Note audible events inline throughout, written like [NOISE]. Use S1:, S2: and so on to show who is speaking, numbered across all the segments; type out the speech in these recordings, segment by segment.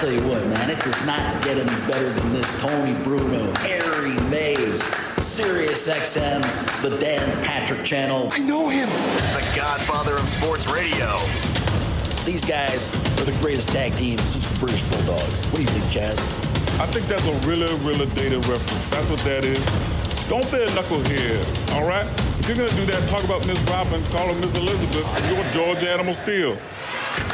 S1: tell you what, man, it does not get any better than this Tony Bruno, Harry Mays, Sirius XM, the Dan Patrick Channel.
S2: I know him.
S3: The godfather of sports radio.
S1: These guys are the greatest tag team since the British Bulldogs. What do you think, Chaz?
S4: I think that's a really, really dated reference. That's what that is. Don't be a knucklehead, all right? If you're gonna do that, talk about Miss Robin, call her Miss Elizabeth, you're a Georgia Animal Steel.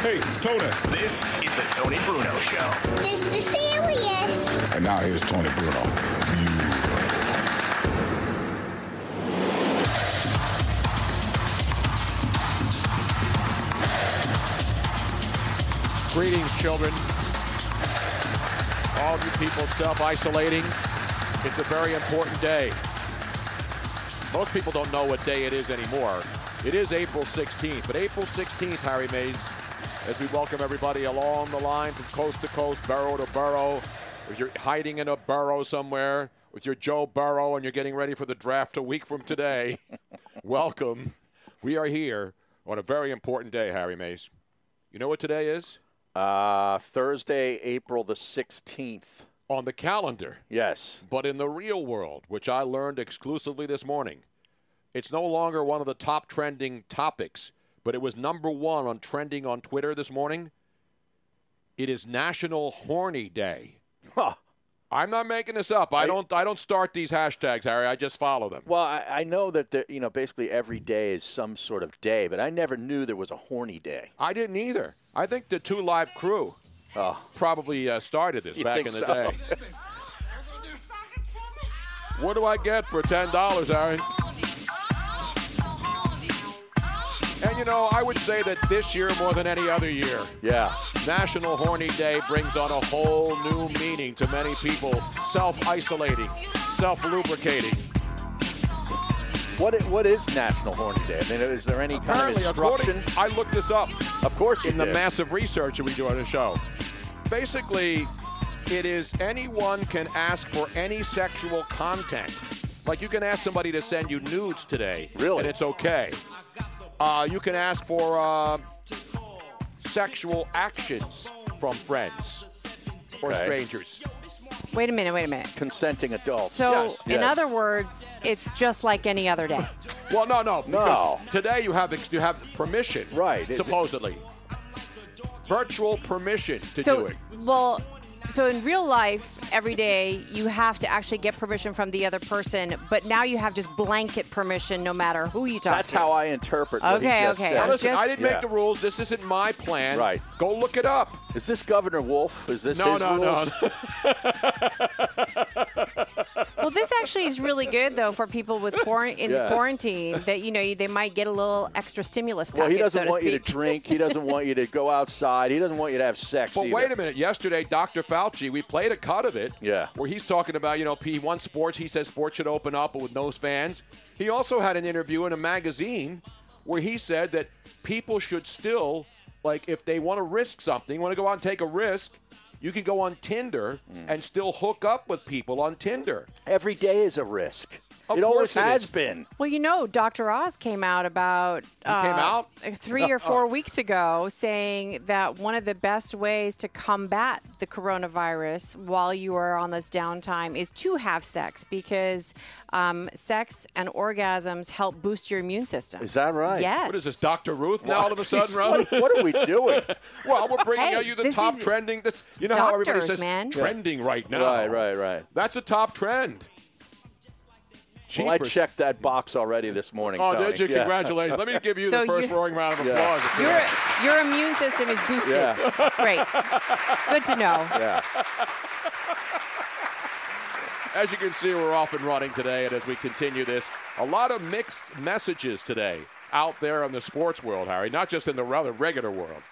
S4: Hey, Tony.
S3: This is the Tony Bruno Show.
S5: This is Sirius.
S2: And now here's Tony Bruno.
S6: Greetings, children. All of you people self isolating. It's a very important day. Most people don't know what day it is anymore. It is April 16th, but April 16th, Harry Mays, as we welcome everybody along the line from coast to coast, borough to borough. If you're hiding in a burrow somewhere with your Joe Burrow and you're getting ready for the draft a week from today, [LAUGHS] welcome. We are here on a very important day, Harry Mays. You know what today is?
S7: Uh, Thursday, April the 16th.
S6: On the calendar.
S7: Yes.
S6: But in the real world, which I learned exclusively this morning, it's no longer one of the top trending topics, but it was number one on trending on Twitter this morning. It is National Horny Day.
S7: Huh.
S6: I'm not making this up. I don't. I don't start these hashtags, Harry. I just follow them.
S7: Well, I, I know that the, you know basically every day is some sort of day, but I never knew there was a horny day.
S6: I didn't either. I think the Two Live Crew
S7: Oh.
S6: probably uh, started this
S7: You
S6: back
S7: think
S6: in the
S7: so?
S6: day. What do I get for ten dollars, Aaron? And you know, I would say that this year more than any other year,
S7: Yeah.
S6: National Horny Day brings on a whole new meaning to many people: self-isolating, self-lubricating.
S7: What i- what is National Horny Day? I mean, is there any kind of
S6: Apparently,
S7: instruction?
S6: according, I looked this up
S7: Of course, you
S6: in the
S7: did.
S6: massive research that we do on the show. Basically, it is anyone can ask for any sexual content. Like you can ask somebody to send you nudes today,
S7: Really?
S6: and it's okay. Uh, you can ask for uh, sexual actions from friends or
S7: Okay.
S6: strangers.
S8: Wait a minute, wait a minute.
S7: Consenting adults.
S8: So,
S6: Yes,
S8: in
S7: yes.
S8: other words, it's just like any other day.
S6: Well, no, no, because
S7: No.
S6: Today you have ex- you have permission,
S7: Right.
S6: Supposedly, virtual permission to do
S8: so,
S6: it.
S8: well, so in real life, every day you have to actually get permission from the other person, but now you have just blanket permission, no matter who you talk
S7: That's
S8: to.
S7: how I interpret what he
S8: Okay,
S7: just
S8: okay.
S7: said.
S8: I'm
S6: Listen,
S8: just-
S6: I didn't
S7: Yeah.
S6: make the rules. This isn't my plan.
S7: Right.
S6: Go look it up.
S7: Is this Governor Wolf? Is this
S6: No,
S7: his
S6: no, no, [LAUGHS]
S7: rules?
S6: no.
S8: Well, this actually is really good though for people with quar- in
S7: Yeah.
S8: quarantine that you know they might get a little extra stimulus package.
S7: Well, he doesn't
S8: so to
S7: want you to
S8: speak.
S7: drink. He doesn't want you to go outside. He doesn't want you to have sex.
S6: But
S7: either.
S6: wait a minute. Yesterday, Dr. Fauci, we played a cut of it.
S7: Yeah.
S6: Where he's talking about, you know, he wants sports. He says sports should open up with no fans. He also had an interview in a magazine where he said that people should still, like, if they want to risk something, want to go out and take a risk, you can go on Tinder and still hook up with people on Tinder.
S7: Mm. Every day is a risk.
S6: Of
S7: it always
S6: course it
S7: has
S6: is.
S7: been.
S8: Well, you know, Dr. Oz came out about uh,
S6: came out?
S8: three or four weeks ago saying that one of the best ways to combat the coronavirus while you are on this downtime is to have sex because um, sex and orgasms help boost your immune system.
S7: Is that right?
S8: Yes.
S6: What is this, Dr. Ruth? Now all of a sudden, Ron?
S7: [LAUGHS] what, what are we doing?
S6: Well, we're bringing
S8: Hey,
S6: you the
S8: this
S6: top
S8: is
S6: trending. That's you know how everybody
S8: doctors,
S6: says
S8: man.
S6: trending right now.
S7: Right, right, right.
S6: That's a top trend.
S7: Well, I
S6: Cheapers.
S7: checked that box already this morning.
S6: Oh,
S7: Tony.
S6: did you?
S7: Yeah.
S6: Congratulations. Let me
S8: [LAUGHS]
S6: give you
S8: So
S6: the first
S8: you-
S6: roaring round of
S7: Yeah.
S6: applause.
S8: Your, your immune system is boosted.
S7: Yeah. [LAUGHS]
S8: Great. Good to know.
S7: Yeah.
S6: As you can see, we're off and running today, and as we continue this, a lot of mixed messages today out there in the sports world, Harry, not just in the rather regular world.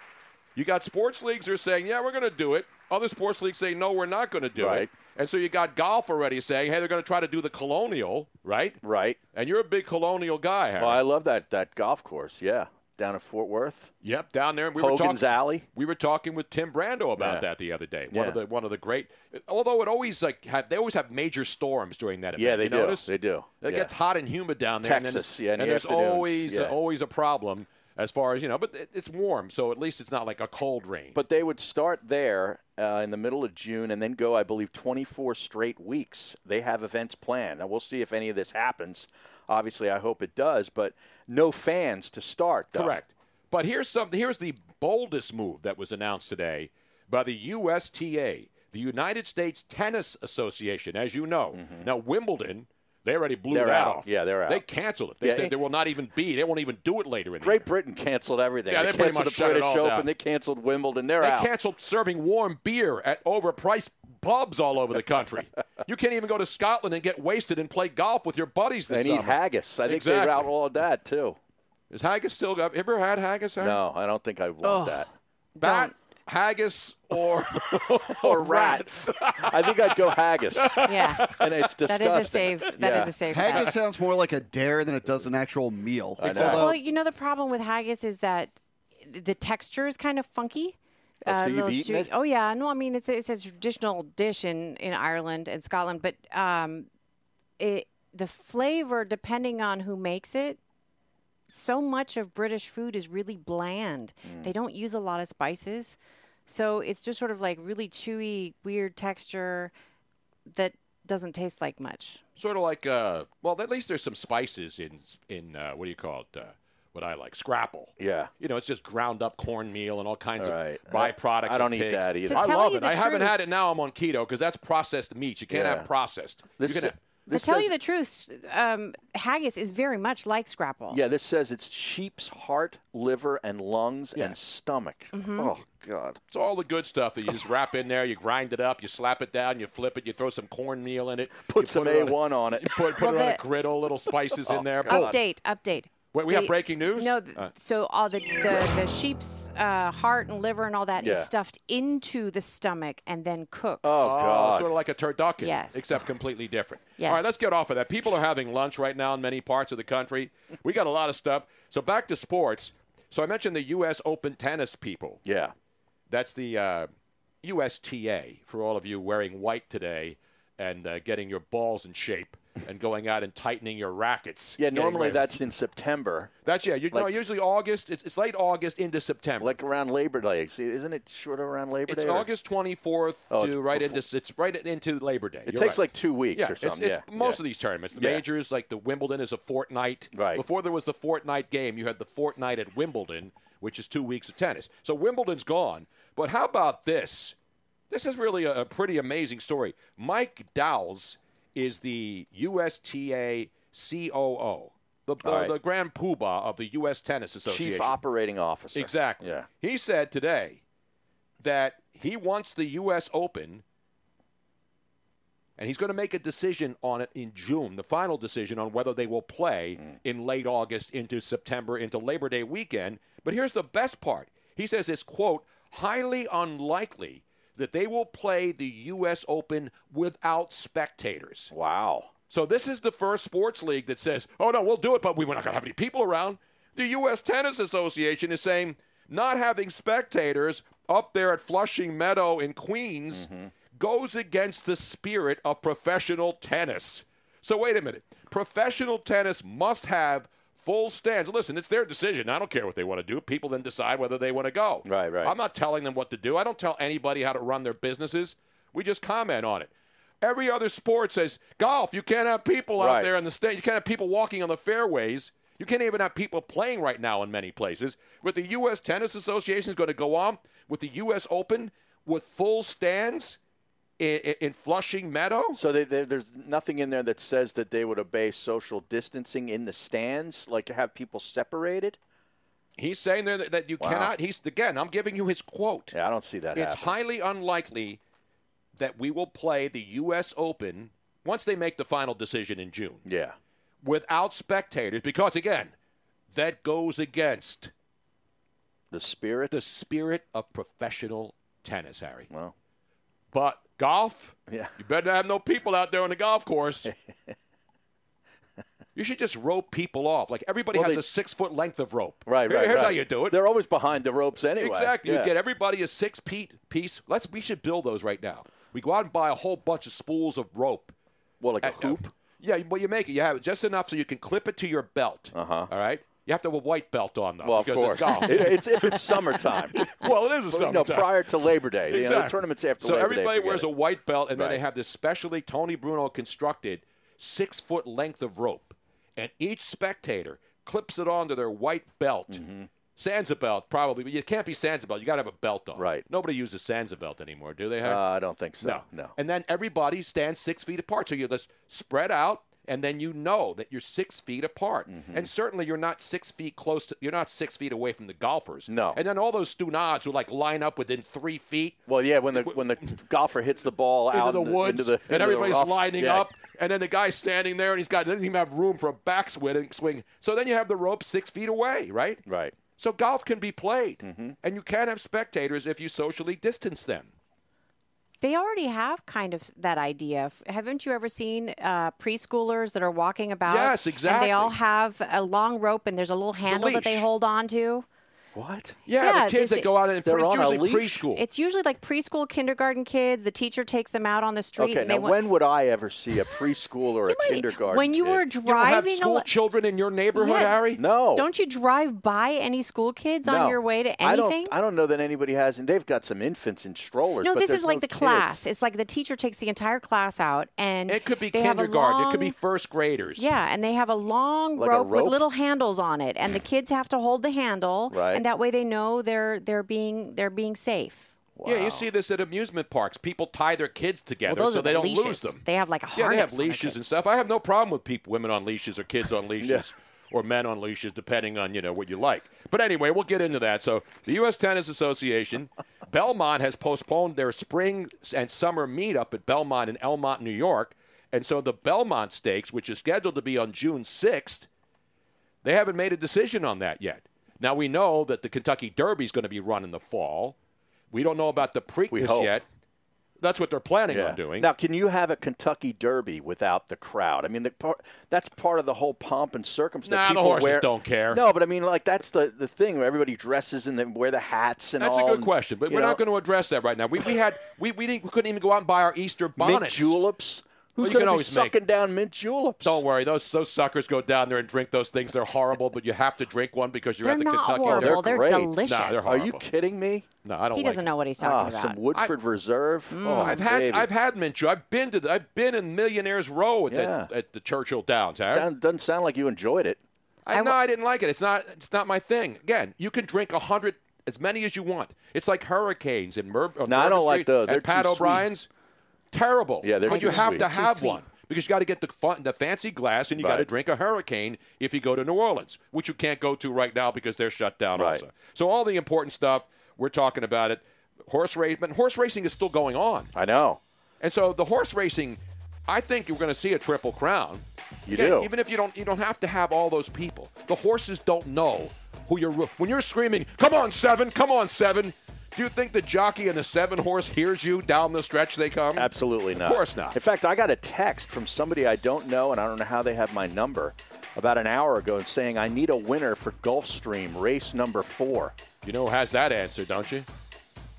S6: You got sports leagues are saying, yeah, we're going to do it. Other sports leagues say, no, we're not going to do it.
S7: Right.
S6: And so you got golf already saying, hey, they're going to try to do the colonial, right?
S7: Right.
S6: And you're a big colonial guy, Harry.
S7: Oh, I love that that golf course. Yeah, down in Fort Worth,
S6: Yep, down there. and We were
S7: Hogan's
S6: talking,
S7: Alley.
S6: We were talking with Tim Brando about
S7: Yeah.
S6: that the other day. One of
S7: Yeah.
S6: the one of the great. Although it always like have, they always have major storms during that event.
S7: Yeah, they
S6: you
S7: do.
S6: Notice?
S7: They do.
S6: It
S7: Yeah.
S6: gets hot and humid down there. and then it's-
S7: Texas, yeah, in
S6: and
S7: the
S6: there's
S7: afternoons,
S6: always
S7: yeah.
S6: always a problem. as far as you know. But it- it's warm, so at least it's not like a cold rain.
S7: But they would start there uh, in the middle of June and then go, I believe, 24 straight weeks. They have events planned. Now, we'll see if any of this happens. Obviously, I hope it does, but no fans to start, though.
S6: Correct. But here's some. Here's the boldest move that was announced today by the USTA, the United States Tennis Association. As you know, now Wimbledon, they already blew
S7: Mm-hmm. They're
S6: that
S7: out.
S6: off.
S7: Yeah, they're
S6: They
S7: out.
S6: canceled it. They
S7: Yeah,
S6: said
S7: it-
S6: there will not even be. They won't even do it later in the year.
S7: Great Britain canceled everything.
S6: Yeah, they pretty
S7: canceled
S6: much
S7: the
S6: shut it
S7: British
S6: all
S7: Open.
S6: down.
S7: They canceled Wimbledon. They're
S6: They
S7: out.
S6: canceled serving warm beer at overpriced pubs all over the country. you can't even go to Scotland and get wasted and play golf with your buddies this
S7: They need
S6: summer.
S7: haggis. I think
S6: Exactly.
S7: they outlawed that too.
S6: Is haggis still? Have you ever had haggis? Harry?
S7: No, I don't think I want that.
S6: Bat,
S8: Oh, Don't.
S6: haggis,
S7: [LAUGHS]
S6: or
S7: Or rats. I think I'd go haggis,
S8: Yeah.
S7: and it's
S8: That
S7: disgusting.
S8: is a save. That is
S7: Yeah.
S8: a save. bet.
S1: Haggis sounds more like a dare than it does an actual meal.
S7: I know.
S8: Well, you know the problem with haggis is that the texture is kind of funky.
S7: Oh, so you've
S8: little
S7: eaten
S8: chewy-
S7: it?
S8: Oh yeah, no, I mean it's a, it's a traditional dish in in Ireland and Scotland, but um, it the flavor depending on who makes it. So much of British food is really bland.
S7: Mm.
S8: They don't use a lot of spices, so it's just sort of like really chewy, weird texture that doesn't taste like much.
S6: sort of like uh, well, at least there's some spices in in uh, what do you call it? Uh, what I like, scrapple.
S7: Yeah.
S6: you know, it's just ground up cornmeal and all kinds
S7: Right.
S6: of byproducts.
S7: I don't
S6: of
S7: eat
S6: pigs.
S7: that either.
S8: To
S6: I
S8: tell
S6: love
S8: you
S6: it.
S8: the
S6: I haven't
S8: truth-
S6: had it now. I'm on keto because that's processed meat. You can't
S7: Yeah.
S6: have processed.
S7: This
S6: you can
S7: sa-
S6: have-
S7: this
S8: to tell you
S7: says-
S8: the truth, um, haggis is very much like scrapple.
S7: Yeah, this says it's sheep's heart, liver, and lungs and stomach.
S8: Mm-hmm.
S7: Oh God.
S6: It's all the good stuff that you just wrap in there. You grind it up. You slap it down. You flip it. You throw some cornmeal in it.
S7: Put
S6: you
S7: some
S6: it on a-
S7: A1 on it.
S6: You put, put
S8: Well,
S6: it on a
S8: the-
S6: griddle. Little spices in there. Boom.
S8: [LAUGHS] Update, update.
S6: Wait, we have breaking news?
S8: No, th-
S6: Uh.
S8: so all the the, the sheep's uh, heart and liver and all that is
S7: Yeah.
S8: stuffed into the stomach and then cooked.
S7: Oh God.
S6: Sort of like a turducken,
S8: Yes.
S6: except completely different.
S8: Yes.
S6: All right, let's get off of that. People are having lunch right now in many parts of the country. We got a lot of stuff. So back to sports. So I mentioned the U.S. Open tennis people.
S7: Yeah.
S6: That's the uh, USTA for all of you wearing white today and uh, getting your balls in shape and going out and tightening your rackets.
S7: Yeah.
S6: Getting
S7: Normally
S6: ready.
S7: that's in September,
S6: that's yeah. You, no,
S7: like-
S6: usually August. It's, it's late August into September.
S7: like around Labor Day. See, isn't it short of around Labor
S6: it's
S7: Day? or-
S6: August 24th
S7: Oh, it's
S6: to right
S7: before-
S6: into it's right into Labor Day.
S7: It
S6: You're
S7: takes
S6: right.
S7: like two weeks
S6: Yeah,
S7: or
S6: it's-
S7: something.
S6: It's,
S7: yeah.
S6: most
S7: yeah.
S6: of these tournaments, the
S7: Yeah.
S6: majors, like the Wimbledon is a fortnight.
S7: Right.
S6: Before there was the fortnight game, you had the fortnight at Wimbledon, which is two weeks of tennis. So Wimbledon's gone. But how about this? This is really a, a pretty amazing story. Mike Dowles is the USTA COO, the, the,
S7: All right.
S6: the grand poobah of the U.S. Tennis Association.
S7: Chief Operating Officer.
S6: Exactly.
S7: Yeah.
S6: He said today that he wants the U.S. Open, and he's going to make a decision on it in June, the final decision on whether they will play in late August into September into Labor Day weekend. But here's the best part he says it's, quote, highly unlikely that they will play the U.S. Open without spectators.
S7: Wow.
S6: So this is the first sports league that says, "Oh no, we'll do it, but we- we're not going to have any people around." The U.S. Tennis Association is saying not having spectators up there at Flushing Meadow in Queens goes against the spirit of professional tennis. So wait a minute, professional tennis must have full stands. Listen, it's their decision. I don't care what they want to do. People then decide whether they want to go.
S7: Right, right.
S6: I'm not telling them what to do. I don't tell anybody how to run their businesses. We just comment on it. Every other sport says golf. You can't have people out
S7: Right.
S6: there in the state. You can't have people walking on the fairways. You can't even have people playing right now in many places. But the U.S. Tennis Association is going to go on with the U.S. Open with full stands in, in, in Flushing Meadow.
S7: So they, they, there's nothing in there that says that they would obey social distancing in the stands, like to have people separated.
S6: He's saying there that, that you cannot. He's again. I'm giving you his quote.
S7: Yeah, I don't see that.
S6: It's
S7: happening.
S6: highly unlikely that we will play the U.S. Open once they make the final decision in June
S7: Yeah.
S6: without spectators, because again, that goes against
S7: The spirit.
S6: the spirit of professional tennis, Harry.
S7: Well.
S6: But golf,
S7: Yeah.
S6: you better have no people out there on the golf
S7: [LAUGHS]
S6: course. you should just rope people off. Like everybody
S7: Well,
S6: has
S7: they-
S6: a six foot length of rope.
S7: Right,
S6: Here-
S7: right.
S6: Here's how
S7: right.
S6: you do it.
S7: They're always behind the ropes anyway.
S6: Exactly.
S7: Yeah.
S6: You get everybody a six pe- piece. Let's we should build those right now. We go out and buy a whole bunch of spools of rope.
S7: well, like a
S6: At-
S7: hoop.
S6: yeah, well, you make it. You have it just enough so you can clip it to your belt. Uh huh. All right. You have to have a white belt on though.
S7: Uh-huh. Well, of
S6: because
S7: course.
S6: It's golf.
S7: [LAUGHS] It- it's if it's summertime.
S6: [LAUGHS] well, it is a
S7: But,
S6: summertime.
S7: No, prior to Labor Day. You know, the
S6: Exactly.
S7: tournaments after
S6: so
S7: Labor Day.
S6: everybody
S7: forget
S6: wears
S7: it.
S6: a white belt, and then they
S7: Right.
S6: have this specially Tony Bruno constructed six foot length of rope, and each spectator clips it onto their white belt.
S7: Mm-hmm.
S6: Sansa belt, probably, but you can't be Sansa belt. You got to have a belt on.
S7: Right.
S6: Nobody uses Sansa belt anymore, do they? Hank?
S7: Uh, I don't think so.
S6: no, And then everybody stands six feet apart, so you just spread out, and then you know that you're six feet apart.
S7: Mm-hmm.
S6: And certainly, you're not six feet close to. You're not six feet away from the golfers.
S7: No.
S6: And then all those stunads who like line up within three feet
S7: Well, yeah, when the when the golfer hits the ball
S6: into
S7: out
S6: the
S7: in
S6: woods,
S7: into the, into
S6: and
S7: the
S6: everybody's
S7: rough,
S6: lining
S7: yeah.
S6: up, and then the guy's standing there, and he's got doesn't even have room for a backswing. Swing. So then you have the rope six feet away, right?
S7: Right. Mm-hmm.
S6: So golf can be played, and you can have spectators if you socially distance them.
S8: They already have kind of that idea. F- Haven't you ever seen uh, preschoolers that are walking about?
S6: Yes,
S8: And
S6: exactly.
S8: they all have a long rope and there's a little handle that they
S6: leash.
S8: hold on to.
S7: What?
S6: Yeah,
S8: Yeah,
S6: the kids
S8: they-
S6: that go out and
S7: They're
S6: it's
S7: on a
S6: usually
S7: leash?
S6: preschool.
S8: It's usually like preschool, kindergarten kids. The teacher takes them out on the street.
S7: Okay,
S8: and they
S7: now
S8: want-
S7: when would I ever see a preschool or a
S8: Wait,
S7: kindergarten?
S8: When you
S7: kid?
S8: were
S6: you don't have
S8: driving,
S6: school
S8: al-
S6: children in your neighborhood,
S8: Yeah.
S6: Harry?
S7: no,
S8: don't you drive by any school kids
S7: no.
S8: on your way to anything?
S7: I don't. I don't know that anybody has, and they've got some infants in strollers.
S8: No,
S7: but
S8: this
S7: there's
S8: is like
S7: no
S8: the
S7: kids.
S8: class. It's like the teacher takes the entire class out, and
S6: It could be
S8: they have a
S6: kindergarten. It could be
S8: long-
S6: first graders.
S8: Yeah, and they have a long
S7: Like a
S8: rope,
S7: rope?
S8: with little handles on it, and the kids have to hold the handle,
S7: Right.
S8: and that way they know they're they're being they're being safe.
S6: Yeah, you see this at amusement parks. People tie their kids together
S8: those
S6: so
S8: are
S6: they
S8: the
S6: don't lose
S8: leashes.
S6: them.
S8: They have, like, a
S6: Yeah, they have
S8: harness on their
S6: leashes and
S8: kids.
S6: stuff. I have no problem with people, women on leashes or kids
S8: [LAUGHS]
S6: on leashes. Or men on leashes, depending on you know what you like. But anyway, we'll get into that. So the U.S.
S8: [LAUGHS]
S6: Tennis Association, Belmont has postponed their spring and summer meetup at Belmont in Elmont, New York, and so the Belmont Stakes, which is scheduled to be on June sixth, they haven't made a decision on that yet. Now we know that the Kentucky Derby is going to be run in the fall. We don't know about the Preakness
S7: hope.
S6: yet. That's what they're planning
S7: Yeah.
S6: on doing.
S7: Now, can you have a Kentucky Derby without the crowd? I mean, the par- that's part of the whole pomp and circumstance.
S6: Nah, the
S7: People
S6: horses
S7: wear-
S6: don't care.
S7: No, but I mean, like that's the, the thing where everybody dresses and then wear the hats and
S6: That's
S7: all.
S6: a good question, but we're not going to address that right now. We, we had we, we didn't we couldn't even go out and buy our Easter
S7: mint
S6: bonnets.
S7: juleps. Who's
S6: you can
S7: going to be
S6: always make-
S7: sucking down mint juleps?
S6: Don't worry, those those suckers go down there and drink those things. They're horrible, but you have to drink one because you're
S8: They're
S6: at the
S8: not
S6: Kentucky
S8: horrible.
S6: Derby.
S8: they're
S7: great. Nah, they're
S8: delicious.
S7: Are
S6: horrible.
S7: you kidding me?
S6: No, I don't.
S8: he
S6: like
S8: doesn't
S6: it.
S8: know what he's
S7: Ah,
S8: talking about.
S7: some Woodford Reserve. oh,
S6: I've had
S7: baby.
S6: I've had mint julep. I've been to the, I've been in Millionaires Row at,
S7: Yeah.
S6: the, at the Churchill Downs. Harry.
S7: Doesn't, doesn't sound like you enjoyed it.
S6: I no, I didn't like it. It's not it's not my thing. Again, you can drink a hundred as many as you want. It's like hurricanes and Merv. on
S7: No, I don't
S6: Bourbon
S7: like
S6: Street
S7: those.
S6: at
S7: They're too
S6: Pat
S7: sweet.
S6: O'Brien's. Terrible.
S7: Yeah, they're
S6: but
S7: too
S6: you have
S7: sweet.
S6: to
S7: Too
S6: have
S8: sweet.
S6: one because you got to get the fun, the fancy glass, and you got to
S7: Right.
S6: drink a hurricane if you go to New Orleans, which you can't go to right now because they're shut down.
S7: Right.
S6: Also, so all the important stuff we're talking about it. Horse race, but horse racing is still going on.
S7: I know.
S6: And so the horse racing, I think you're going to see a triple crown.
S7: You
S6: Again,
S7: do.
S6: Even if you don't, you don't have to have all those people. The horses don't know who you're. When you're screaming, "Come on seven! Come on seven! Do you think the jockey and the seven horse hears you down the stretch they come?
S7: Absolutely not.
S6: Of course not.
S7: In fact, I got a text from somebody I don't know, and I don't know how they have my number, about an hour ago, and saying I need a winner for Gulfstream race number four.
S6: you know who has that answer, don't you?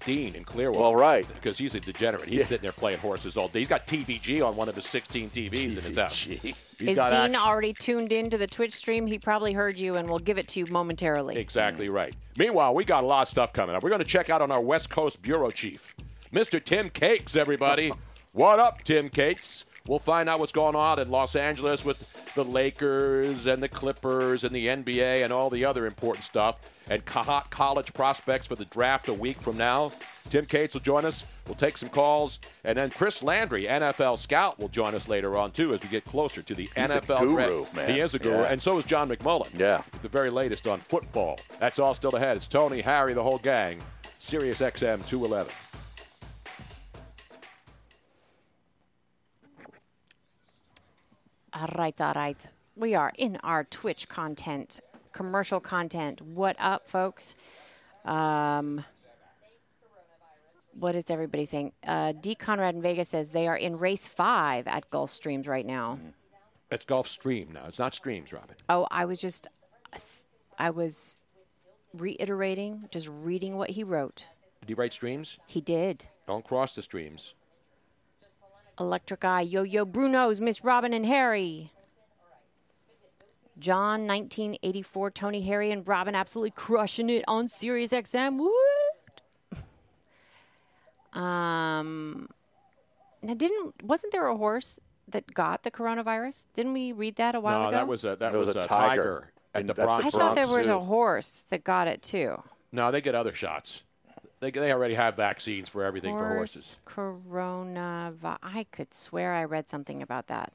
S6: Dean in Clearwater.
S7: Well, right.
S6: Because he's a degenerate. He's sitting there playing horses all day. He's got TVG on one of his 16 TVs in his house.
S7: Gee.
S6: He's
S8: Is Dean
S6: got action.
S8: already tuned into the Twitch stream? He probably heard you, and will give it to you momentarily.
S6: Exactly right. Meanwhile, we got a lot of stuff coming up. We're going to check out on our West Coast bureau chief, Mr. Tim Cakes. Everybody, what up, Tim Cakes? We'll find out what's going on in Los Angeles with the Lakers and the Clippers and the NBA and all the other important stuff and co- hot college prospects for the draft a week from now. Tim Cates will join us. We'll take some calls. And then Chris Landry, NFL scout, will join us later on, too, as we get closer to the
S7: He's a
S6: NFL
S7: guru,
S6: draft.
S7: man.
S6: He is a guru.
S7: Yeah.
S6: And so is John McMullen.
S7: Yeah.
S6: With the very latest on football. That's all still ahead. It's Tony, Harry, the whole gang. Sirius XM 211.
S8: All right, all right. We are in our Twitch content, commercial content. What up, folks? Um, what is everybody saying? Uh, D. Conrad in Vegas says they are in race five at Gulf Streams right now.
S6: Mm-hmm. It's Golf Stream now. It's not Streams, Robin.
S8: Oh, I was just, I was reiterating, just reading what he wrote.
S6: Did he write Streams?
S8: He did.
S6: Don't cross the streams.
S8: Electric Eye, Yo Yo Bruno's, Miss Robin and Harry. John 1984, Tony, Harry, and Robin absolutely crushing it on Sirius XM. What? [LAUGHS] um, now didn't wasn't there a horse that got the coronavirus? Didn't we read that a while
S6: No,
S8: ago?
S6: that was a that
S7: There
S6: was,
S7: was
S6: a
S7: a
S6: tiger,
S7: tiger
S6: at
S7: in-
S6: the
S7: at the
S6: Bronx.
S8: I thought there was a
S7: Zoo.
S8: horse that got it too.
S6: No, they get other shots. They they already have vaccines for everything for horses.
S8: Horse coronavirus. I could swear I read something about that.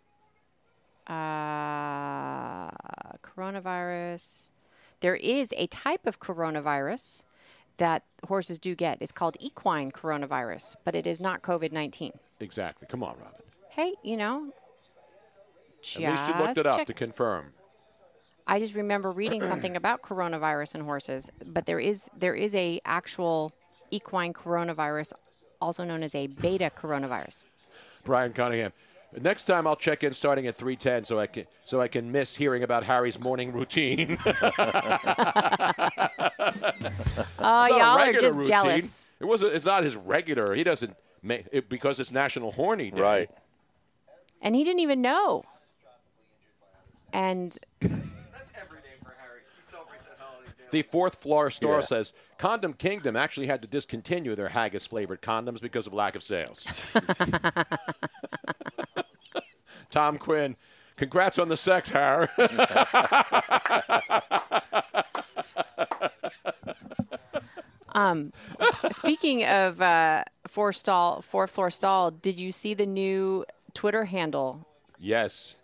S8: Uh, coronavirus. There is a type of coronavirus that horses do get. It's called equine coronavirus, but it is not COVID 19.
S6: Exactly. Come on, Robin.
S8: Hey, you know,
S6: At least you looked
S8: just
S6: it up
S8: check-
S6: to confirm.
S8: I just remember reading something about coronavirus in horses, but there is there is a actual equine coronavirus, also known as a beta coronavirus.
S6: Brian Cunningham. Next time I'll check in starting at 3:10 so I can so I can miss hearing about Harry's
S8: [LAUGHS]
S6: morning routine. [LAUGHS]
S8: Oh,
S6: It's not a
S8: y'all are
S6: regular
S8: just
S6: routine.
S8: jealous.
S6: It was It's not his regular. He doesn't make it because it's National Horny Day.
S7: Right.
S8: And he didn't even know. And
S6: The fourth floor store
S7: Yeah.
S6: says Condom Kingdom actually had to discontinue their haggis flavored condoms because of lack of
S7: [LAUGHS]
S6: sales. Tom Quinn, congrats on the sex, Harry.
S7: [LAUGHS]
S8: um, speaking of uh, four stall, four floor stall, did you see the new Twitter handle
S6: yes.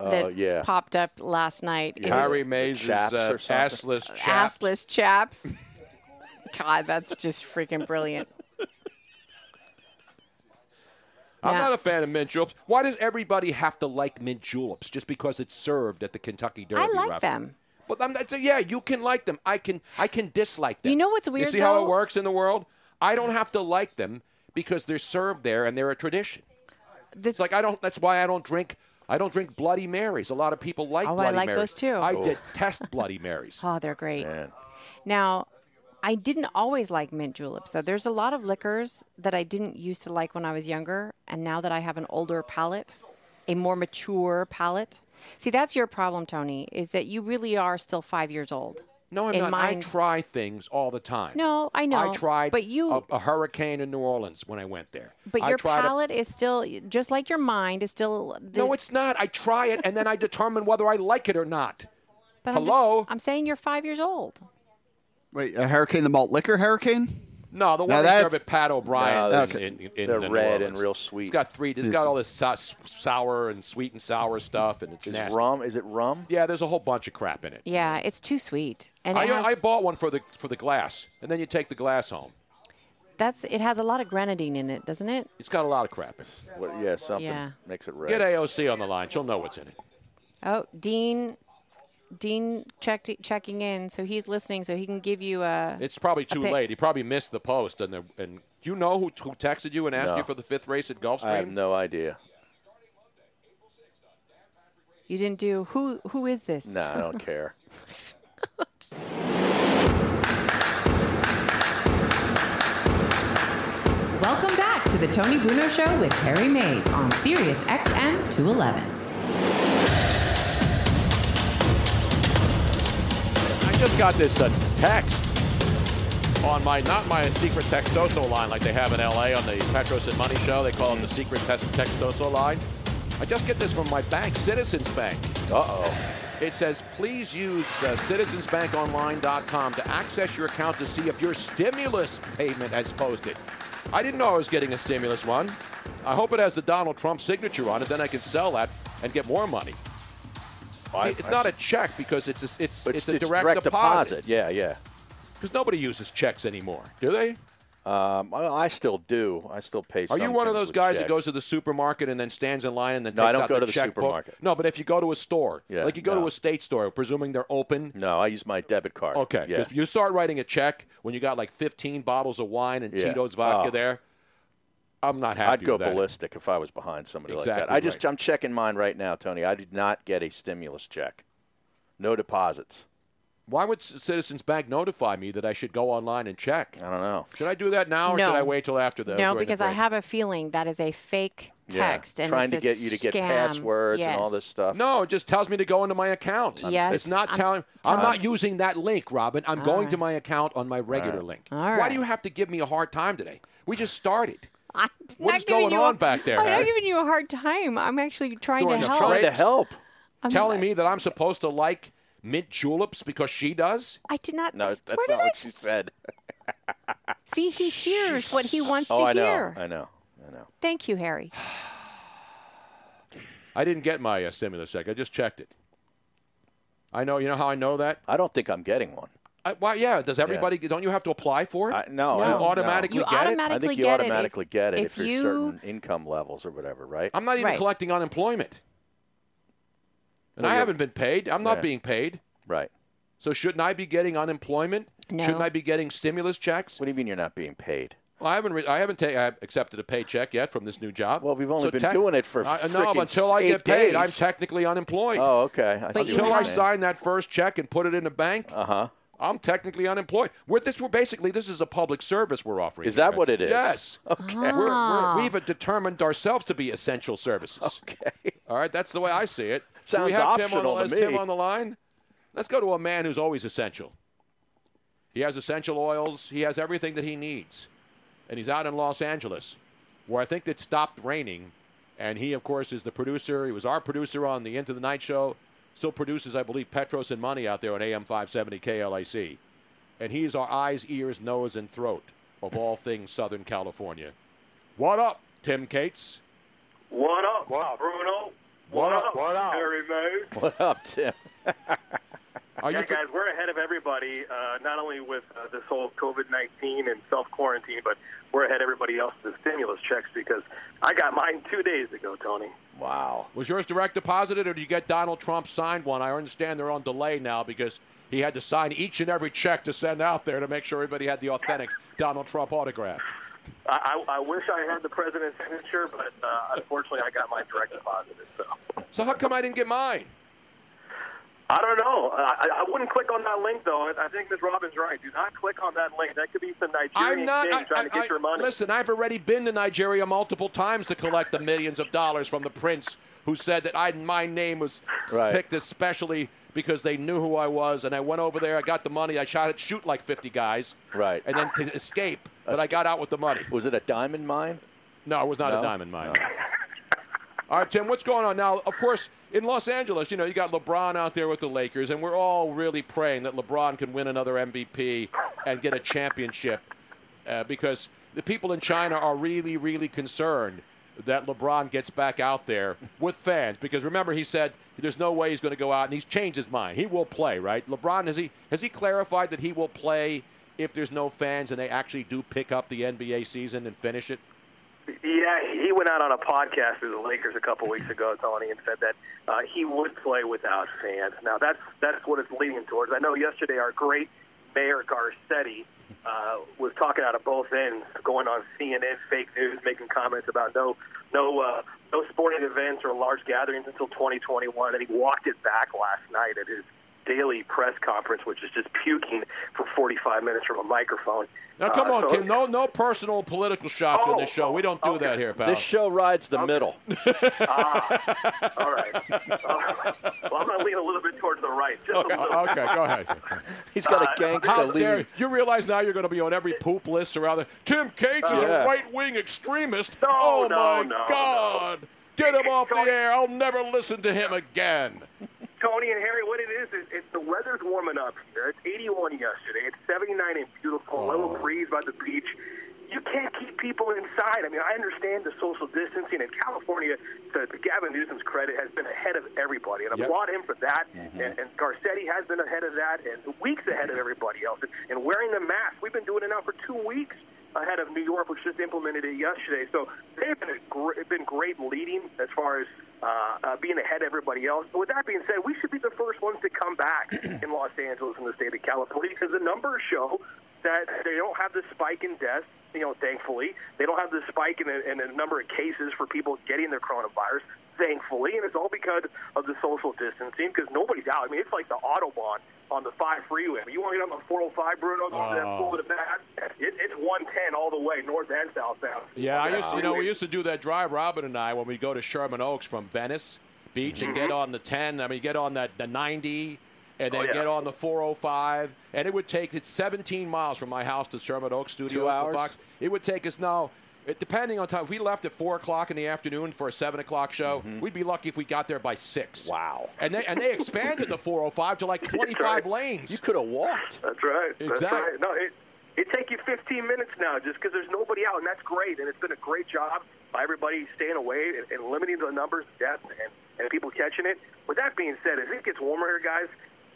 S8: that
S7: Uh, yeah.
S8: popped up last night? It is
S6: Harry Oh, Mays'
S7: chaps
S6: uh,
S7: or something.
S6: assless chaps.
S8: assless chaps. God, that's just freaking brilliant.
S6: I'm
S8: Yeah.
S6: not a fan of mint juleps. Why does everybody have to like mint juleps just because it's served at the Kentucky Derby?
S8: I like
S6: Robert?
S8: them.
S6: But I'm not, so yeah, you can like them. I can I can dislike them.
S8: You know what's weird,
S6: You see how
S8: though?
S6: it works in the world? I don't have to like them because they're served there and they're a tradition.
S8: The-
S6: It's like I don't. That's why I don't drink. I don't drink Bloody Marys. A lot of people like
S8: Oh, I
S6: Bloody
S8: like
S6: Marys.
S8: those, too.
S6: I
S8: Oh.
S6: detest Bloody Marys.
S8: [LAUGHS] Oh, they're great. Now, I didn't always like mint juleps. So there's a lot of liquors that I didn't used to like when I was younger, and now that I have an older palate, a more mature palate. See, that's your problem, Tony, is that you really are still five years old.
S6: No, I'm
S8: in
S6: not.
S8: mind-
S6: I try things all the time.
S8: No, I know,
S6: I tried.
S8: but you-
S6: a, a hurricane in New Orleans when I went there.
S8: But
S6: I
S8: your
S6: tried a-
S8: palate is still just like your mind is still. The,
S6: no, it's not. I try it and then I determine whether I like it or not.
S8: [LAUGHS] but I'm,
S6: hello?
S8: just- I'm saying you're five years old.
S1: Wait, a hurricane, the malt liquor hurricane?
S6: No, the
S1: Now
S6: one they serve
S1: that's-
S6: at Pat O'Brien's
S7: No,
S6: is
S1: that's-
S6: in, in, in
S7: they're
S6: New
S7: red and
S6: Orleans.
S7: real sweet.
S6: It's got three. It's got all this so- sour and sweet and sour stuff, and it's
S7: Is
S6: nasty.
S7: rum? Is it rum?
S6: Yeah, there's a whole bunch of crap in it.
S8: Yeah, it's too sweet, and it
S6: I,
S7: uh,
S6: uh,
S8: has,
S6: I bought one for the for the glass, and then you take the glass home.
S8: that's it has a lot of grenadine in it, doesn't it?
S6: It's got a lot of crap. In it.
S7: What, yeah, something
S8: Yeah.
S7: makes it red.
S6: Get AOC on the line; she'll know what's in it.
S8: Oh, Dean, Dean checked checking in, so he's listening, so he can give you uh, a.
S6: It's probably too
S8: pic.
S6: late. He probably missed the post, and the, and do you know who, who texted you and asked
S7: No.
S6: you for the fifth race at Gulfstream?
S7: I have no idea.
S8: You didn't do who? Who is this?
S7: No, I
S8: [LAUGHS]
S7: don't care.
S9: Welcome back to the Tony Bruno Show with Harry Mays on Sirius XM 211.
S6: I just got this uh, text on my not my secret textoso line like they have in LA on the Petros and Money show. They call it the secret test textoso line. I just get this from my bank, Citizens Bank.
S7: Uh oh.
S6: It says, please use uh, citizensbankonline.com to access your account to see if your stimulus payment has posted. I didn't know I was getting a stimulus one. I hope it has the Donald Trump signature on it. Then I can sell that and get more money. See, it's not a check because it's a, it's, it's, a direct, deposit.
S7: Yeah, yeah.
S6: Because nobody uses checks anymore, do they?
S7: Um, well, I still do. I still pay.
S6: Are you one of those guys that goes to the supermarket and then stands in line and then
S7: No,
S6: takes
S7: I don't
S6: out
S7: go
S6: their
S7: to the
S6: checkbook?
S7: supermarket.
S6: No, but if you go to a store,
S7: Yeah,
S6: like you go to
S7: no.
S6: a state store, presuming they're open.
S7: No, I use my debit card.
S6: Okay,
S7: Yeah.
S6: 'cause you start writing a check when you got like 15 bottles of wine and
S7: Yeah.
S6: Tito's vodka
S7: Oh.
S6: there. I'm not happy.
S7: I'd go
S6: with that.
S7: ballistic if I was behind somebody like that.
S6: Exactly
S7: I just
S6: right.
S7: I'm checking mine right now, Tony. I did not get a stimulus check. No deposits.
S6: Why would C- Citizens Bank notify me that I should go online and check?
S7: I don't know.
S6: Should I do that now or
S8: No.
S6: should I wait till after the
S8: No,
S6: during the
S8: because I
S6: break?
S8: have a feeling that is a fake
S7: Yeah.
S8: text and
S7: trying
S8: it's
S7: to
S8: a
S7: get you to get
S8: scam.
S7: passwords and all
S8: Yes.
S7: this stuff.
S6: No, it just tells me to go into my account.
S8: Yes,
S6: it's not
S8: I'm
S6: telling. I'm not using that link, Robin. I'm going to my account on my regular link.
S8: All
S6: Why do
S8: right.
S6: you have to give me a hard time today? We just started.
S8: I'm
S6: What
S8: not
S6: is
S8: giving
S6: going
S8: you
S6: on back there,
S8: I'm
S6: Harry?
S8: not giving you a hard time. I'm actually trying
S6: Doing
S8: to
S6: the
S8: help.
S7: Trying to
S6: Grapes.
S7: help.
S6: telling me that I'm supposed to like mint juleps because she does.
S8: I did not.
S7: No, that's
S8: where
S7: not
S8: did I
S7: what she said.
S8: see? He hears what he wants
S7: Oh,
S8: to
S7: I know.
S8: hear.
S7: I know. I know.
S8: Thank you, Harry.
S6: I didn't get my uh, stimulus check. I just checked it. I know. You know how I know that?
S7: I don't think I'm getting one.
S6: I, why? Yeah. Does everybody? Don't you have to apply for it?
S7: I, no,
S8: No.
S7: I
S8: You
S7: don't,
S6: automatically
S7: No.
S8: You
S6: get it?
S7: I
S8: automatically
S7: think you
S8: get
S7: automatically
S8: it if,
S7: get it
S8: if
S7: if, you're
S8: you
S7: certain income levels or whatever, right?
S6: I'm not even
S8: Right.
S6: collecting unemployment, and I haven't been paid. I'm not
S7: Yeah.
S6: being paid.
S7: right.
S6: So shouldn't I be getting unemployment?
S8: No.
S6: Shouldn't I be getting stimulus checks?
S7: What do you mean you're not being paid?
S6: Well, I haven't. Re- I haven't ta- I have accepted a paycheck yet from this new job.
S7: Well, we've only
S6: So
S7: been doing it for
S6: I, no.
S7: frickin'
S6: Until I
S7: eight
S6: get paid,
S7: days.
S6: I'm technically unemployed.
S7: Oh, okay. I see
S8: you
S7: what
S6: until
S7: you're
S6: I
S8: have-
S7: saying.
S6: sign that first check and put it in the bank, uh-huh. I'm technically unemployed. We're this. We're basically this is a public service we're offering.
S7: Is that
S6: here.
S7: what it is?
S6: Yes. Okay. We're, we're, we've determined ourselves to be essential services.
S7: Okay.
S6: All right. That's the way I see it. Do we
S7: Sounds
S6: have Tim
S7: optional
S6: on the,
S7: to
S6: is
S7: me.
S6: Tim on the line. Let's go to a man who's always essential. He has essential oils. He has everything that he needs, and he's out in Los Angeles, where I think it stopped raining. And he, of course, is the producer. He was our producer on the Into the Night show. Still produces, I believe, Petros and Money out there on AM 570 KLAC. And he's our eyes, ears, nose, and throat of all things Southern California. What up, Tim Cates?
S10: What up, Bruno?
S6: What up?
S10: What up, Harry Mays?
S7: What up, Tim?
S6: Are
S10: Yeah,
S6: you
S10: guys, we're ahead of everybody. Uh, not only with uh, this whole COVID nineteen and self quarantine, but we're ahead of everybody else with the stimulus checks because I got mine two days ago, Tony.
S7: Wow.
S6: Was yours direct deposited, or did you get Donald Trump signed one? I understand they're on delay now because he had to sign each and every check to send out there to make sure everybody had the authentic Donald Trump autograph.
S10: I, I, I wish I had the president's signature, but uh, unfortunately, I got mine direct deposited. So
S6: So how come I didn't get mine?
S10: I don't know. I, I- I wouldn't click on that link though. I I think Ms. Robbins right. Do not click on that link. That could be some Nigerian
S6: I'm not.
S10: king
S6: I,
S10: trying to
S6: I-
S10: get
S6: I-
S10: your money.
S6: Listen, I've already been to Nigeria multiple times to collect the millions of dollars from the prince who said that I, my name was
S7: Right.
S6: picked especially because they knew who I was, and I went over there. I got the money. I shot at shoot like 50 guys,
S7: Right.
S6: and then to escape. But I got out with the money.
S7: Was it a diamond mine?
S6: No, it was not
S7: No?
S6: a diamond mine. all right, Tim, what's going on now? Of course, in Los Angeles, you know, you got LeBron out there with the Lakers, and we're all really praying that LeBron can win another MVP and get a championship uh, because the people in China are really, really concerned that LeBron gets back out there with fans because remember he said there's no way he's going to go out and he's changed his mind. He will play, right? LeBron has he has he clarified that he will play if there's no fans and they actually do pick up the NBA season and finish it?
S10: Yeah, he went out on a podcast with the Lakers a couple weeks ago, Tony, and said that uh, he would play without fans. Now that's that's what it's leaning towards. I know yesterday our great Mayor Garcetti uh, was talking out of both ends, going on CNN, fake news, making comments about no no uh, no sporting events or large gatherings until 2021, and he walked it back last night at his daily press conference, which is just puking for 45 minutes from a microphone.
S6: Now come
S10: Uh,
S6: on,
S10: so-
S6: Kim. No, no personal political shots on this
S10: Oh,
S6: show. We don't do that here, pal.
S7: This show rides the
S6: [LAUGHS]
S7: middle.
S10: All right. Uh, [LAUGHS] well, I'm going to lean a little bit towards the right. Just a little.
S6: Uh, okay, go ahead.
S7: [LAUGHS] He's got a
S6: How
S7: gangster
S6: dare
S7: lead.
S6: you. You realize now you're going to be on every poop list around there. Tim Cates is
S7: Yeah.
S6: a right-wing extremist.
S10: No,
S6: oh
S10: no,
S6: my
S10: no,
S6: God! Get him off the
S10: Tony-
S6: air. I'll never listen to him again.
S10: Tony and Harry, what it is is it's the weather's warming up here. It's 81 yesterday. It's 79 and beautiful. A
S6: Oh.
S10: little breeze by the beach. You can't keep people inside. I mean, I understand the social distancing, and California, to, to Gavin Newsom's credit, has been ahead of everybody, and
S6: Yep.
S10: applaud him for that. And, and Garcetti has been ahead of that, and weeks ahead of everybody else. And, and wearing the mask, we've been doing it now for two weeks. ahead of New York, which just implemented it yesterday. So they've been, a gr- been great leading as far as uh, uh, being ahead of everybody else. But with that being said, we should be the first ones to come back in Los Angeles and the state of California because the numbers show that they don't have the spike in deaths. You know, thankfully, they don't have the spike in the, in the number of cases for people getting their coronavirus. thankfully, and it's all because of the social distancing because nobody's out. I mean, it's like the Autobahn on the 5 freeway. If you want to get on the 405, Bruno, go to that full to the back, it, it's 110 all the way, north and southbound.
S6: Yeah, I used to, you know,
S10: Freeway.
S6: we used to do that drive, Robin and I, when we go to Sherman Oaks from Venice Beach and
S7: Mm-hmm.
S6: get on the 10, I mean, get on that the 90, and then
S7: Oh,
S10: yeah.
S6: get on the 405, and it would take it's 17 miles from my house to Sherman Oaks Studios.
S7: Two
S6: the
S7: hours?
S6: Fox. It would take us now. It, depending on time, if we left at four o'clock in the afternoon for a seven o'clock show, we'd be lucky if we got there by six.
S7: Mm-hmm. Wow.
S6: And they and they expanded the 405
S7: [LAUGHS]
S6: to like 25 lanes.
S7: You could have walked.
S10: That's right. That's
S6: Exact-
S10: right. No, it it take you 15 minutes now just because there's nobody out, and that's great. And it's been a great job by everybody staying away and, and limiting the numbers of deaths and, and people catching it. With that being said, as it gets warmer here, guys,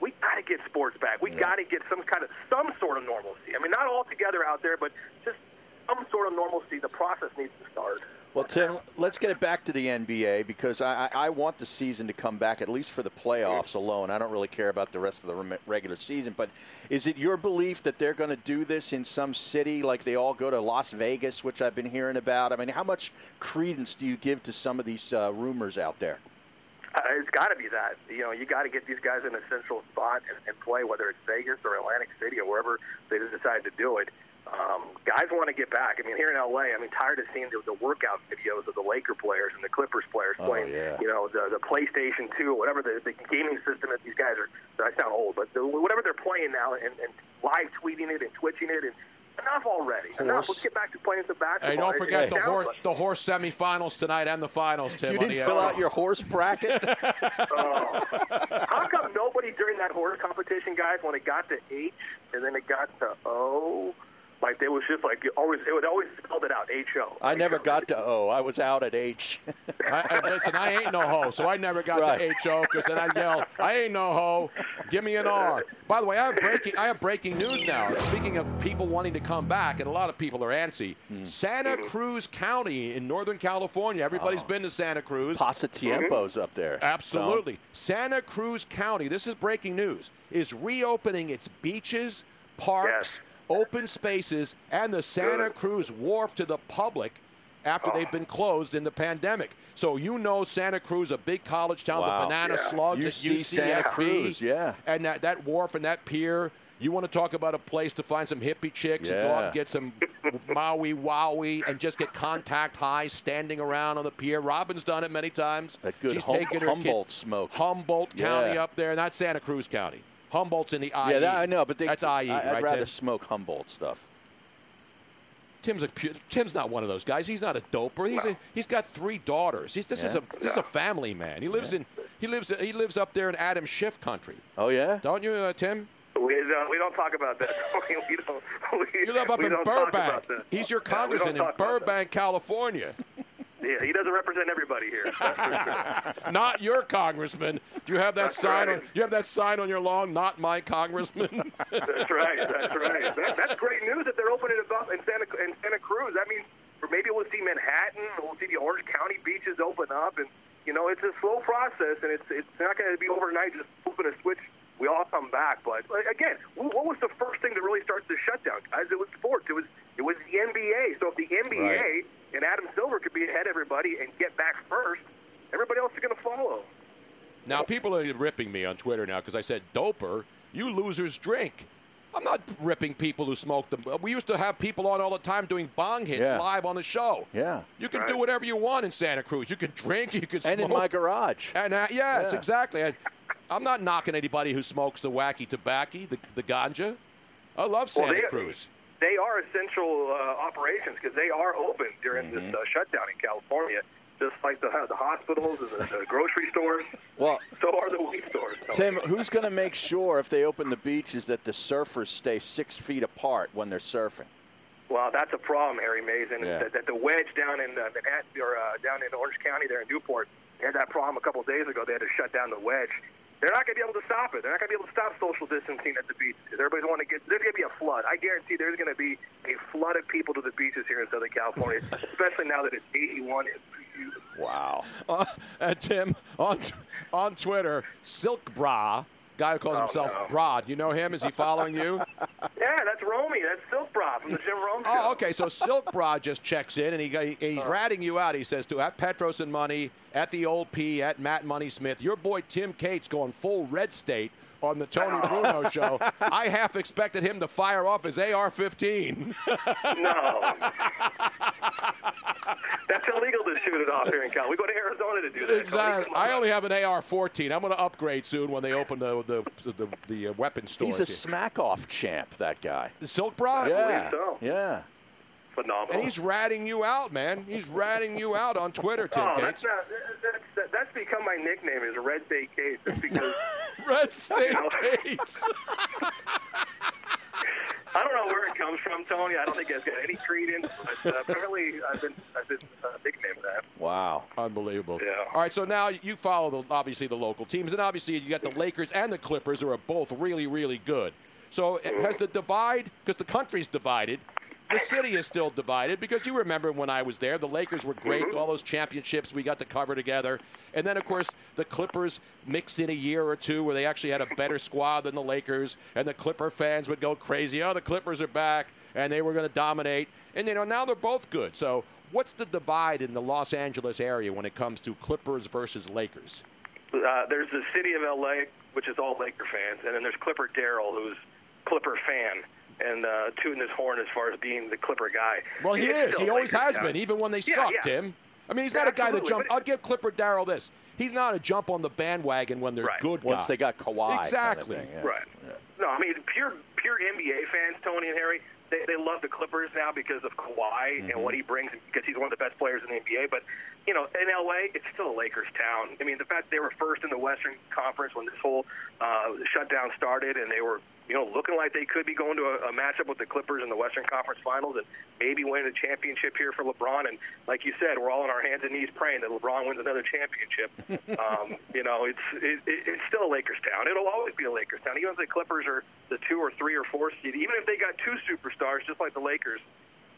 S10: we got to get sports back. We got to get some kind of some sort of normalcy. I mean, not all together out there, but just some sort of normalcy. The process needs to start.
S7: Well, Tim, let's get it back to the NBA because I, I, I want the season to come back, at least for the playoffs alone. I don't really care about the rest of the rem- regular season. But is it your belief that they're going to do this in some city like they all go to Las Vegas, which I've been hearing about? I mean, how much credence do you give to some of these uh, rumors out there?
S10: Uh, it's got to be that. You know, you got to get these guys in a central spot and, and play, whether it's Vegas or Atlantic City or wherever they decide to do it. Um, guys want to get back. I mean, here in LA, I'm tired of seeing the, the workout videos of the Laker players and the Clippers players
S7: Oh,
S10: playing,
S7: yeah.
S10: you know, the, the PlayStation 2 or whatever the, the gaming system that these guys are. I sound old, but the, whatever they're playing now and, and live tweeting it and twitching it and enough already. Enough.
S7: Horse.
S10: Let's get back to playing some basketball.
S6: Hey, don't
S10: It-
S6: forget
S10: it
S6: the
S10: sounds
S6: horse the horse semifinals tonight and the finals, Tim.
S7: you
S6: on
S7: didn't
S6: the
S7: fill
S6: NFL.
S7: out your horse bracket?
S10: uh, How come nobody during that horse competition, guys, when it got to H and then it got to O, like they was just like you always it would always spelled it out H O.
S7: I never got to O. I was out at H.
S6: I, I, listen, I ain't no hoe, so [LAUGHS] I never got
S7: Right.
S6: to HO because then I yell, I ain't no hoe. Give me an R. By the way, I have breaking I have breaking news now. Speaking of people wanting to come back, and a lot of people are antsy.
S7: Hmm.
S6: Santa Cruz County in Northern California.
S7: Oh.
S6: Everybody's been to Santa Cruz.
S7: Pasa Tiempo's up there.
S6: Absolutely. Santa Cruz County, this is breaking news, is reopening its beaches, parks, open spaces, and the Santa Cruz Wharf to the public after
S7: Oh.
S6: they've been closed in the pandemic. So you know Santa Cruz, a big college town, the
S7: Wow.
S6: banana
S7: Yeah.
S6: slugs
S7: You
S6: at
S7: see Santa
S6: UCSB,
S7: Cruz, yeah.
S6: And that, that wharf and that pier. You want to talk about a place to find some hippie chicks and go out
S7: Yeah.
S6: and get some Maui Wowie and just get contact high standing around on the pier. Robin's done it many times.
S7: That good
S6: She's
S7: Hum-
S6: taking her kid-
S7: Humboldt smoke.
S6: Humboldt County
S7: Yeah.
S6: up there, not Santa Cruz County. Humboldt's in the IE.
S7: Yeah, that, I know, but they,
S6: that's IE,
S7: I, I'd
S6: right?
S7: rather
S6: Tim?
S7: smoke Humboldt stuff.
S6: Tim's a pu- Tim's not one of those guys. He's not a doper. He's a, he's got three daughters. He's this is a
S7: Yeah.
S6: this is a family man. He lives in he lives he lives up there in Adam Schiff country.
S7: Oh, yeah?
S6: Don't you, uh, Tim?
S10: We don't, we don't talk about that. [LAUGHS] we, we don't. We,
S6: You live up
S10: we
S6: in
S10: don't talk
S6: Burbank.
S10: about that.
S6: He's your
S10: Yeah, we don't
S6: congressman in
S10: talk about that.
S6: Burbank,
S7: [LAUGHS]
S6: California.
S10: Yeah, he doesn't represent everybody here.
S6: [LAUGHS] not your congressman. Do you have that
S10: That's
S6: sign on
S10: right.
S6: you have that sign on your lawn, not my
S7: [LAUGHS]
S6: congressman?
S10: That's right. That's right. That, that's great news that they're opening it up in Santa in Santa Cruz. I mean, or maybe we'll see Manhattan. We'll see the Orange County beaches open up, and you know, it's a slow process, and it's it's not going to be overnight. Just flipping a switch, we all come back. But like, again, wh- what was the first thing that really started the shutdown? Guys, it was sports. It was it was the NBA. So if the NBA
S7: Right.
S10: and Adam Silver could be ahead of everybody and get back first, everybody else is going to follow.
S6: Now, people are ripping me on Twitter now because I said, doper, you losers drink. I'm not ripping people who smoke them. We used to have people on all the time doing bong hits
S7: Yeah.
S6: live on the show.
S7: Yeah.
S6: You can do whatever you want in Santa Cruz. You can drink, you can smoke.
S7: And in my garage.
S6: And uh, yes,
S7: Yeah.
S6: exactly. I, I'm not knocking anybody who smokes the wacky tobacco, the, the ganja. I love Santa
S10: they-
S6: Cruz.
S10: they are essential uh, operations because they are open during this uh, shutdown in California, just like the, the hospitals and the, the grocery stores.
S7: Well-
S10: so are the weed stores. So-
S7: Tim, who's going to make sure if they open the beaches that the surfers stay six feet apart when they're surfing?
S10: Well, that's a problem, Harry Mays, and
S7: Yeah.
S10: that, that the wedge down in uh, Manhattan or uh, down in Orange County there in Newport they had that problem a couple of days ago. They had to shut down the wedge. They're not going to be able to stop it. They're not going to be able to stop social distancing at the beach. Everybody's want to get. There's going to be a flood. I guarantee there's going to be a flood of people to the beaches here in Southern California, especially now that it's 81 and beautiful.
S7: Wow.
S6: Uh, uh, Tim, on, t- on Twitter, Silk Bra guy who calls
S10: Oh,
S6: himself
S10: no.
S6: Brod. You know him? Is he
S10: [LAUGHS]
S6: following you?
S10: Yeah, that's Romy. That's Silk Prop from the Jim Rome Show.
S6: Oh, okay. So Silk Brod just checks in and he, he he's
S10: Oh.
S6: ratting you out. He says to at Petros and Money, at the old P, at Matt Money Smith. Your boy Tim Cates going full red state on the Tony
S10: Oh. [LAUGHS]
S6: Bruno show. I half expected him to fire off his AR-15. [LAUGHS]
S10: No. That's illegal to shoot it off here in Cal. We go to Arizona to do that.
S6: exactly. I only have an AR-14. I'm going to upgrade soon when they open the the the, the, uh, weapon store.
S7: He's a smack-off champ, that guy.
S6: Silk Brod.
S7: Yeah,
S10: so.
S7: yeah.
S10: Phenomenal.
S6: And he's ratting you out, man. He's ratting you out on Twitter, Tim
S10: oh,
S6: Cates.
S10: that's, not, that's, that's, that's become my nickname is Red Day Case.
S6: [LAUGHS]
S10: It's because
S6: Red State Cates.
S10: [LAUGHS] I don't know where it comes from, Tony. I don't think it's got any credence, but uh, apparently I've been, I've been uh, nicknamed that.
S7: Wow.
S6: Unbelievable.
S10: Yeah.
S6: All right, so now you follow the obviously the local teams, and obviously you got the Lakers and the Clippers, who are both really, really good. So eh,
S10: Mm-hmm.
S6: has the divide, because the country's divided, the city is still divided. Because you remember when I was there, the Lakers were great,
S10: Mm-hmm.
S6: all those championships we got to cover together, and then of course the Clippers mix in a year or two where they actually had a better squad than the Lakers, and the Clipper fans would go crazy. Oh, the Clippers are back, and they were going to dominate, and you know now they're both good. So What's the divide in the Los Angeles area when it comes to Clippers versus Lakers?
S10: uh, there's the city of LA, which is all Laker fans, and then there's Clipper Daryl, who's Clipper fan and uh, tooting his horn as far as being the Clipper guy.
S6: Well, he
S10: He's
S6: is.
S10: still
S6: He
S10: a
S6: always
S10: Laker
S6: has
S10: guy.
S6: been, even when they
S10: Yeah,
S6: sucked
S10: yeah.
S6: him. I mean, he's
S10: Yeah,
S6: not a guy that
S10: absolutely,
S6: jumped.
S10: but it-
S6: I'll give Clipper Darrell this. He's not a jump on the bandwagon when they're
S10: Right.
S6: good.
S7: Once
S6: guy.
S7: they got Kawhi. kind of
S6: Exactly.
S7: thing, yeah.
S10: Right. No, I mean pure pure NBA fans, Tony and Harry. They, they love the Clippers now because of Kawhi and what he brings, because he's one of the best players in the NBA. But you know, in LA, it's still a Lakers town. I mean, the fact they were first in the Western Conference when this whole uh, shutdown started, and they were you know looking like they could be going to a, a matchup with the Clippers in the Western Conference Finals and maybe winning a championship here for LeBron. And like you said, we're all on our hands and knees praying that LeBron wins another championship. um, you know, it's it, it, it's still a Lakers town. It'll always be a Lakers town. Even if the Clippers are the two or three or four seed, even if they got two superstars, just like the Lakers,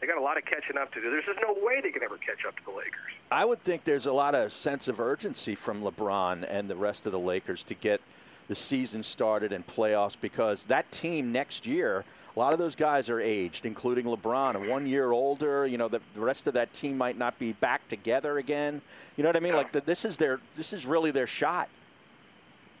S10: they got a lot of catching up to do. There's just no way they can ever catch up to the Lakers.
S7: I would think there's a lot of sense of urgency from LeBron and the rest of the Lakers to get the season started and playoffs because that team next year, a lot of those guys are aged, including LeBron, and one year older. You know, the, the rest of that team might not be back together again. You know what I mean? Like th this is their, this is really their shot.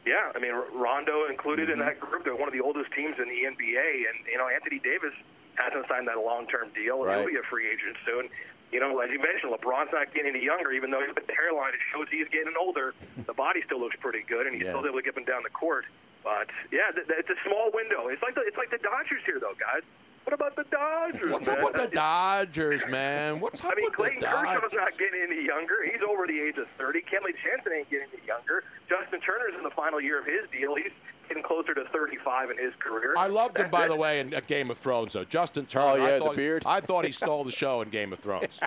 S10: Yeah, I mean Rondo included
S6: Mm-hmm.
S10: in that group. They're one of the oldest teams in the NBA, and you know Anthony Davis hasn't signed that long-term deal. and
S7: Right.
S10: He'll be a free agent soon. You know, as you mentioned, LeBron's not getting any younger, even though he's got the hairline. It shows he's getting
S6: [LAUGHS]
S10: older. The body still looks pretty good, and he's
S7: Yeah.
S10: still able to get up and down the court. But yeah, th- th- it's a small window. It's like the, it's like the Dodgers here, though, guys. What about the Dodgers?
S6: What's up
S10: man? [LAUGHS]
S6: with the Dodgers, man? What's up
S10: I mean,
S6: with
S10: Clayton
S6: the Dodgers?
S10: Kershaw's not getting any younger. He's over the age of 30. Kenley Jansen ain't getting any younger. Justin Turner's in the final year of his deal. He's getting closer to 35 in his career.
S6: I loved him,
S10: That's
S6: by
S10: it.
S6: the way, in uh, Game of Thrones. Though Justin Turner,
S7: Oh, yeah,
S6: I
S7: the
S6: thought,
S7: beard.
S6: I thought he stole the show in Game of Thrones.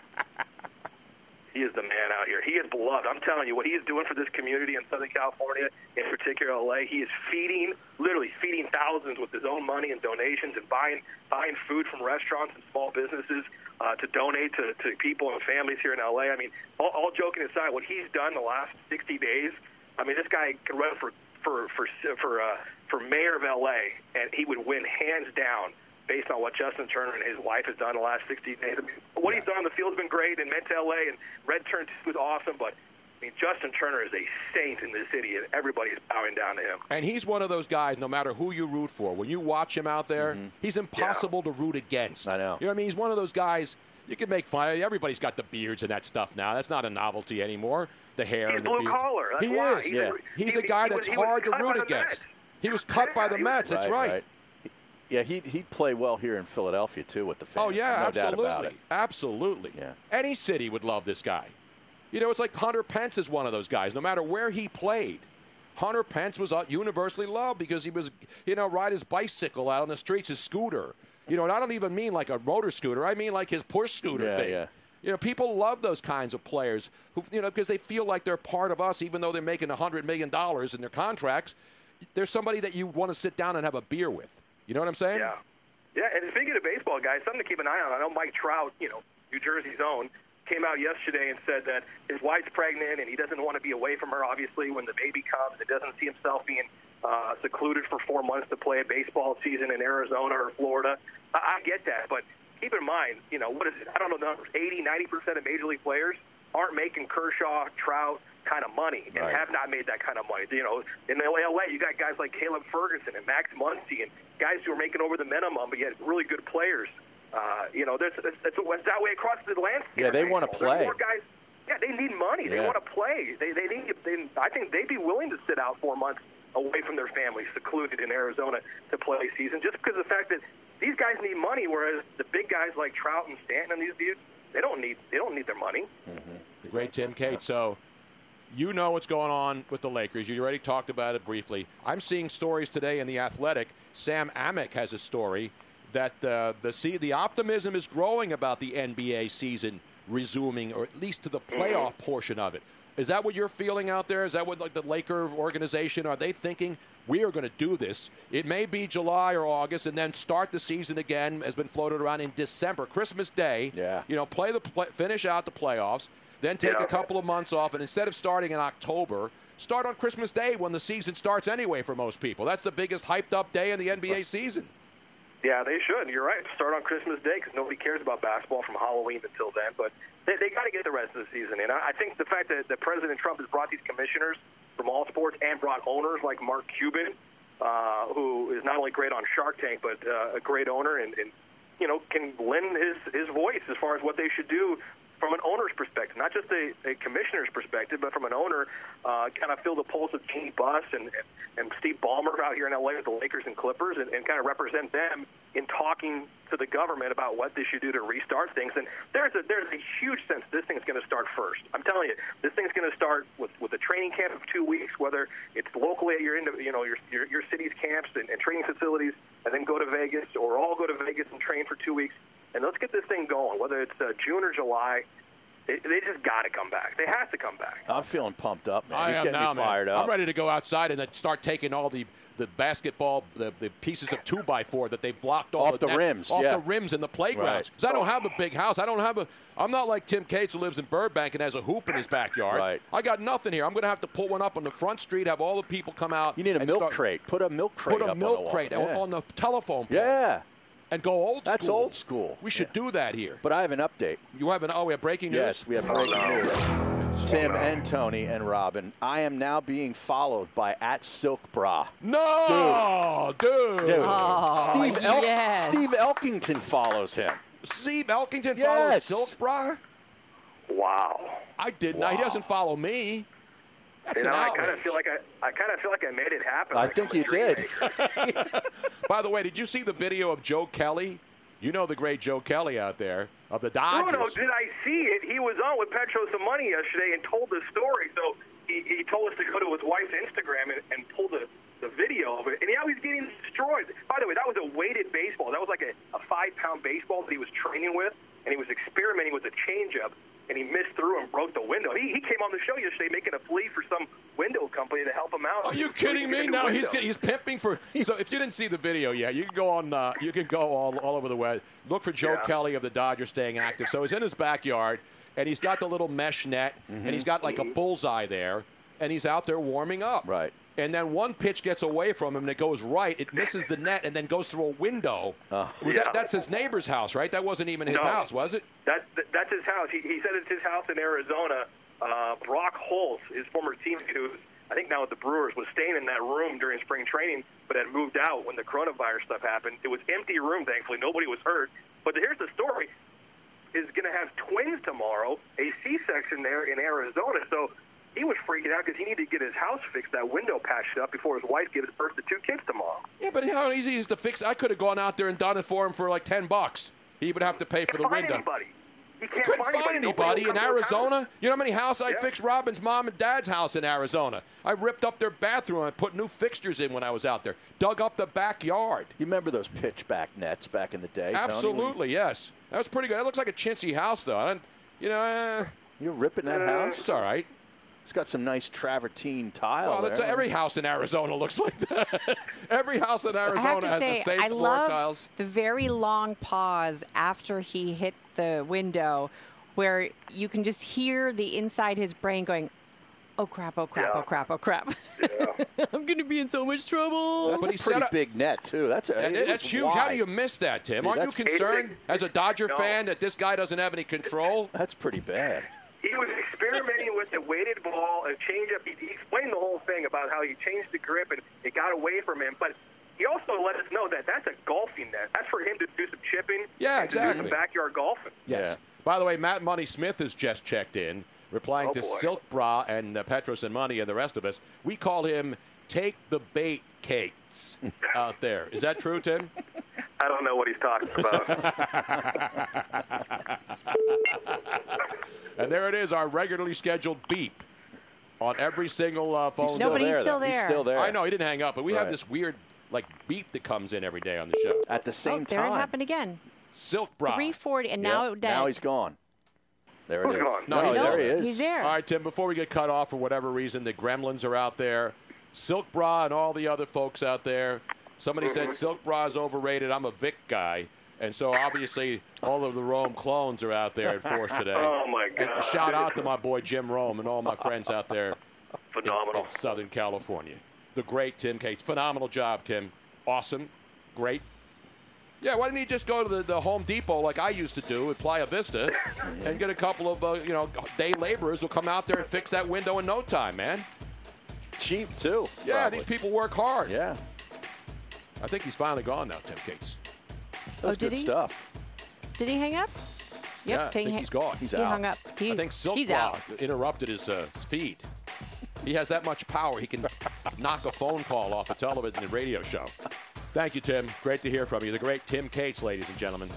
S10: He is the man out here. He is beloved. I'm telling you, what he is doing for this community in Southern California, in particular LA, he is feeding, literally feeding thousands with his own money and donations and buying buying food from restaurants and small businesses uh, to donate to, to people and families here in LA. I mean, all, all joking aside, what he's done the last 60 days, I mean, this guy could run for for for for uh, for mayor of LA, and he would win hands down based on what Justin Turner and his wife has done the last 60 days. I mean, what he's done on the field's been great, and meant to LA, and Red Turn was awesome. But I mean, Justin Turner is a saint in this city, and everybody is bowing down to him.
S6: And he's one of those guys, no matter who you root for, when you watch him out there, he's impossible to root against.
S7: Mm-hmm. I know.
S6: You know what I mean? He's one of those guys you can make fun of. Everybody's got the beards and that stuff now. That's not a novelty anymore. The hair
S10: He's
S6: and the
S10: blue
S6: beards.
S10: collar. That's
S6: he
S10: why.
S6: is.
S10: He's
S6: He's,
S10: a-
S6: a
S10: he-
S6: guy
S10: he was-
S6: that's
S10: he was
S6: hard to
S10: cut by
S6: root
S10: the
S6: against.
S10: Mets.
S6: He was cut by the
S10: Yeah, he was-
S6: Mets. That's right.
S7: Yeah, he he'd play well here in Philadelphia too with the fans.
S6: Oh yeah,
S7: no
S6: absolutely,
S7: doubt about it.
S6: absolutely.
S7: Yeah.
S6: Any city would love this guy. You know, it's like Hunter Pence is one of those guys. No matter where he played, Hunter Pence was uh, universally loved because he was, you know, ride his bicycle out on the streets, his scooter. You know, and I don't even mean like a motor scooter. I mean like his push scooter
S7: Yeah,
S6: thing.
S7: yeah.
S6: You know, people love those kinds of players who, you know, because they feel like they're part of us, even though they're making hundred million dollars in their contracts. There's somebody that you want to sit down and have a beer with. You know what I'm saying?
S10: Yeah. Yeah, and speaking of baseball, guys, something to keep an eye on. I know Mike Trout, you know, New Jersey's own, came out yesterday and said that his wife's pregnant and he doesn't want to be away from her, obviously, when the baby comes. He doesn't see himself being uh, secluded for four months to play a baseball season in Arizona or Florida. I, I get that, but keep in mind, you know, what is it? I don't know the numbers. 80, 90% of major league players aren't making Kershaw, Trout kind of money and
S7: Right.
S10: have not made that kind of money. You know, in LA, you got guys like Caleb Ferguson and Max Muncy and guys who are making over the minimum, but yet really good players. Uh, you know, that's, that's, that's that way across the landscape.
S7: Yeah, they
S10: of
S7: wanna
S10: baseball. There's
S7: play.
S10: more guys- yeah, they need money. They
S7: Yeah.
S10: want to play. They, they need. They, I think they'd be willing to sit out four months away from their family, secluded in Arizona, to play season, just because of the fact that these guys need money, whereas the big guys like Trout and Stanton and these dudes, they don't need. They don't need their money.
S6: The great Tim Kate. So you know what's going on with the Lakers. You already talked about it briefly. I'm seeing stories today in The Athletic. Sam Amick has a story that uh, the see, the optimism is growing about the NBA season resuming, or at least to the playoff portion of it. Is that what you're feeling out there? Is that what like the Laker organization are they thinking? We are going to do this. It may be July or August, and then start the season again. Has been floated around in December, Christmas Day.
S7: Yeah.
S6: you know, play the play, finish out the playoffs, then take
S10: Yeah.
S6: a couple of months off, and instead of starting in October, start on Christmas Day when the season starts anyway for most people. That's the biggest hyped up day in the NBA season.
S10: Yeah, they should. You're right. Start on Christmas Day because nobody cares about basketball from Halloween until then. But they, they got to get the rest of the season in. I, I think the fact that, that President Trump has brought these commissioners from all sports and brought owners like Mark Cuban, uh, who is not only great on Shark Tank but uh, a great owner and, and you know can lend his his voice as far as what they should do from an owner's perspective, not just a, a commissioner's perspective, but from an owner, uh, kind of feel the pulse of Gene Buss and, and Steve Ballmer out here in LA with the Lakers and Clippers and, and kind of represent them in talking to the government about what they should do to restart things. And there's a, there's a huge sense this thing's going to start first. I'm telling you, this thing's going to start with, with a training camp of two weeks, whether it's locally at your, indi- you know, your, your, your city's camps and, and training facilities, and then go to Vegas or all go to Vegas and train for two weeks and let's get this thing going. Whether it's uh, June or July, they, they just got to come back. They have to come back.
S7: I'm feeling pumped up, man.
S6: I
S7: He's
S6: am
S7: getting
S6: now,
S7: me fired
S6: man.
S7: up.
S6: I'm ready to go outside and then start taking all the, the basketball, the, the pieces of two by four that they blocked all
S7: Off the
S6: net-
S7: rims,
S6: off
S7: yeah.
S6: the rims in the playgrounds.
S7: Right.
S6: Because I don't have a big house. I don't have a. I'm not like Tim Cates who lives in Burbank and has a hoop in his backyard.
S7: Right.
S6: I got nothing here. I'm going to have to put one up on the front street. Have all the people come out.
S7: You need a
S6: and
S7: milk
S6: start-
S7: crate. Put a milk crate
S6: Put a
S7: up on the
S6: milk
S7: wall.
S6: crate on,
S7: Yeah.
S6: on the telephone. pole
S7: yeah.
S6: And go old.
S7: That's
S6: school.
S7: old school.
S6: We should
S7: Yeah.
S6: do that here.
S7: But I have an update.
S6: You have an. Oh, we have breaking news.
S7: Yes, we have breaking news. Tim and Tony and Robin, I am now being followed by at Silk Bra.
S6: No, dude. Oh,
S7: Steve, El-
S8: yes.
S7: Steve Elkington follows him.
S6: Steve Elkington
S7: Yes.
S6: follows Silk Bra?
S10: Wow.
S6: I didn't. He
S7: Wow.
S6: doesn't follow me. That's
S10: You know,
S6: an
S10: I
S6: outrage.
S10: kind of feel like I, I kind of feel like I made it happen.
S7: I
S10: Like
S7: think
S10: I'm a
S7: you did.
S10: dreammaker.
S6: [LAUGHS] By the way, did you see the video of Joe Kelly? You know the great Joe Kelly out there of the Dodgers.
S10: Bruno, did I see it? He was on with Petro some money yesterday and told the story. So he, he told us to go to his wife's Instagram and, and pull the, the video of it. And now he's getting destroyed. By the way, that was a weighted baseball. That was like a, a five pound baseball that he was training with, and he was experimenting with a changeup, and he missed through and broke the window. He, he came on the show yesterday making a plea for some window company to help him out.
S6: Are you
S10: So he
S6: kidding
S10: can
S6: me?
S10: get a new
S6: No, he's
S10: window.
S6: get- he's pimping for. So if you didn't see the video yet, you can go on. Uh, you can go all, all over the web. Look for Joe
S10: Yeah.
S6: Kelly of the Dodgers staying active. So he's in his backyard, and he's got the little mesh net, and he's got
S10: Mm-hmm.
S6: like a bullseye there, and he's out there warming up.
S7: Right.
S6: And then one pitch gets away from him, and it goes right. It misses the net, and then goes through a window. Was
S10: Uh. Yeah.
S6: that, that's his neighbor's house, right? That wasn't even his
S10: No.
S6: house, was it?
S10: That's that's his house. He, he said it's his house in Arizona. Uh, Brock Holtz, his former teammate, who's I think now with the Brewers, was staying in that room during spring training, but had moved out when the coronavirus stuff happened. It was empty room, thankfully, nobody was hurt. But here's the story: is going to have twins tomorrow, a C-section there in Arizona. So he was freaking out because he needed to get his house fixed, that window patched up before his wife gives birth to two kids tomorrow.
S6: Yeah, but how easy is it to fix? I could have gone out there and done it for him for like ten bucks. He would have to pay for the
S10: Find
S6: window.
S10: anybody. He can't
S6: couldn't find
S10: Nobody
S6: anybody
S10: will come
S6: in
S10: to his house.
S6: Arizona. You know how many house I
S10: Yeah.
S6: fixed Robin's mom and dad's house in Arizona? I ripped up their bathroom and put new fixtures in when I was out there. Dug up the backyard.
S7: You remember those pitchback nets back in the day? Tony, when
S6: Absolutely, yes. That was pretty good. That looks like a chintzy house, though. I don't, you know, eh,
S7: You're ripping that
S6: it's
S7: house.
S6: all right.
S7: It's got some nice travertine tile.
S6: Well, that's
S7: there.
S6: every house in Arizona looks like that. every house in
S8: I have
S6: Arizona
S8: to
S6: has
S8: say,
S6: the same
S8: I
S6: floor
S8: love
S6: tiles.
S8: the very long pause after he hit the window, where you can just hear the inside his brain going, oh crap, oh crap, oh crap, oh crap. I'm going to be in so much trouble.
S7: That's
S6: But
S7: a
S6: he
S7: pretty
S6: set up-
S7: big net too. That's a,
S6: That-
S7: it
S6: that's
S7: was
S6: huge. How do
S7: wide.
S6: you miss that, Tim?
S7: Dude,
S6: Aren't you
S7: that's- [LAUGHS]
S6: concerned as a Dodger
S10: No.
S6: fan that this guy doesn't have any control?
S7: That's pretty bad.
S10: He was experimenting with the weighted ball, a changeup. He, he explained the whole thing about how he changed the grip and it got away from him. But he also let us know that that's a golfing net. That's for him to do some chipping.
S6: Yeah,
S10: and to do some
S6: exactly.
S10: backyard golfing.
S6: Yes. By the way, Matt Money Smith has just checked in, replying
S10: Oh,
S6: to
S10: boy.
S6: Silk Bra and uh, Petros and Money and the rest of us. We call him Take the Bait
S10: [LAUGHS]
S6: Cakes out there. Is that true, Tim?
S10: I don't know what he's [LAUGHS] talking about.
S6: and there it is, our regularly scheduled beep on every single uh, phone.
S8: still No, but he's
S7: there,
S8: still
S7: though. He's
S8: there.
S7: still there.
S6: I know he didn't hang up, but we have
S7: Right.
S6: this weird like beep that comes in every day on the show.
S7: At the
S8: Oh,
S7: same
S8: [LAUGHS] there
S7: time.
S8: it happened again.
S6: Silk Bra.
S11: 340, and now
S7: Yep,
S11: dead.
S7: Now he's gone. There it
S10: Who's
S7: is.
S10: gone?
S6: No, he's
S7: there
S6: not.
S7: he is.
S11: He's there.
S6: All right, Tim, before we get cut off for whatever reason, the gremlins are out there. Silk Bra and all the other folks out there. Somebody said Silk Bra is overrated. I'm a Vic guy. And so obviously all of the Rome clones are out there in force
S10: [LAUGHS]
S6: today.
S10: Oh, my
S6: And
S10: God.
S6: shout out to my boy Jim Rome and all my friends out there in-
S10: Phenomenal.
S6: in Southern California. The great Tim Cates. Phenomenal job, Tim. Awesome. Great. Yeah, why didn't he just go to the, the Home Depot like I used to do at Playa Vista and get a couple of, uh, you know, day laborers who'll come out there and fix that window in no time, man?
S7: Cheap too.
S6: Yeah,
S7: probably.
S6: these people work hard.
S7: Yeah.
S6: I think he's finally gone now, Tim Cates.
S7: That was
S8: Oh, did
S7: good
S8: he?
S7: stuff.
S8: Did he hang up? Yep,
S6: Yeah, I
S8: Ting-
S6: think he's gone. He's
S8: he
S6: out.
S8: hung up. He,
S6: I think Silk
S8: he's
S6: Law
S8: out.
S6: interrupted his uh, feed. He has that much power. He can
S8: [LAUGHS]
S6: knock a phone call off a television and radio show. Thank you, Tim. Great to hear from you. The great Tim Cates, ladies and gentlemen.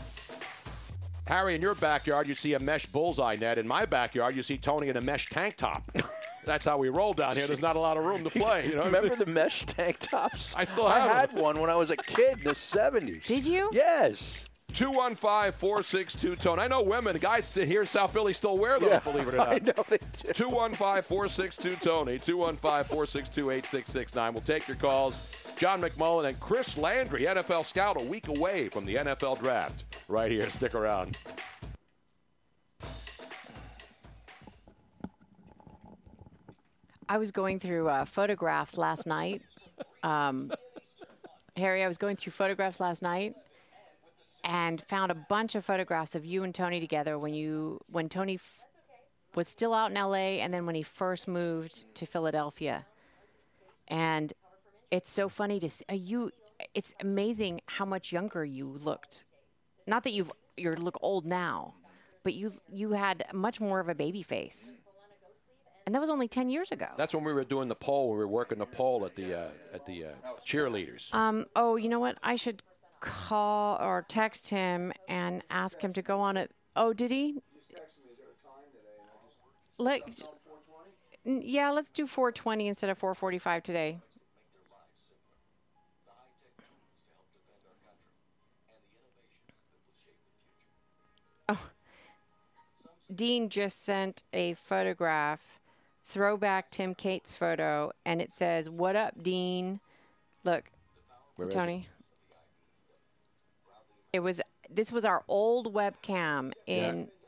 S6: Harry, in your backyard, you see a mesh bullseye net. In my backyard, you see Tony in a mesh tank top. [LAUGHS] That's how we roll down here. There's not a lot of room to play. You know what I'm
S7: Remember
S6: saying?
S7: the mesh tank tops?
S6: I still
S7: I
S6: have
S7: had
S6: them.
S7: one when I was a kid in the 70s.
S8: Did you?
S7: Yes.
S6: 215 462 Tone. E. I know women, guys here in South Philly still wear those, believe it or not.
S7: [LAUGHS] I know they did.
S6: 215 462 Tony, 215 462 8669. We'll take your calls. John McMullen and Chris Landry, NFL scout, a week away from the NFL draft. Right here. Stick around.
S8: I was going through uh, photographs last night. Um, Harry, I was going through photographs last night and found a bunch of photographs of you and Tony together when you when Tony f- was still out in LA and then when he first moved to Philadelphia. And it's so funny to see uh, you it's amazing how much younger you looked. Not that you've you look old now, but you you had much more of a baby face. And that was only 10 years ago.
S6: That's when we were doing the poll. We were working the poll at the uh, at the uh, cheerleaders. [LAUGHS]
S8: Um, oh, you know what? I should call or text him and ask him to go on it. Oh, did he? Let, N- yeah, let's do 420 instead of 445 today. Oh. Dean just sent a photograph, throwback Tim Cates photo, and it says, What up, Dean? Look, Tony. It? was this was our old webcam in
S6: [LAUGHS]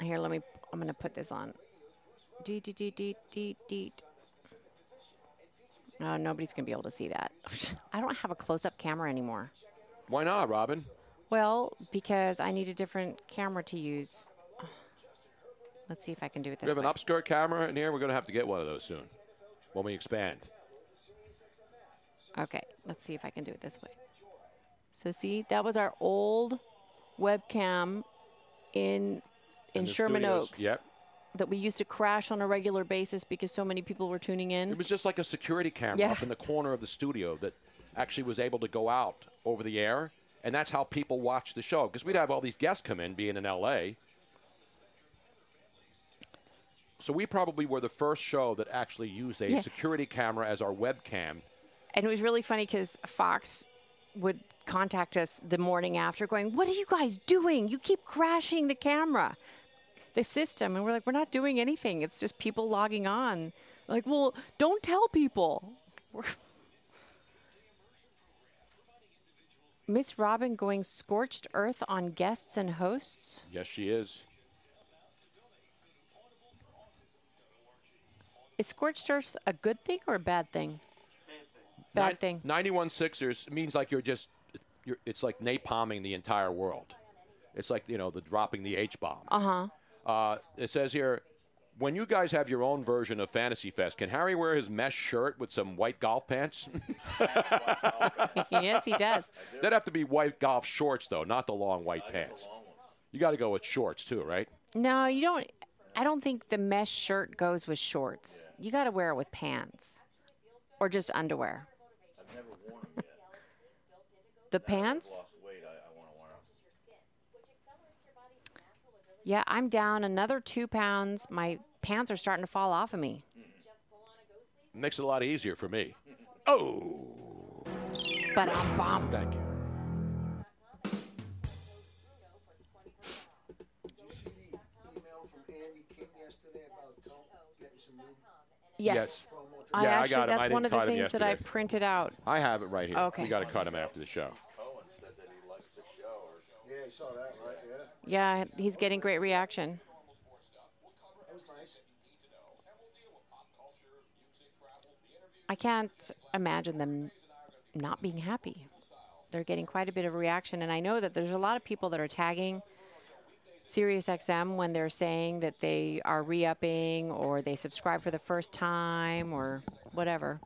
S8: Here, let me I'm going to put this on. Deet, deet, deet, deet, deet, deet. Oh, nobody's going to be able to see that. [LAUGHS] I don't have a close-up camera anymore.
S6: Why not, Robin?
S8: Well, because I need a different camera to use. [SIGHS] Let's see if I can do it
S6: We
S8: this
S6: have an
S8: way.
S6: upskirt camera in here. We're going to have to get one of those soon when we expand.
S8: Okay, let's see if I can do it this way. So see, that was our old webcam in in,
S6: the
S8: Sherman
S6: studios.
S8: Oaks
S6: Yep.
S8: that we used to crash on a regular basis because so many people were tuning
S6: It
S8: in.
S6: was just like a security camera
S8: Yeah.
S6: up in the corner of the studio that actually was able to go out over the air. And that's how people watched the show. Because we'd have all these guests come in, being in LA. So we probably were the first show that actually used a
S8: Yeah.
S6: security camera as our webcam.
S8: And it was really funny cuz Fox would contact us the morning after going, "What are you guys doing? You keep crashing the camera." The system and we're like, "We're not doing anything. It's just people logging on." Like, "Well, don't tell people." [LAUGHS] Miss Robin going scorched earth on guests and hosts?
S6: Yes, she is.
S8: Is scorched earth a good thing or a bad thing? Bad
S6: Nin-
S8: thing.
S6: 91 Sixers means like you're just, you're, it's like napalming the entire world. It's like, you know, the dropping the H bomb.
S8: Uh huh.
S6: Uh, it says here, when you guys have your own version of Fantasy Fest, can Harry wear his mesh shirt with some white golf pants? [LAUGHS]
S8: yes, he does.
S6: That'd have to be white golf shorts, though, not the long white pants. You got to go with shorts, too, right?
S8: No, you don't. I don't think the mesh shirt goes with shorts. You got to wear it with pants or just underwear. The pants? Yeah, I'm down another two pounds. My pants are starting to fall off of me.
S6: Makes it a lot easier for me. Oh!
S8: But I'm bomb.
S6: Thank you.
S8: Yes.
S6: Yes.
S8: I
S6: Yeah, I
S8: actually,
S6: got 'em.
S8: that's
S6: I
S8: one of
S6: didn't
S8: the
S6: cut 'em
S8: things that I
S6: yesterday.
S8: printed out.
S6: I have it right here.
S8: Okay.
S6: We got to cut him after the show.
S8: Yeah, he's getting great reaction. I can't imagine them not being happy. They're getting quite a bit of reaction, and I know that there's a lot of people that are tagging SiriusXM when they're saying that they are re-upping or they subscribe for the first time or whatever.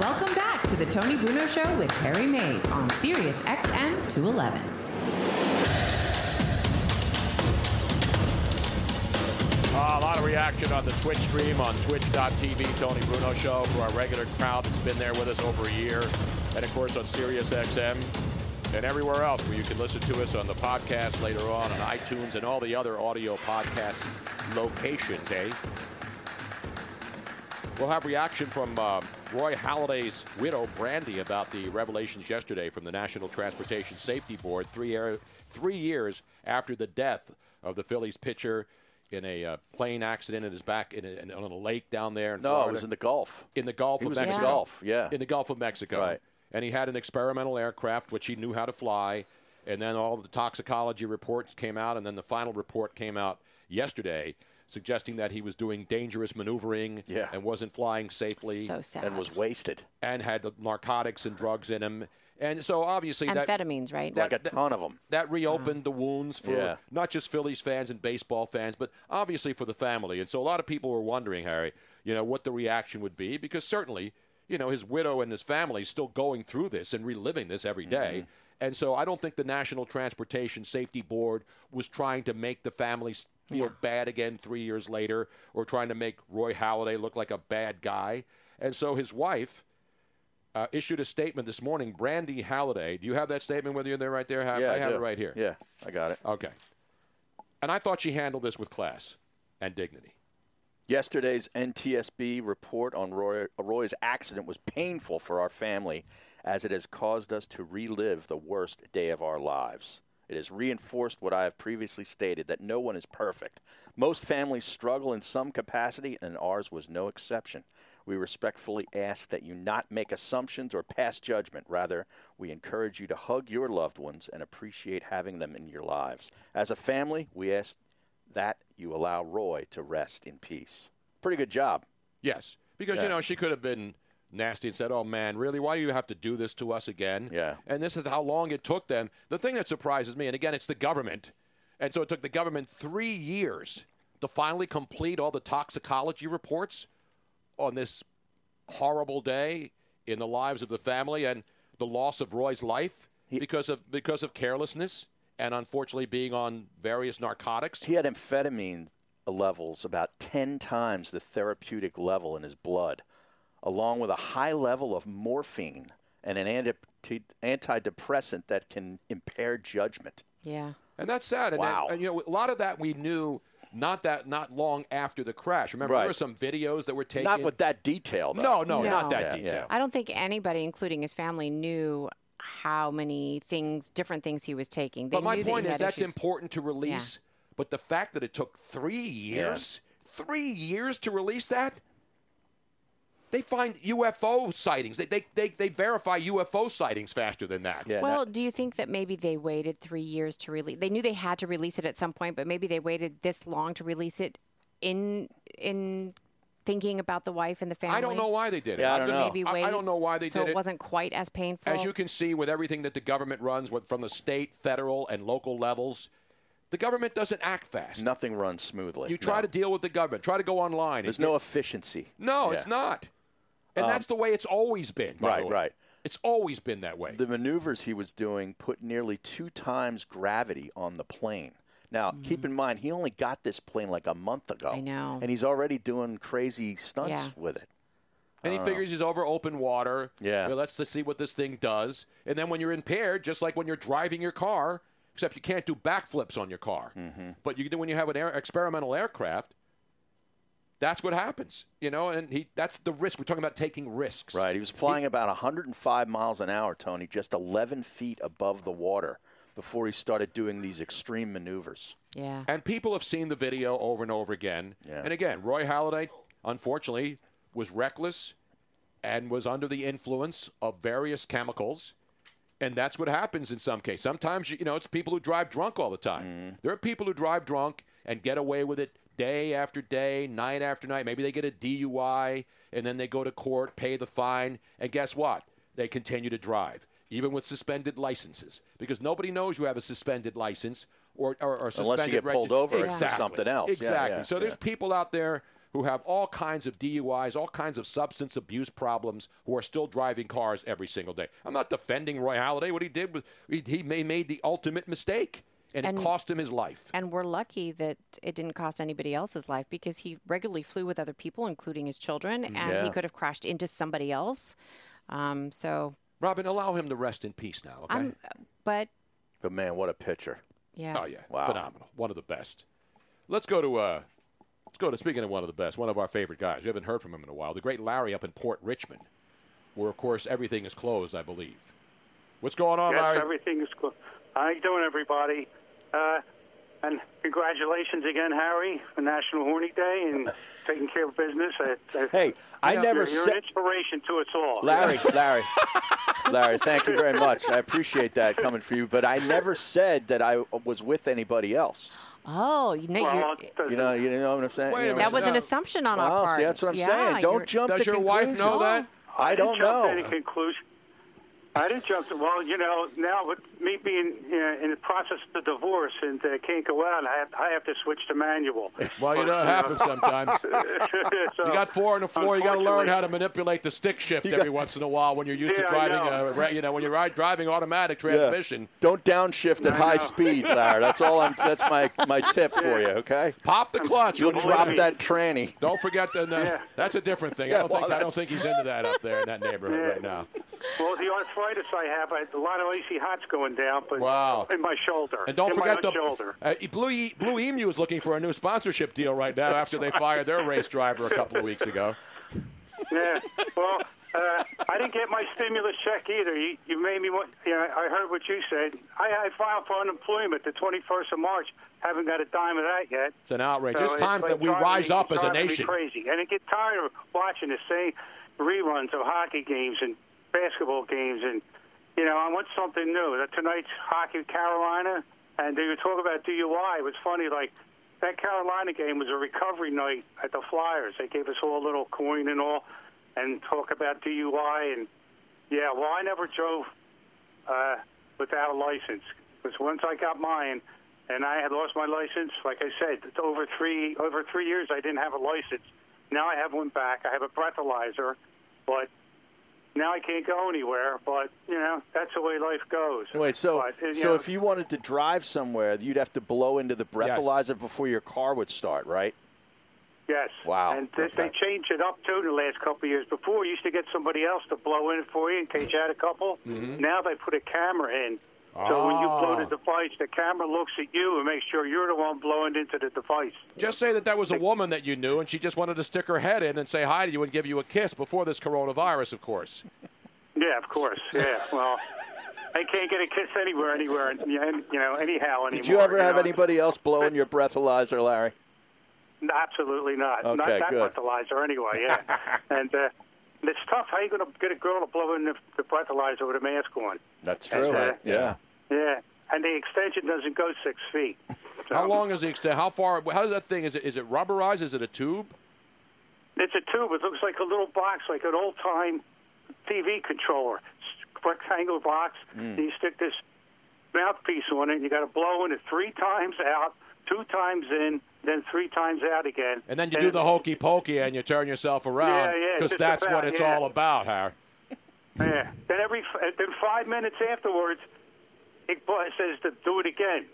S9: Welcome back to the Tony Bruno Show with Harry Mays on Sirius XM 211.
S6: Uh, a lot of reaction on the Twitch stream on twitch.tv, Tony Bruno Show, for our regular crowd that's been there with us over a year. And of course on SiriusXM and everywhere else where you can listen to us on the podcast later on, on iTunes and all the other audio podcast locations, eh? We'll have reaction from uh, Roy Halliday's widow, Brandy, about the revelations yesterday from the National Transportation Safety Board three, year, three years after the death of the Phillies pitcher in a uh, plane accident in his back in, a, in on a lake down there. In
S7: No,
S6: Florida.
S7: it was in the Gulf.
S6: in the Gulf
S7: He
S6: of
S7: was in the
S6: Mexico.
S7: Gulf, yeah.
S6: in the Gulf of Mexico.
S7: Right.
S6: And he had an experimental aircraft which he knew how to fly. And then all the toxicology reports came out, and then the final report came out yesterday suggesting that he was doing dangerous maneuvering
S7: Yeah.
S6: and wasn't flying safely
S8: So sad.
S7: and was wasted.
S6: and had the narcotics and drugs in him. And so obviously that
S8: Amphetamines, right?
S6: that-
S7: Like a ton of them.
S6: that reopened the wounds for
S7: Yeah.
S6: not just Phillies fans and baseball fans, but obviously for the family. And so a lot of people were wondering, Harry, you know, what the reaction would be because certainly, you know, his widow and his family is still going through this and reliving this every day.
S7: Mm-hmm.
S6: And so I don't think the National Transportation Safety Board was trying to make the families feel bad again 3 years later or trying to make Roy Halladay look like a bad guy. And so his wife uh, issued a statement this morning, Brandy Halliday. Do you have that statement with you there, right there? Hap?
S7: Yeah,
S6: I have
S7: do.
S6: it right here.
S7: Yeah, I got it.
S6: Okay. And I thought she handled this with class and dignity.
S7: Yesterday's NTSB report on Roy, Roy's accident was painful for our family as it has caused us to relive the worst day of our lives. It has reinforced what I have previously stated that no one is perfect. Most families struggle in some capacity, and ours was no exception. We respectfully ask that you not make assumptions or pass judgment. Rather, we encourage you to hug your loved ones and appreciate having them in your lives. As a family, we ask that you allow Roy to rest in peace. Pretty good job.
S6: Yes, because you
S7: Yeah.
S6: know she could have been nasty and said, "Oh man, really? Why do you have to do this to us again?"
S7: Yeah.
S6: And this is how long it took them. The thing that surprises me, and again, it's the government, and so it took the government three years to finally complete all the toxicology reports on this horrible day in the lives of the family and the loss of Roy's life because of because of carelessness and unfortunately being on various narcotics.
S7: He had amphetamine levels about 10 times the therapeutic level in his blood, along with a high level of morphine and an anti- antidepressant that can impair judgment.
S8: yeah.
S6: And that's sad. And, that-
S7: Wow.
S6: and you know, a lot of that we knew not that not long after the crash. Remember,
S7: Right.
S6: there were some videos that were taken.
S7: Not with that detail, though.
S6: No, no,
S8: No.
S6: not that
S7: Yeah,
S6: detail.
S8: I don't think anybody, including his family, knew how many things, different things he was taking. They
S6: But my
S8: knew that
S6: point
S8: he
S6: is
S8: had
S6: that's
S8: issues.
S6: important to release. But the fact that it took three years, three years to release that, They find UFO sightings. They, they, they, they verify UFO sightings faster than that.
S8: well, do you think that maybe they waited three years to release? They knew they had to release it at some point, but maybe they waited this long to release it in in thinking about the wife and the family.
S6: I don't know why they did it.
S8: Yeah, I
S6: I'm
S8: don't
S6: gonna-
S8: know. Maybe
S6: I- I
S8: wait
S6: don't know why they
S8: so
S6: did
S8: it
S6: it.
S8: wasn't quite as painful.
S6: As you can see, with everything that the government runs, with, from the state, federal, and local levels, the government doesn't act fast.
S7: Nothing runs smoothly.
S6: You try to deal with the government. Try to go online.
S7: There's no efficiency.
S6: No,
S7: Yeah.
S6: it's not. And
S7: Um,
S6: that's the way it's always been. by the
S7: Right,
S6: way.
S7: right.
S6: It's always been that way.
S7: The maneuvers he was doing put nearly two times gravity on the plane. Now, keep in mind, he only got this plane like a month ago. Mm. I know. And he's already doing crazy stunts
S6: Yeah.
S7: with it.
S6: And he
S7: I don't know.
S6: figures he's over open water.
S7: Uh-huh. Yeah.
S6: Well, let's just see what this thing does. And then when you're impaired, just like when you're driving your car, except you can't do backflips on your car,
S7: Mm-hmm.
S6: but you can do when you have an air, experimental aircraft. That's what happens, you know. And he—that's the risk. We're talking about taking risks.
S7: Right. He was flying about 105 miles an hour, Tony, just 11 feet above the water before he started doing these extreme maneuvers.
S8: Yeah.
S6: And people have seen the video over and over again. And again, Roy Halladay, unfortunately, was reckless and was under the influence of various chemicals. And that's what happens in some cases. Sometimes, you know, it's people who drive drunk all the time.
S7: Mm-hmm.
S6: There are people who drive drunk and get away with it day after day, night after night. Maybe they get a DUI and then they go to court, pay the fine, and guess what? They continue to drive, even with suspended licenses, because nobody knows you have a suspended license or, or, or
S7: Unless you
S6: suspended
S7: get pulled
S6: regu-
S7: over for
S6: Exactly.
S7: something else. Yeah,
S6: Exactly.
S7: yeah,
S6: so there's
S7: yeah.
S6: people out there who have all kinds of DUIs, all kinds of substance abuse problems, who are still driving cars every single day. I'm not defending Roy Halladay. What he did was he, he ma- made the ultimate mistake, and,
S8: And-
S6: it cost him his life.
S8: and we're lucky that it didn't cost anybody else's life because he regularly flew with other people, including his children, and
S6: Yeah.
S8: he could have crashed into somebody else. Um, so,
S6: Robin, allow him to rest in peace now. Okay.
S8: I'm, but
S7: But man, what a pitcher!
S8: Yeah.
S6: Oh yeah. Phenomenal. One of the best. Let's go to uh, let's go to speaking of one of the best, one of our favorite guys. We haven't heard from him in a while. The great Larry up in Port Richmond, where of course everything is closed, I believe. What's going on,
S11: yes,
S6: Larry?
S11: everything is cool. How you doing, everybody? Uh, and congratulations again, Harry, for National Horny Day
S7: [LAUGHS]
S11: and taking care of business. I, I,
S7: Hey, I
S11: you're,
S7: never
S11: you're
S7: said-
S11: an inspiration to us all.
S7: Larry, Larry, Oh, Larry, thank you very much. I appreciate that coming for you. But I never said that I was with anybody else.
S8: oh, you know, you're-
S7: You know, you know what I'm saying. You know what I'm
S8: that was an
S7: saying?
S8: assumption on
S7: Wow,
S8: our part.
S7: See, that's what I'm
S8: Yeah,
S7: saying. [LAUGHS] Don't
S8: you're-
S7: jump. to conclusions. I
S11: didn't
S7: don't
S11: jump
S7: know.
S11: To any conclusion. I didn't jump to. Well, you know, now with me being uh, in the process of the divorce and uh, can't go out, I have, I have to switch to manual.
S6: Well, you know, it
S11: [LAUGHS]
S6: happens sometimes.
S11: So,
S6: you got four on the floor. You got to learn
S11: unfortunately-
S6: how to manipulate the stick shift every once in a while when you're used
S11: Yeah,
S6: to
S11: I
S6: driving.
S11: know.
S6: A, re- you know, when you're ri- driving automatic
S7: Yeah.
S6: transmission.
S7: Don't downshift at high speed, Larry. That's all. I'm. That's my my tip for you. Okay.
S6: Pop the clutch.
S7: You'll
S6: Believe
S7: drop
S6: me.
S7: that tranny.
S6: Don't forget the. the- That's a different thing.
S7: Yeah,
S6: I don't
S7: well,
S6: think I don't
S7: that's-
S6: think he's into that up there in that neighborhood
S11: Yeah.
S6: right now.
S11: Well, the arthritis I have, I had a lot of icy hots going down, but
S6: Wow.
S11: in my shoulder,
S6: And don't
S11: in
S6: forget
S11: my
S6: the
S11: left shoulder.
S6: Uh, Blue, e- Blue Emu is looking for a new sponsorship deal right now after they fired their race driver a couple of weeks ago.
S11: yeah. Well, uh, I didn't get my stimulus check either. You, you made me. Want, yeah, I heard what you said. I, I filed for unemployment the 21st of March. Haven't got a dime of that yet.
S6: It's an outrage.
S11: So
S6: it's time
S11: like
S6: that we
S11: driving
S6: rise
S11: me-
S6: up as a
S11: driving me
S6: nation.
S11: Crazy, and I get tired of watching the same reruns of hockey games and basketball games, and you know, I want something new. That tonight's hockey, Carolina, and they were talking about DUI. It was funny, like that Carolina game was a recovery night at the Flyers. They gave us all a little coin and all, and talk about DUI, and yeah, well, I never drove uh, without a license. Because once I got mine, and I had lost my license, like I said, it's over three over three years I didn't have a license. Now I have one back. I have a breathalyzer, but now I can't go anywhere. But you know that's the way life goes.
S7: Wait, so
S11: But, you
S7: so
S11: know,
S7: if you wanted to drive somewhere, you'd have to blow into the breathalyzer before your car would start, right?
S11: yes,
S7: Wow.
S11: and this, they changed it up too in the last couple of years. Before you used to get somebody else to blow in for you in case you had a couple.
S7: Mhm.
S11: Now they put a camera in. So when you blow the
S7: Ah.
S11: device, the camera looks at you and makes sure you're the one blowing into the device.
S6: Just say that that was a woman that you knew, and she just wanted to stick her head in and say hi to you and give you a kiss before this coronavirus, of course.
S11: Yeah, of course. Yeah. Well, I can't get a kiss anywhere, anywhere, and you know, anyhow, anymore.
S7: Did you ever have
S11: know?
S7: anybody else blow in your breathalyzer, Larry?
S11: Absolutely not.
S7: Okay,
S11: not that
S7: good. [LAUGHS]
S11: fertilizer, anyway. Yeah. and uh, And it's tough. How you going to get a girl to blow in the, the breathalyzer with a mask on?
S7: That's
S11: That's
S7: true.
S11: right.
S7: Yeah.
S11: Yeah, and the extension doesn't go six feet.
S6: How long is the extent? How far? How does that thing? Is it is it rubberized? Is it a tube?
S11: It's a tube. It looks like a little box, like an old time TV controller, S- rectangular box.
S12: Mm.
S6: Hmm.
S11: And you stick this mouthpiece on it, and you got to blow in it three times out, two times in, then three times out again.
S6: And then you do the hokey pokey and you turn yourself around
S11: Yeah, yeah,
S6: because
S11: just
S6: that's what
S11: about,
S6: it's
S11: yeah.
S6: all about, Har.
S11: Yeah. Then every f- then five minutes afterwards, it bu- it says to do it again.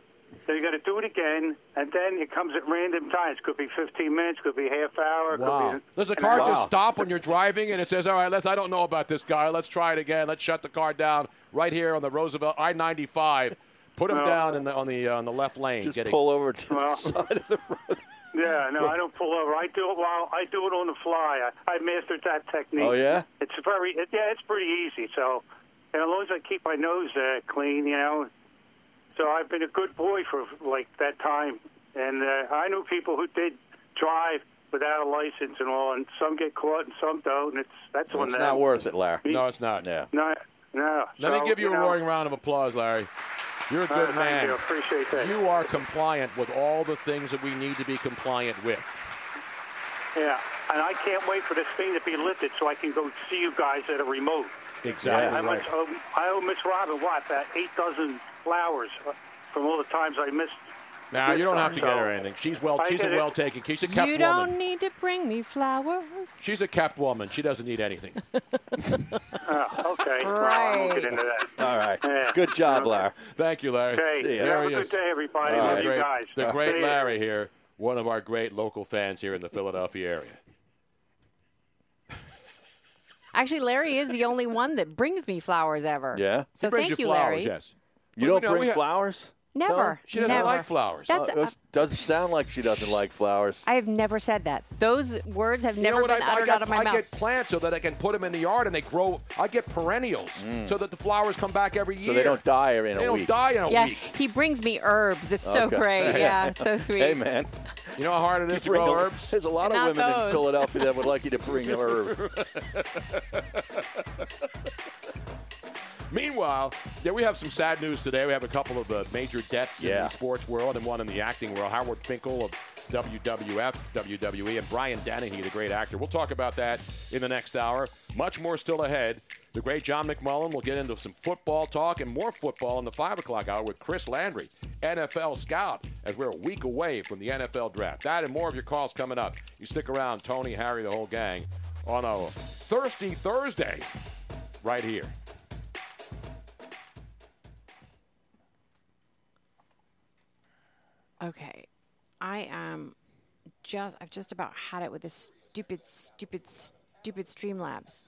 S11: So you got to do it again, and then it comes at random times. Could be 15 minutes, could be half hour. Could
S6: Wow.
S11: be
S6: Does the
S11: an
S6: car
S11: hour.
S6: just stop when you're driving and it says, all right, let's, I don't know about this guy. Let's try it again. Let's shut the car down right here on the Roosevelt I 95. Put him
S11: No.
S6: down in the, on, the, uh, on the left lane. Just
S7: pull over to
S8: [LAUGHS]
S11: Well.
S7: side of the
S11: Yeah, no, I don't pull over. I do it while I do it on the fly. I, I mastered that technique.
S7: Oh, yeah?
S11: it's very it, yeah, it's pretty easy. So, and as long as I keep my nose uh, clean, you know. So I've been a good boy for like that time, and uh, I knew people who did drive without a license and all, and some get caught and some don't, and it's that's
S7: Well,
S11: on
S7: it's
S11: them.
S7: not worth it, Larry.
S6: No, it's not.
S7: Yeah.
S11: No, no.
S6: Let
S11: So,
S6: me give you, a
S11: know,
S6: roaring round of applause, Larry. You're a
S11: Uh,
S6: good
S11: thank
S6: man.
S11: you. Appreciate that.
S6: You are compliant with all the things that we need to be compliant with.
S11: Yeah, and I can't wait for this thing to be lifted so I can go see you guys at a remote. I, I,
S6: Exactly
S11: must owe, I owe Miss Robin Watt that eight dozen flowers uh, from all the times I missed.
S6: Now you don't have to get her anything. She's well.
S11: I
S6: She's a
S11: did it.
S6: well taken. She's a kept
S8: You
S6: woman.
S8: don't need to bring me flowers.
S6: She's a kept woman. She doesn't need anything.
S11: Oh, okay. Well, I won't get into that.
S7: [LAUGHS] All right.
S11: Yeah.
S7: Good job, Larry.
S6: Thank you, Larry.
S11: Okay.
S6: See
S11: Have
S6: ya. There
S11: a
S6: he
S11: good
S6: is.
S11: day, everybody.
S6: All
S11: Love
S6: right.
S11: you
S6: Great-
S11: guys.
S6: The
S11: See
S6: great
S11: ya.
S6: Larry here, one of our great local fans here in the Philadelphia area.
S8: Actually, Larry is the only one that brings me flowers ever.
S7: Yeah.
S8: So
S6: He brings
S8: thank
S6: you
S8: you,
S6: flowers,
S8: Larry.
S6: yes.
S7: You
S6: Well,
S7: don't
S6: we know-
S7: bring
S6: we ha-
S7: flowers?
S8: Never.
S7: Tell her.
S8: She doesn't Never. like flowers. That's-
S7: Uh, it doesn't sound like she doesn't like flowers.
S8: I have never said that. Those words have never
S6: you know what?
S8: been
S6: I, I
S8: uttered
S6: get,
S8: out of my
S6: I
S8: mouth.
S6: get plants so that I can put them in the yard and they grow. I get perennials
S7: Mm.
S6: so that the flowers come back every year.
S7: So they don't die in a
S6: They don't
S7: week.
S6: die in a
S8: yeah,
S6: week.
S8: he brings me herbs. It's so
S7: Okay. [LAUGHS]
S8: great. Yeah, so sweet.
S7: Hey, man.
S6: You know how hard it is to
S7: bring
S6: grow
S7: the-
S6: herbs?
S7: There's a lot of
S8: Not
S7: women in
S8: those.
S7: Philadelphia that would like you
S6: [LAUGHS]
S7: to bring them herbs.
S6: Meanwhile, yeah, we have some sad news today. We have a couple of the major deaths in
S7: Yeah.
S6: the sports world and one in the acting world. Howard Finkel of WWF, WWE, E, and Brian Dennehy, the great actor. We'll talk about that in the next hour. Much more still ahead. The great John McMullen will get into some football talk and more football in the 5 o'clock hour with Chris Landry, NFL scout, as we're a week away from the NFL draft. That and more of your calls coming up. You stick around, Tony, Harry, the whole gang, on a thirsty Thursday right here.
S8: Okay. I am just I've just about had it with this stupid, stupid, stupid Streamlabs.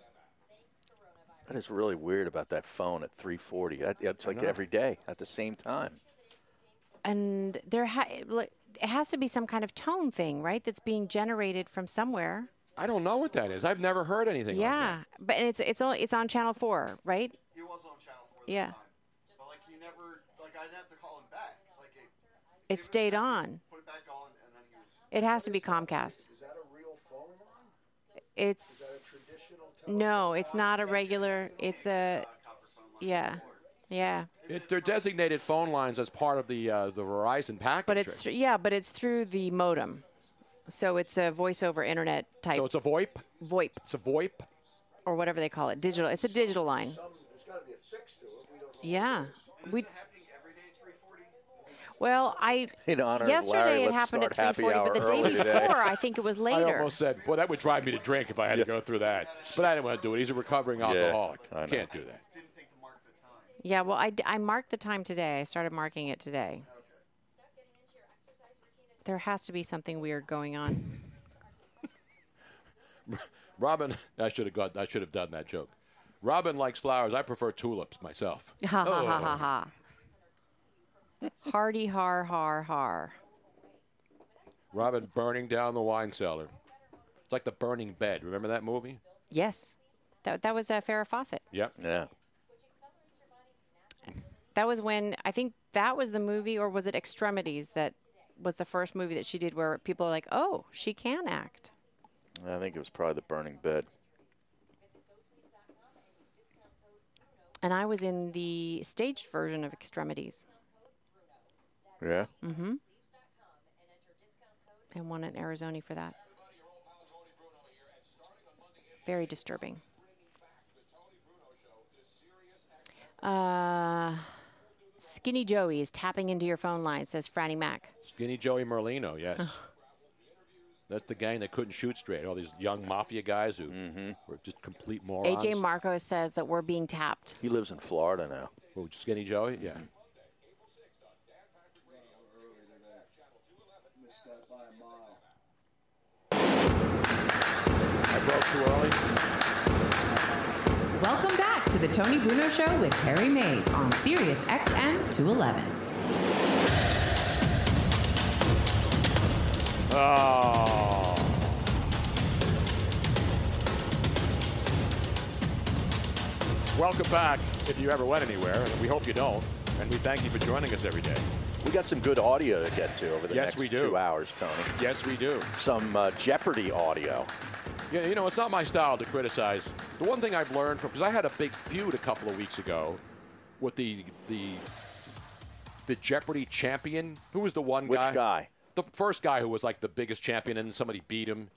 S7: That is really weird about that phone at 340. That, that's like
S8: know.
S7: every day at the same time.
S8: And there ha- like, it has to be some kind of tone thing, right? That's being generated from somewhere.
S6: I don't know what that is. I've never heard anything like
S8: yeah, but it's it's all it's on channel four, right?
S2: He was on Channel 4.
S8: Yeah,
S2: But, like, he never, like, I didn't have to call him back. Like, it,
S8: it stayed on.
S2: put it back on, and then he was.
S8: It has to be Comcast.
S2: Is that a real phone line?
S8: It's no, it's not a regular. It's a yeah, yeah.
S6: It, they're designated phone lines as part of the uh, the Verizon package.
S8: But it's thr- yeah, but it's through the modem, so it's a voice over internet type.
S6: So it's a VoIP.
S8: VoIP.
S6: It's a VoIP.
S8: Or whatever they call it, digital. It's a digital line. Yeah, we. Well, I
S7: In honor
S8: yesterday
S7: of Larry,
S8: it
S7: let's
S8: happened at
S7: start happy
S8: 3:40,
S7: hour
S8: but the day
S7: early
S8: before
S7: today.
S8: I think it was
S6: [LAUGHS] I
S8: later.
S6: almost said, boy, that would drive me to drink if I had to go through that. But I didn't want to do it. He's a recovering alcoholic.
S7: I know.
S6: Can't do that. [LAUGHS]
S8: Yeah, well, I, d- I marked the time today. I started marking it today. There has to be something weird going on.
S6: Robin, I should have got. I should have done that joke. Robin likes flowers. I prefer tulips myself.
S8: [LAUGHS] Ha ha ha
S6: Oh.
S8: ha ha. Hardy har har har.
S6: Robin burning down the wine cellar. It's like the burning bed. Remember that movie?
S8: Yes, that that was uh, Farrah Fawcett.
S6: Yep.
S7: Yeah.
S8: That was when I think that was the movie, or was it Extremities? That was the first movie that she did where people are like, "Oh, she can act."
S7: I think it was probably the burning bed.
S8: and I was in the staged version of Extremities
S7: Yeah.
S8: hmm and won an Arizona for that. Very disturbing. Uh, Skinny Joey is tapping into your phone line, says Franny Mac.
S6: Skinny Joey Merlino, yes. That's the gang that couldn't shoot straight. All these young mafia guys who
S7: Mm-hmm.
S6: were just complete morons.
S8: AJ Marco says that we're being tapped.
S7: He lives in Florida now. Mm-hmm.
S6: Oh, Skinny Joey? Yeah. I broke too
S9: early. Welcome back to the Tony Bruno Show with Harry Mays on Sirius XM 211.
S6: Oh. Welcome back if you ever went anywhere, and we hope you don't. And we thank you for joining us every day.
S7: We got some good audio to get to over the
S6: Yes,
S7: next
S6: we do.
S7: two hours, Tony.
S6: Yes, we do.
S7: Some uh, Jeopardy audio.
S6: Yeah, you know, it's not my style to criticize. The one thing I've learned from, because I had a big feud a couple of weeks ago with the the the Jeopardy champion. Who was the one
S7: Which
S6: guy?
S7: guy?
S6: The first guy who was like the biggest champion, and somebody beat him.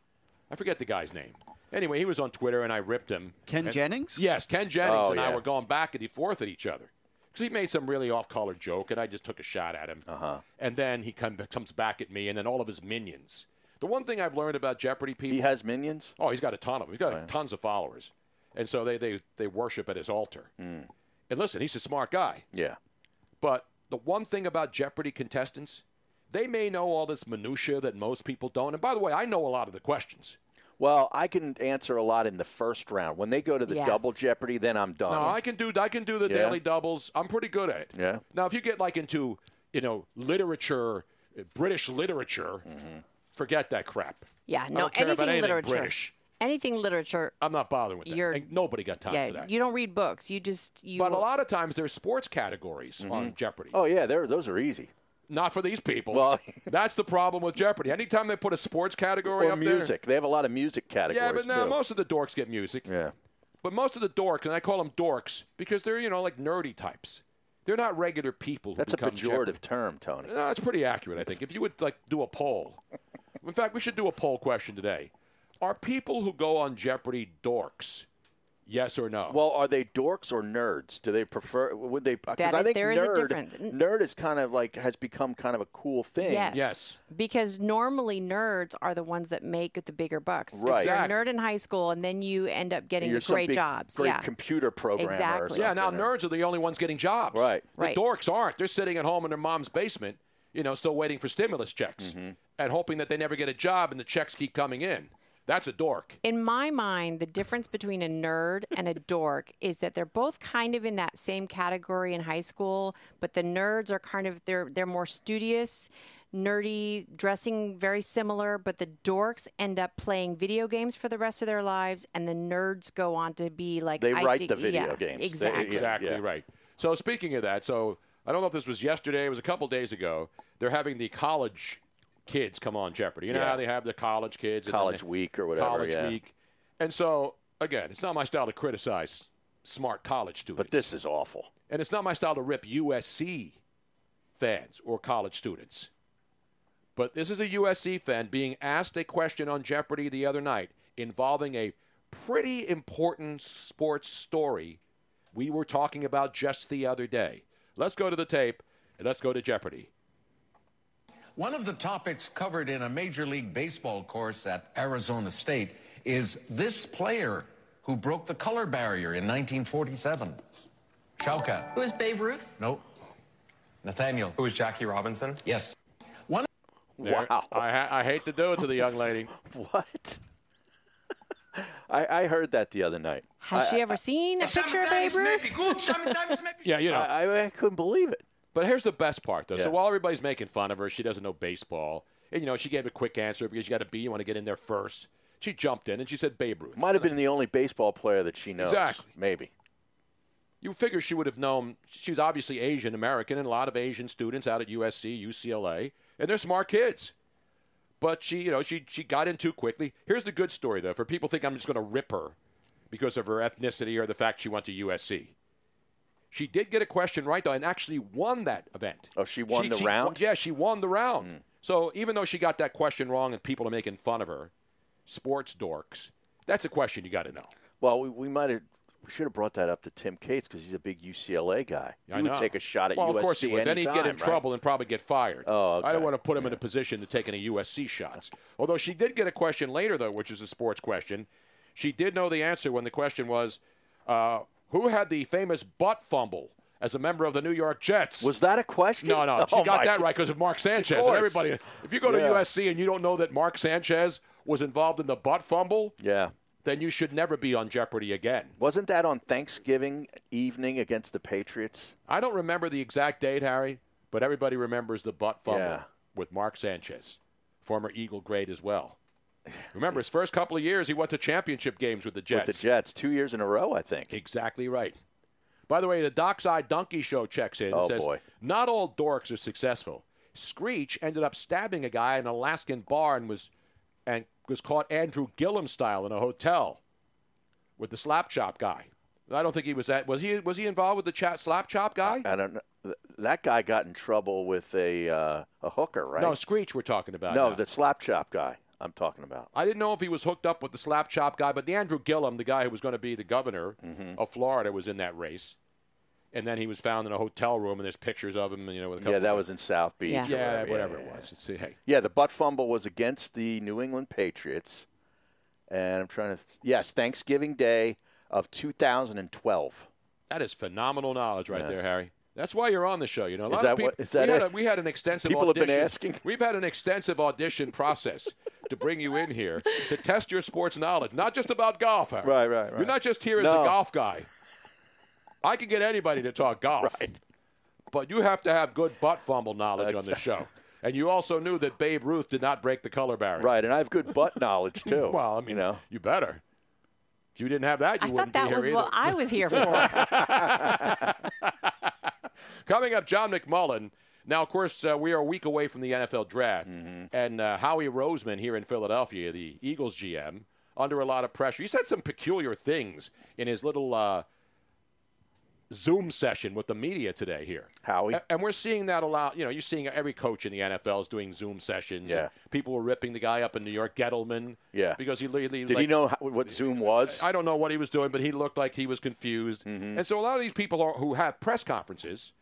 S6: I forget the guy's name. Anyway, he was on Twitter, and I ripped him.
S2: Ken
S6: And-
S2: Jennings?
S6: Yes, Ken Jennings
S2: Oh,
S6: and I
S2: yeah.
S6: were going back and forth at each other. Because he made some really off-color joke, and I just took a shot at him. Uh-huh. And then he come, comes back at me, and then all of his minions. The one thing I've learned about Jeopardy people... He
S7: has minions?
S6: Oh, he's got a ton of them. He's got
S7: Oh, yeah.
S6: tons of followers. And so they, they, they worship at his altar.
S7: Hmm.
S6: And listen, he's a smart guy.
S7: Yeah.
S6: But the one thing about Jeopardy contestants, they may know all this minutia that most people don't. And by the way, I know a lot of the questions.
S7: Well, I can answer a lot in the first round. When they go to the
S6: Yeah.
S7: double Jeopardy, then I'm done.
S6: No, I can do I can do the
S7: Um, Yeah.
S6: daily doubles. I'm pretty good at it.
S7: Yeah.
S6: Now, if you get like into you know literature, uh, British literature,
S7: Mm-hmm.
S6: forget that crap.
S8: Yeah,
S6: I
S8: no,
S6: don't care
S8: anything
S6: about anything
S8: literature.
S6: British.
S8: Anything literature. uh,
S6: I'm not bothering with that.
S8: You're-
S6: And nobody got time
S8: yeah,
S6: for that.
S8: you don't read books. You just you.
S6: but a lot of times there's sports categories on Jeopardy.
S7: Oh yeah, there those are easy.
S6: Not for these people.
S7: Well-
S6: [LAUGHS] that's the
S7: [LAUGHS]
S6: problem with Jeopardy. Anytime they put a sports category
S7: Or
S6: up
S7: music. They have a lot of music
S6: there,
S7: categories
S6: yeah, but now
S7: too.
S6: most of the dorks get music.
S7: Yeah.
S6: But most of the dorks, and I call them dorks because they're you know like nerdy types. They're not regular people. Who
S7: That's a
S6: become Jeopardy.
S7: pejorative term, Tony.
S6: No, it's pretty accurate, I think. If you would like do a poll, in fact, we should do a poll question today. Are people who go on Jeopardy dorks? Yes or no?
S7: Well, are they dorks or nerds? Do they prefer? Would they? Because
S8: That
S7: I
S8: is-
S7: think
S8: there is a
S7: nerd,
S8: difference.
S7: nerd is kind of like has become kind of a cool thing.
S8: Yes. Because normally nerds are the ones that make the bigger bucks. If
S7: Right.
S8: You're a
S7: Exactly.
S8: nerd in high school, and then you end up getting
S7: You're
S8: the
S7: some
S8: great
S7: big,
S8: jobs.
S7: Great
S8: yeah.
S7: computer programmer. Or
S8: Exactly.
S6: yeah, now
S7: something, or-
S6: nerds are the only ones getting jobs.
S7: Right.
S6: The
S7: Right.
S6: dorks aren't. They're sitting at home in their mom's basement, you know, still waiting for stimulus checks
S7: Mm-hmm.
S6: and hoping that they never get a job and the checks keep coming in. That's a dork.
S8: In my mind, the difference between a nerd and a dork is that they're both kind of in that same category in high school, but the nerds are kind of they're they're more studious, nerdy, dressing very similar, but the dorks end up playing video games for the rest of their lives and the nerds go on to be like
S7: They
S8: I
S7: write
S8: dig-
S7: the video
S8: yeah,
S7: games. They-
S8: Exactly.
S7: yeah,
S6: exactly
S7: yeah.
S6: right. So speaking of that, so I don't know if this was yesterday. It was a couple days ago. They're having the college kids come on Jeopardy. You know
S7: Yeah.
S6: how they have the college kids, and then
S7: College
S6: they-
S7: week or whatever,
S6: College
S7: yeah.
S6: week. And so again, it's not my style to criticize smart college students,
S7: But this is awful.
S6: and it's not my style to rip USC fans or college students. But this is a USC fan being asked a question on Jeopardy the other night involving a pretty important sports story we were talking about just the other day. Let's go to the tape and let's go to Jeopardy.
S12: One of the topics covered in a Major League Baseball course at Arizona State is this player who broke the color barrier in 1947. Chalka.
S1: Who is Babe Ruth?
S12: No. Nathaniel. Who was Jackie Robinson? Yes. One.
S6: Wow. I, ha- I hate to do it to the young lady.
S7: [LAUGHS] what? I, I heard that the other night.
S8: Has
S7: I-
S8: she ever seen a picture of Babe Ruth?
S6: Yeah, you know.
S7: I, I couldn't believe it.
S6: But here's the best part, though.
S7: Yeah.
S6: So while everybody's making fun of her, she doesn't know baseball. And, you know, she gave a quick answer because you got to be, you want to get in there first. She jumped in and she said Babe Ruth.
S7: Might have been the only baseball player that she knows.
S6: Exactly.
S7: Maybe.
S6: You figure she would have known she was obviously Asian American and a lot of Asian students out at USC, UCLA, and they're smart kids. But she, you know, she she got in too quickly. Here's the good story though, for people think I'm just going to rip her because of her ethnicity or the fact she went to USC. She did get a question right though, and actually won that event.
S7: Oh, she won the round? Hmm.
S6: Yeah, she won the round. So even though she got that question wrong and people are making fun of her, sports dorks, that's a question you got to know.
S7: Well, we, we might have we should have brought that up to Tim Cates because he's a big UCLA guy. He
S6: I
S7: would
S6: know.
S7: take a shot at
S6: well,
S7: USC
S6: of course he would. Then he'd
S7: anytime,
S6: get in
S7: right?
S6: trouble and probably get fired.
S7: Oh,
S6: I
S7: okay.
S6: don't want to put him in a position to take any USC shots. Although she did get a question later, though, which is a sports question. She did know the answer when the question was, uh, "Who had the famous butt fumble?" As a member of the New York Jets, was
S7: that a question?
S6: No,
S7: [LAUGHS]
S6: no, she
S7: Oh,
S6: got
S7: my
S6: that
S7: God.
S6: right because of Mark Sanchez. and
S7: course.
S6: everybody, if you go to
S7: Yeah.
S6: USC and you don't know that Mark Sanchez was involved in the butt fumble,
S7: Yeah.
S6: then you should never be on Jeopardy again.
S7: Wasn't that on Thanksgiving evening against the Patriots?
S6: I don't remember the exact date, Harry, but everybody remembers the butt fumble
S7: Yeah.
S6: with Mark Sanchez, former Eagle great as well. Remember, his first couple of years, he went to championship games with the Jets.
S7: With the Jets, two years in a row, I think.
S6: Exactly right. By the way, the Dockside Donkey Show checks in and
S7: Oh,
S6: says,
S7: boy.
S6: Not all dorks are successful. Screech ended up stabbing a guy in an Alaskan bar and was, and was caught Andrew Gillum style in a hotel with the slap chop guy. I don't think he was that. Was he? Was he involved with the chat slap chop guy?
S7: I don't know. Th- That guy got in trouble with a uh, a hooker, right?
S6: No, Screech. We're talking about.
S7: No,
S6: now.
S7: the slap chop guy. I'm talking about.
S6: I didn't know if he was hooked up with the slap chop guy, but the Andrew Gillum, the guy who was going to be the governor
S7: Mm-hmm.
S6: of Florida, was in that race. And then he was found in a hotel room, and there's pictures of him. You know, with a couple
S7: Yeah, that
S6: of-
S7: was in South Beach.
S6: Yeah,
S7: or
S6: whatever,
S7: Yeah,
S6: it was. It's, hey,
S7: Yeah, the butt fumble was against the New England Patriots, and I'm trying to. Yes, Thanksgiving Day of 2012.
S6: that is phenomenal knowledge right there, Harry. That's why you're on the show. You know, a
S7: Is
S6: lot
S7: that
S6: of people.
S7: what- is that
S6: we, had
S7: it?
S6: a, we had an extensive.
S7: People have been
S6: audition.
S7: asking.
S6: We've had an extensive audition process to bring you in here to test your sports knowledge, not just about golf. Harry.
S7: Right, right,
S6: You're
S7: right.
S6: not just here as the
S7: No.
S6: golf guy. I can get anybody to talk golf. But you have to have good butt fumble knowledge on the show. And you also knew that Babe Ruth did not break the color barrier.
S7: Right, and I have good butt knowledge too.
S6: [LAUGHS] well, I mean, you,
S7: know.
S6: better. If you didn't have that, you
S8: I thought
S6: wouldn't
S8: that
S6: be here
S8: was
S6: either.
S8: what I was
S6: [LAUGHS]
S8: here for.
S6: Coming up, John McMullen. Now, of course, uh, we are a week away from the NFL draft,
S7: Mm-hmm.
S6: and uh, Howie Roseman here in Philadelphia, the Eagles GM, under a lot of pressure. He said some peculiar things in his little uh, Zoom session with the media today here.
S7: Howie,
S6: A- And we're seeing that a lot. You know, you're seeing every coach in the NFL is doing Zoom sessions.
S7: Yeah.
S6: People were ripping the guy up in New York, Gettleman.
S7: Yeah.
S6: Because he literally.
S7: did he know how, what Zoom was?
S6: I don't know what he was doing, but he looked like he was confused. And so a lot of these people are, who have press conferences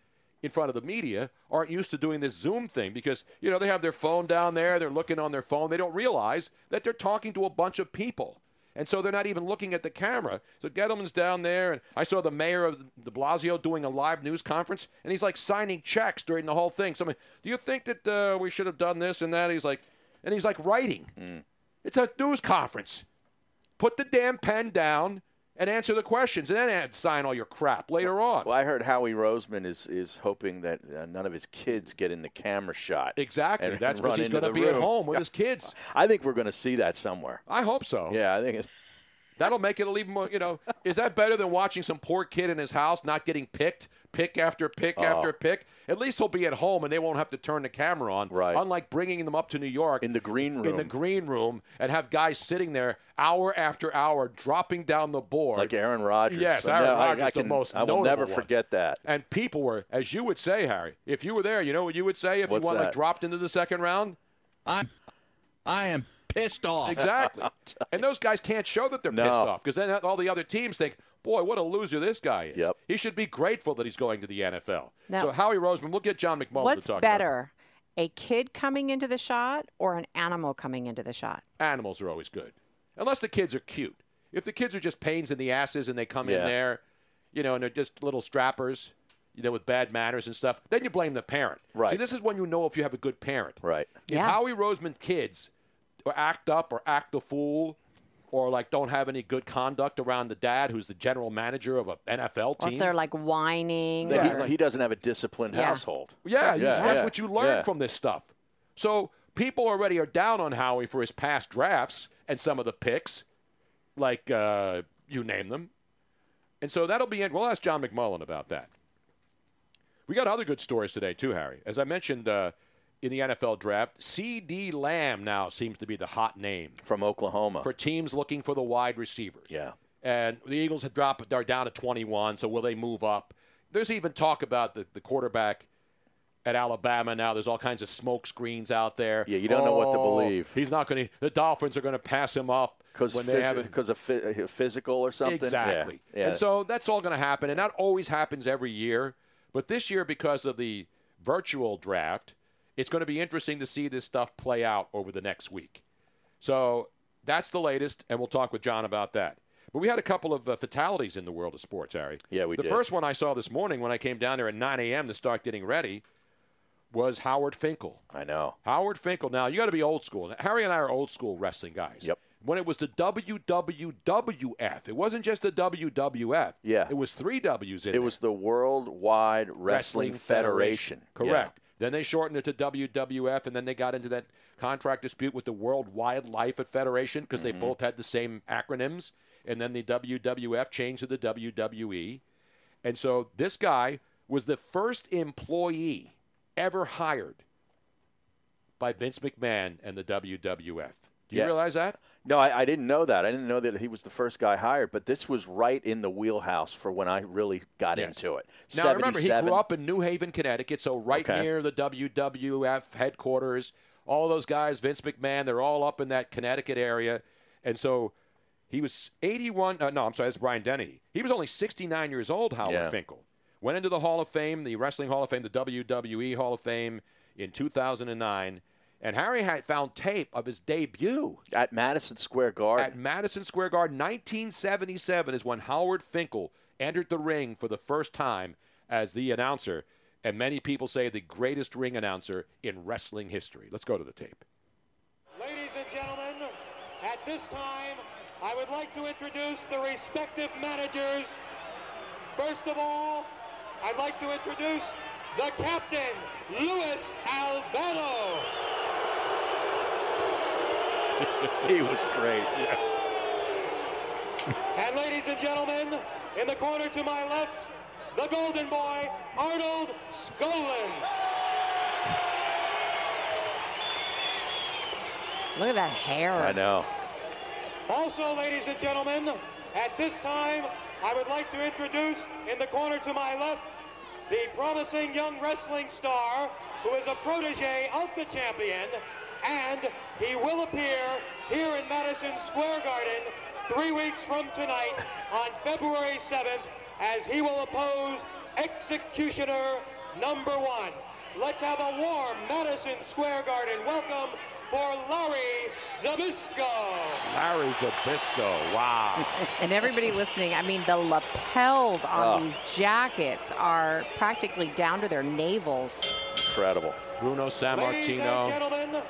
S6: in front of the media aren't used to doing this Zoom thing because, you know, they have their phone down there, they're looking on their phone, they don't realize that they're talking to a bunch of people. And so they're not even looking at the camera. So Gettleman's down there, and I saw the mayor of De Blasio doing a live news conference, and he's like signing checks during the whole thing. Somebody, do you think that uh, we should have done this and that? He's like, and he's like writing. It's a news conference. Put the damn pen down and answer the questions, and then add, sign all your crap later on.
S7: Well, I heard Howie Roseman is is hoping that uh, none of his kids get in the camera shot.
S6: Exactly.
S7: and- [LAUGHS]
S6: That's
S7: and
S6: 'cause
S7: run
S6: he's
S7: into
S6: gonna
S7: the
S6: be at
S7: room.
S6: home with his kids.
S7: I think we're going to see that somewhere.
S6: I hope so.
S7: Yeah, I think it's,
S6: That'll make it even more. You know, is that better than watching some poor kid in his house not getting picked, pick after pick after pick? At least he'll be at home and they won't have to turn the camera on. Right. Unlike bringing them up to New York in the
S7: green
S6: in
S7: room.
S6: the green room and have guys sitting there hour after hour dropping down the board
S7: like Aaron Rodgers.
S6: Yes,
S7: So,
S6: Aaron
S7: no, I-
S6: Rodgers,
S7: I
S6: the
S7: can-
S6: most
S7: I will
S6: notable
S7: never
S6: one.
S7: forget that.
S6: And people were, as you would say, Harry, if you were there, you know what you would say if
S7: What's
S6: you wanted
S7: that?
S6: dropped into the second round? I'm, I am pissed off.
S7: [LAUGHS]
S6: Exactly. and those guys can't show that they're
S7: No.
S6: pissed off because then all the other teams think, boy, what a loser this guy is. Yep. He should be grateful that he's going to the NFL.
S8: No.
S6: So Howie Roseman, we'll get John McMullen
S8: What's
S6: to talk about
S8: better, a kid coming into the shot or an animal coming into the shot?
S6: animals are always good, unless the kids are cute. If the kids are just pains in the asses and they come in
S7: Yeah.
S6: there, you know, and they're just little strappers, you know, with bad manners and stuff, then you blame the parent. Right. See, this is when you know if you have a good parent.
S7: Right.
S6: If Howie Roseman kids act up or act the fool or like don't have any good conduct around the dad who's the general manager of a NFL
S8: Or
S6: team.
S8: if they're like whining.
S7: That
S8: or-
S7: he, he doesn't have a disciplined
S8: Yeah.
S7: household.
S6: Yeah, you- that's
S7: yeah,
S6: what you learn
S7: yeah.
S6: from this stuff. So people already are down on Howie for his past drafts and some of the picks, like uh, you name them. And so that'll be it. We'll ask John McMullen about that. We got other good stories today too, Harry. As I mentioned uh, in the NFL draft, C.D. Lamb now seems to be the hot name
S7: from Oklahoma
S6: for teams looking for the wide receivers.
S7: Yeah.
S6: And the Eagles had dropped; they're down to 21. So will they move up? there's even talk about the, the quarterback at Alabama now. There's all kinds of smoke screens out there.
S7: Yeah, you don't know what to
S6: Oh,
S7: believe.
S6: He's not going to. The Dolphins are going to pass him up
S7: because
S6: when they have it.
S7: because of phy- uh, physical or something. Yeah,
S6: Exactly.
S7: Yeah.
S6: And so that's all going to happen, and that always happens every year. But this year, because of the virtual draft, it's going to be interesting to see this stuff play out over the next week. So that's the latest, and we'll talk with John about that. But we had a couple of uh, fatalities in the world of sports, Harry. Yeah,
S7: we
S6: The
S7: did.
S6: first one I saw this morning when I came down there at 9 a.m. to start getting ready was Howard Finkel.
S7: I know.
S6: Howard Finkel. Now you got to be old school. Now, Harry and I are old school wrestling guys. Yep. When it was the WWWF, it wasn't just the WWF.
S7: Yeah.
S6: It was three W's in
S7: It was the Worldwide Wrestling, Federation.
S6: Correct. Then they shortened it to WWF, and then they got into that contract dispute with the World Wildlife Federation because
S7: Mhm.
S6: they both had the same acronyms. And then the WWF changed to the WWE. And so this guy was the first employee ever hired by Vince McMahon and the WWF. Do you realize that?
S7: No, I, I didn't know that. I didn't know that he was the first guy hired, but this was right in the wheelhouse for when I really got into it.
S6: Now, remember, he
S7: 77.
S6: grew up in New Haven, Connecticut, so right
S7: Okay.
S6: near the WWF headquarters. All those guys, Vince McMahon, they're all up in that Connecticut area. And so he was 81. Uh, no, I'm sorry, that's Brian Denny. He was only 69 years old, Howard
S7: Yeah.
S6: Finkel. Went into the Hall of Fame, the Wrestling Hall of Fame, the WWE Hall of Fame in 2009. And Harry had found tape of his debut
S7: at Madison Square Garden.
S6: At Madison Square Garden, 1977 is when Howard Finkel entered the ring for the first time as the announcer, and many people say the greatest ring announcer in wrestling history. Let's go to the tape.
S1: Ladies and gentlemen, at this time, I would like to introduce the respective managers. First of all, I'd like to introduce the captain, Luis Albano.
S7: [LAUGHS] he was great.
S1: And ladies and gentlemen, in the corner to my left, the golden boy, Arnold Skolin.
S8: Look at that hair.
S7: I know.
S1: Also, ladies and gentlemen, at this time, I would like to introduce in the corner to my left the promising young wrestling star who is a protege of the champion, and he will appear here in Madison Square Garden three weeks from tonight on February 7th as he will oppose Executioner number one. Let's have a warm Madison Square Garden welcome for Larry Zabisco.
S6: Larry Zabisco. Wow.
S8: [LAUGHS] And everybody listening, I mean, the lapels on
S7: Oh.
S8: these jackets are practically down to their navels.
S7: Incredible.
S6: Bruno
S1: Ladies and gentlemen,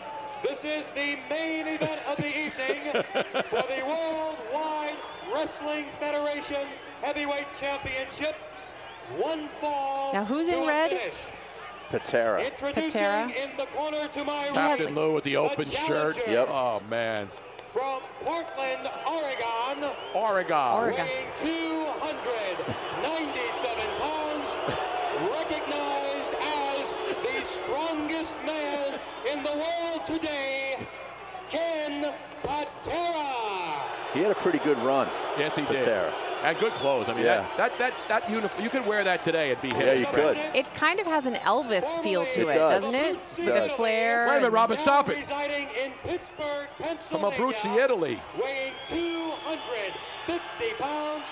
S1: this is the main event of the evening for the Worldwide Wrestling Federation Heavyweight Championship. One fall.
S8: Now, who's
S1: to
S8: in
S1: a
S8: red?
S1: finish.
S7: Patera.
S1: Introducing
S8: Patera.
S1: in the corner to my
S6: Uh, Captain
S1: right
S6: Lou with the open shirt.
S1: challenger. Yep.
S6: Oh, man.
S1: from Portland, Oregon,
S6: Oregon.
S1: weighing 297 pounds, recognized as the strongest man in the world today, Ken Patera.
S7: He had a pretty good run.
S6: Yes, he
S7: Patera.
S6: did. And good clothes. I mean,
S7: Yeah.
S6: that, that, that's, that uniform. You could wear that today and be hit.
S7: Yeah, you could.
S8: It kind of has an Elvis feel to
S6: It
S8: it,
S6: does.
S8: doesn't it?
S6: It
S8: The
S6: does.
S8: flair.
S6: Wait a minute,
S8: and-
S6: Robin, stop it.
S1: Residing in Pittsburgh,
S6: From
S1: Pennsylvania.
S6: Abruzzi, Italy.
S1: weighing 250 pounds,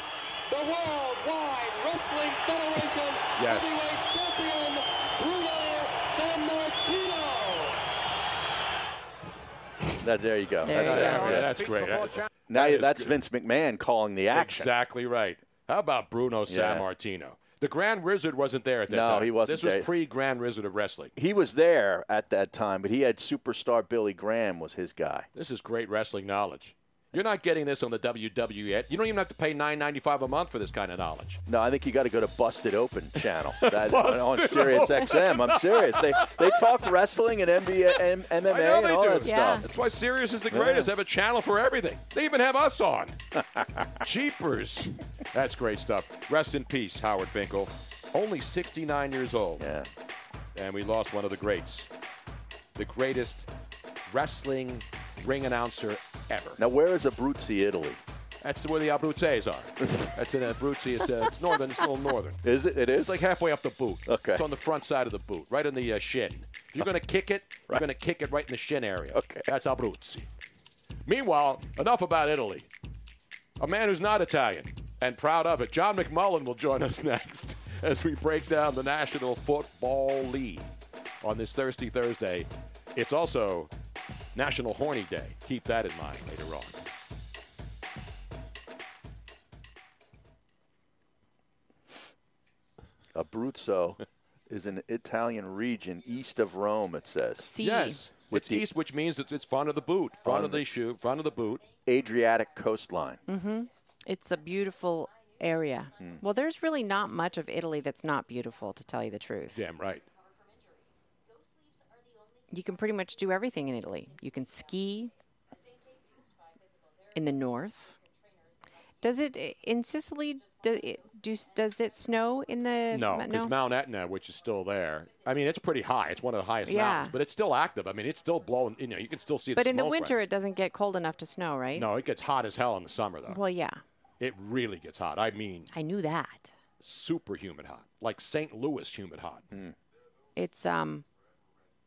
S1: the World Wide Wrestling Federation
S6: Yes.
S1: heavyweight champion Bruno San Martino.
S7: That, there you go.
S6: There
S7: that's
S6: you
S7: it.
S6: go. Yeah, that's great. That-
S7: Now
S6: that is
S7: that's
S6: good.
S7: Vince McMahon calling the action.
S6: Exactly right. How about Bruno
S7: Yeah.
S6: San Martino? The Grand Wizard wasn't there at that
S7: No,
S6: time.
S7: he wasn't
S6: This
S7: there.
S6: was pre Grand Wizard of Wrestling.
S7: He was there at that time, but he had superstar Billy Graham was his guy.
S6: This is great wrestling knowledge. You're not getting this on the WWE yet. You don't even have to pay nine ninety five a month for this kind of knowledge.
S7: No, I think you got to go to Busted Open
S6: [LAUGHS]
S7: channel that, on, on
S6: Busted
S7: Sirius
S6: Open.
S7: XM. I'm serious. They they talk wrestling and NBA, M- MMA
S6: I know
S7: and
S6: they
S7: all
S6: do.
S7: that stuff.
S6: That's why Sirius is the greatest. They have a channel for everything. They even have us
S7: [LAUGHS]
S6: on. Jeepers. That's great stuff. Rest in peace, Howard Finkel. Only 69 years old.
S7: Yeah.
S6: And we lost one of the greats. The greatest wrestling ring announcer ever.
S7: Now, where is Abruzzi, Italy?
S6: That's where the Abruzes
S7: [LAUGHS]
S6: are. That's in Abruzzi. It's, uh, it's northern. It's a little northern.
S7: Is it? It is.
S6: It's like halfway up the boot.
S7: Okay.
S6: It's on the front side of the boot, right in the uh, shin. If you're going to kick it, you're going to kick it right in the shin area. Okay. That's Abruzzi. Meanwhile, enough about Italy. A man who's not Italian and proud of it, John McMullen, will join us [LAUGHS] next as we break down the National Football League on this Thirsty Thursday. It's also National Horny Day. Keep that in mind later on.
S7: Abruzzo is an Italian region east of Rome, it says.
S6: Yes. it's east, which means that it's front of the boot, front
S7: On
S6: of the,
S7: the-
S6: shoe, front of the boot.
S7: Adriatic coastline.
S8: Mm-hmm. It's a beautiful area.
S7: Mm.
S8: Well, there's really not much of Italy that's not beautiful, to tell you the truth.
S6: Damn right.
S8: You can pretty much do everything in Italy. You can ski in the north. Does it in Sicily? Do, it, do does it snow in the
S6: No, because Mount Etna, which is still there, I mean, it's pretty high. It's one of the highest
S8: Yeah.
S6: mountains, but it's still active. I mean, it's still blowing. You know, you can still see.
S8: but
S6: the
S8: in the
S6: smoke
S8: winter,
S6: right-
S8: it doesn't get cold enough to snow, right?
S6: no, it gets hot as hell in the summer though.
S8: Well, yeah,
S6: It really gets hot. I mean,
S8: I knew that.
S6: super humid hot, like St. Louis humid hot.
S8: It's um,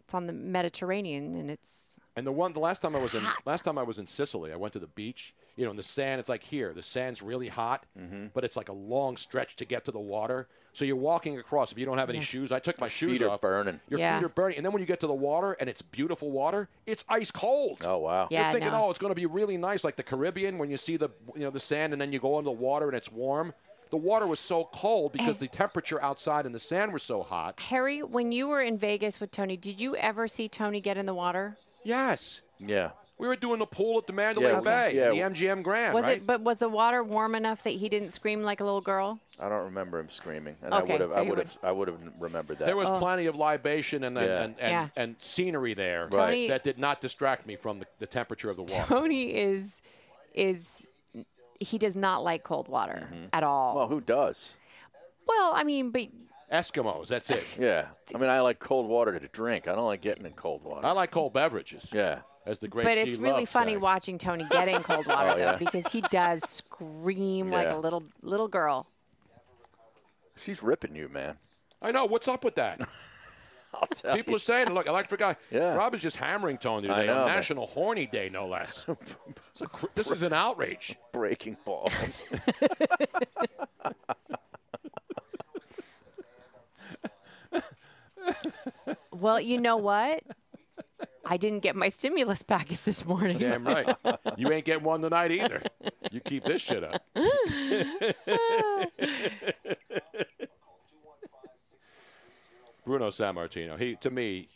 S8: it's on the Mediterranean, and it's
S6: And the one, the last time I was in, last time I was in Sicily, I went to the beach. You know, in the sand, it's like here, the sand's really hot,
S7: Mm-hmm.
S6: but it's like a long stretch to get to the water. So you're walking across. If you don't have any
S7: Yeah.
S6: shoes, I took my
S7: Your
S6: shoes
S7: feet are
S6: off.
S7: burning.
S6: Your
S7: Yeah.
S6: feet are burning, and then when you get to the water and it's beautiful water, it's ice cold.
S7: Oh, wow.
S6: you're
S7: Yeah,
S6: thinking,
S7: no.
S6: oh, it's going to be really nice, like the Caribbean, when you see the you know the sand, and then you go into the water and it's warm. The water was so cold because the temperature outside and the sand were so hot.
S8: Harry. When you were in Vegas with Tony, did you ever see Tony get in the water?
S6: Yes,
S7: Yeah.
S6: we were doing the pool at the Mandalay
S7: Yeah,
S6: Bay,
S7: yeah.
S6: the MGM Grand.
S8: was
S6: right?
S8: it? But was the water warm enough that he didn't scream like a little
S7: [LAUGHS]
S8: girl?
S7: I don't remember him screaming, and
S8: Okay,
S7: I would have,
S8: so
S7: I
S8: you Oh.
S7: would have, I would have remembered that.
S6: There was plenty of libation and and,
S7: Yeah.
S6: and, and,
S8: Yeah.
S6: and scenery there
S8: Tony-
S6: that did not distract me from the, the temperature of the water.
S8: Tony is is he does not like cold water
S7: Mm-hmm.
S8: at all.
S7: Well, who does?
S8: Well, I mean, but
S6: Eskimos, that's it.
S7: [LAUGHS] Yeah. I mean, I like cold water to drink. I don't like getting in cold water.
S6: I like cold beverages.
S7: Yeah.
S6: As the great
S8: but it's really funny watching Tony get in
S7: [LAUGHS]
S8: cold water
S7: Oh, yeah.
S8: though because he does scream like
S7: Yeah.
S8: a little little
S7: [LAUGHS]
S8: girl.
S7: She's ripping
S8: [LAUGHS]
S7: you, man.
S6: I know. What's up with that?
S7: [LAUGHS] I'll tell
S6: People
S7: you.
S6: are saying, look, electric guy.
S7: Yeah.
S6: Rob is just hammering Tony
S7: I
S6: today
S7: know,
S6: on
S7: man.
S6: National Horny Day, no less.
S7: [LAUGHS]
S6: It's a cr- this is an outrage.
S7: breaking balls.
S8: Well, you know what? I didn't get my stimulus package this morning.
S6: Damn right.
S8: [LAUGHS]
S6: You ain't getting one tonight either. You keep this shit up. Bruno San Martino, he to me,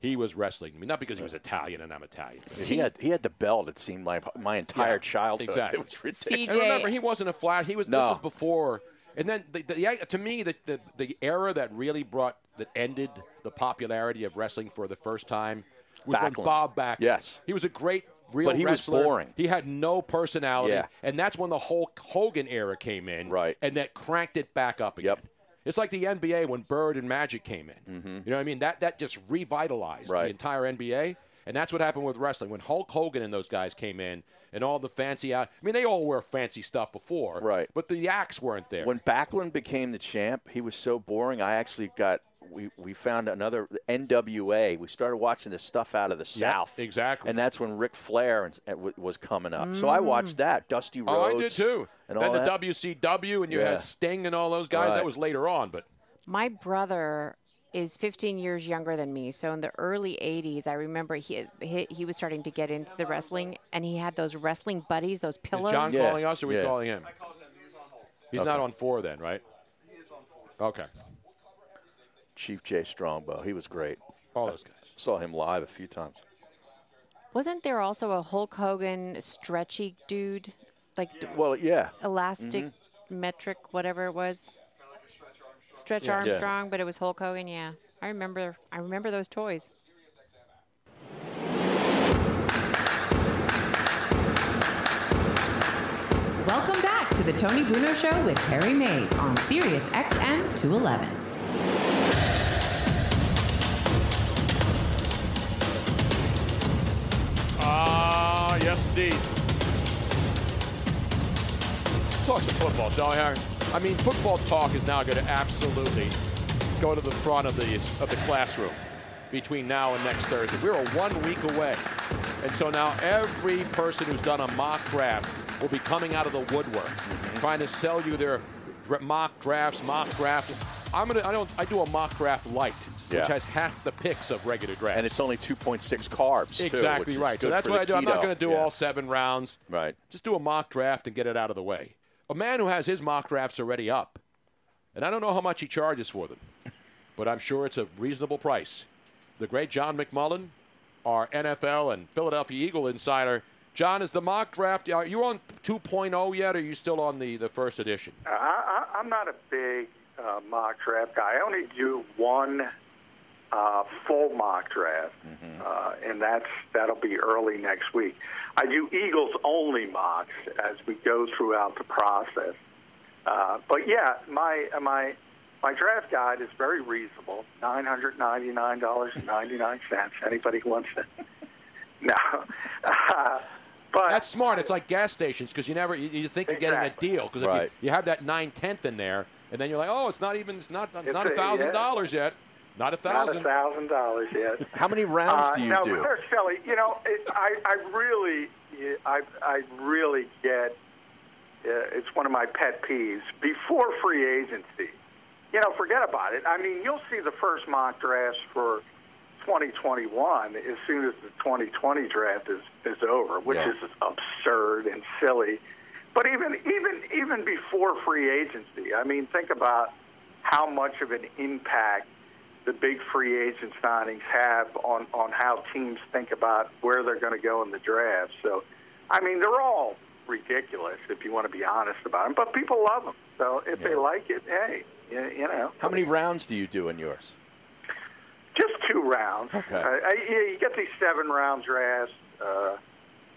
S6: he was wrestling me. Not because he was Italian and I'm Italian.
S7: he had he had the belt. It seemed like my entire childhood.
S6: Exactly.
S7: It was ridiculous.
S6: And remember, he wasn't a flash. He was.
S7: No.
S6: This is before. And then, the, the, to me, the, the the era that really brought that ended the popularity of wrestling for the first time was when
S7: Backlund.
S6: Bob Backlund.
S7: Yes.
S6: he was a great real
S7: But he was
S6: wrestler.
S7: boring.
S6: He had no personality.
S7: Yeah.
S6: and that's when the Hulk Hogan era came in. Right, and that cranked it back up again. Yep. It's like the NBA when Bird and Magic came in. You know what I mean? That that just revitalized the
S7: Mm-hmm. Right.
S6: entire NBA. And that's what happened with wrestling when Hulk Hogan and those guys came in and all the fancy out. I mean, they all wear fancy stuff before, right? But the yaks weren't there.
S7: When Backlund became the champ, he was so boring. I actually got we, we found another NWA. We started watching this stuff out of the
S6: Yeah,
S7: South,
S6: exactly.
S7: and that's when Ric Flair and, and w- was coming up. So I watched that Dusty Rhodes.
S6: oh, I did too.
S7: And
S6: then
S7: all
S6: the
S7: that.
S6: WCW, and you
S7: Yeah.
S6: had Sting and all those guys.
S7: Right.
S6: That was later on, but
S8: My brother is 15 years younger than me, so in the early 80s, I remember he he, he was starting to get into the wrestling, and he had those wrestling buddies, those
S6: is
S8: pillows.
S6: John calling us, or are we calling him? He's not
S7: Okay.
S6: on four then, right? Okay.
S7: Chief Jay Strongbow. He was great.
S6: All those guys.
S7: Saw him live a few times.
S8: Wasn't there also a Hulk Hogan stretchy dude, like d-
S7: Well, yeah. Mm-hmm.
S8: elastic metric, whatever it was? Stretch
S7: Yeah. Yeah.
S8: Armstrong, but it was Hulk Hogan. Yeah, I remember. I remember those toys.
S9: Welcome back to the Tony Bruno Show with Harry Mays on Sirius XM 211.
S13: Ah, yes, indeed.
S6: talk some football, shall we, Harry? I mean, football talk is now going to absolutely go to the front of the of the classroom between now and next Thursday. We're a one week away, and so now every person who's done a mock draft will be coming out of the woodwork, trying to sell you their dra- mock drafts, mock draft. I'm gonna. I don't. I do a mock draft light,
S7: Yeah.
S6: which has half the picks of regular drafts.
S7: And it's only 2.6 carbs, too,
S6: Exactly
S7: which is
S6: right. So
S7: good
S6: that's
S7: for
S6: what
S7: the
S6: I do. I'm
S7: keto.
S6: not going to do
S7: Yeah.
S6: all seven rounds. Right. Just do a mock draft and get it out of the way. A man who has his mock drafts already up, and I don't know how much he charges for them, but I'm sure it's a reasonable price. The great John McMullen, our NFL and Philadelphia Eagle insider. John, is the mock draft, are you on 2.0 yet, or are you still on the, the first edition?
S14: I, I, I'm not a big uh, mock draft guy. I only do one uh, full mock draft, uh, and that's that'll be early next week. I do Eagles only mocks as we go throughout the process. Uh, but yeah, my my my draft guide is very reasonable nine hundred ninety nine dollars and ninety nine cents. Anybody who wants it. No. But
S6: that's smart. It's like gas stations because you never you, you think you're getting a deal because
S7: Right.
S6: you, you have that nine tenth in there, and then you're like, oh, it's not even it's not it's,
S14: It's
S6: not
S14: a-
S6: a thousand dollars yet, not a
S14: Not a
S6: thousand.
S14: thousand dollars yet.
S7: How many
S14: Uh, now, Chris Kelly, you know, it, I, I really, I, I really get. Uh, it's one of my pet peeves. Before free agency, you know, forget about it. I mean, you'll see the first mock drafts for 2021 as soon as the 2020 draft is is over, which
S15: Yeah.
S14: is absurd and silly. But even even even before free agency, I mean, think about how much of an impact the big free agent signings have on, on how teams think about where they're going to go in the draft. So, I mean, they're all ridiculous if you want to be honest about them, but people love them. So if they like it, hey, you, you know,
S7: How many rounds do you do in yours?
S14: just two rounds.
S7: Okay.
S14: Uh, I- you, you get these seven round drafts. Uh,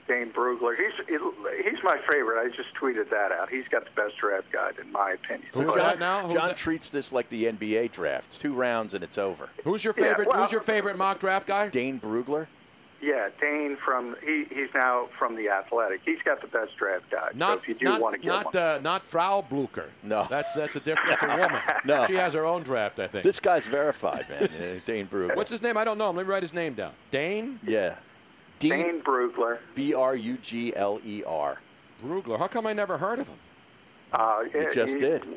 S14: Dane Brugler, he's he- he's my favorite. I just tweeted that out. He's got the best draft guide in my opinion.
S7: So John, John treats this like the NBA draft. Two rounds and it's over.
S6: Who's your
S14: Yeah,
S6: favorite?
S14: well-
S6: who's your favorite mock draft guy?
S7: Dane Brugler. [LAUGHS]
S14: Yeah, Dane from he, he's now from the Athletic. He's got the best draft guide.
S6: Not
S14: so if you do
S6: not
S14: want to get
S6: not
S14: one,
S6: uh, not Frau Blucher. No, that's that's a
S14: [LAUGHS]
S6: different. That's a woman.
S7: No.
S6: she has her own draft. I think.
S7: This guy's verified, man. uh, Dane
S6: [LAUGHS]
S7: Brugler.
S6: What's his name? I don't know. Let me write his name down. Dane
S7: Yeah. Dane
S14: Brugler.
S7: B R U G L E R.
S6: Brugler. How come I never heard of him?
S14: uh,
S7: You
S14: yeah,
S7: just
S14: he-
S7: did.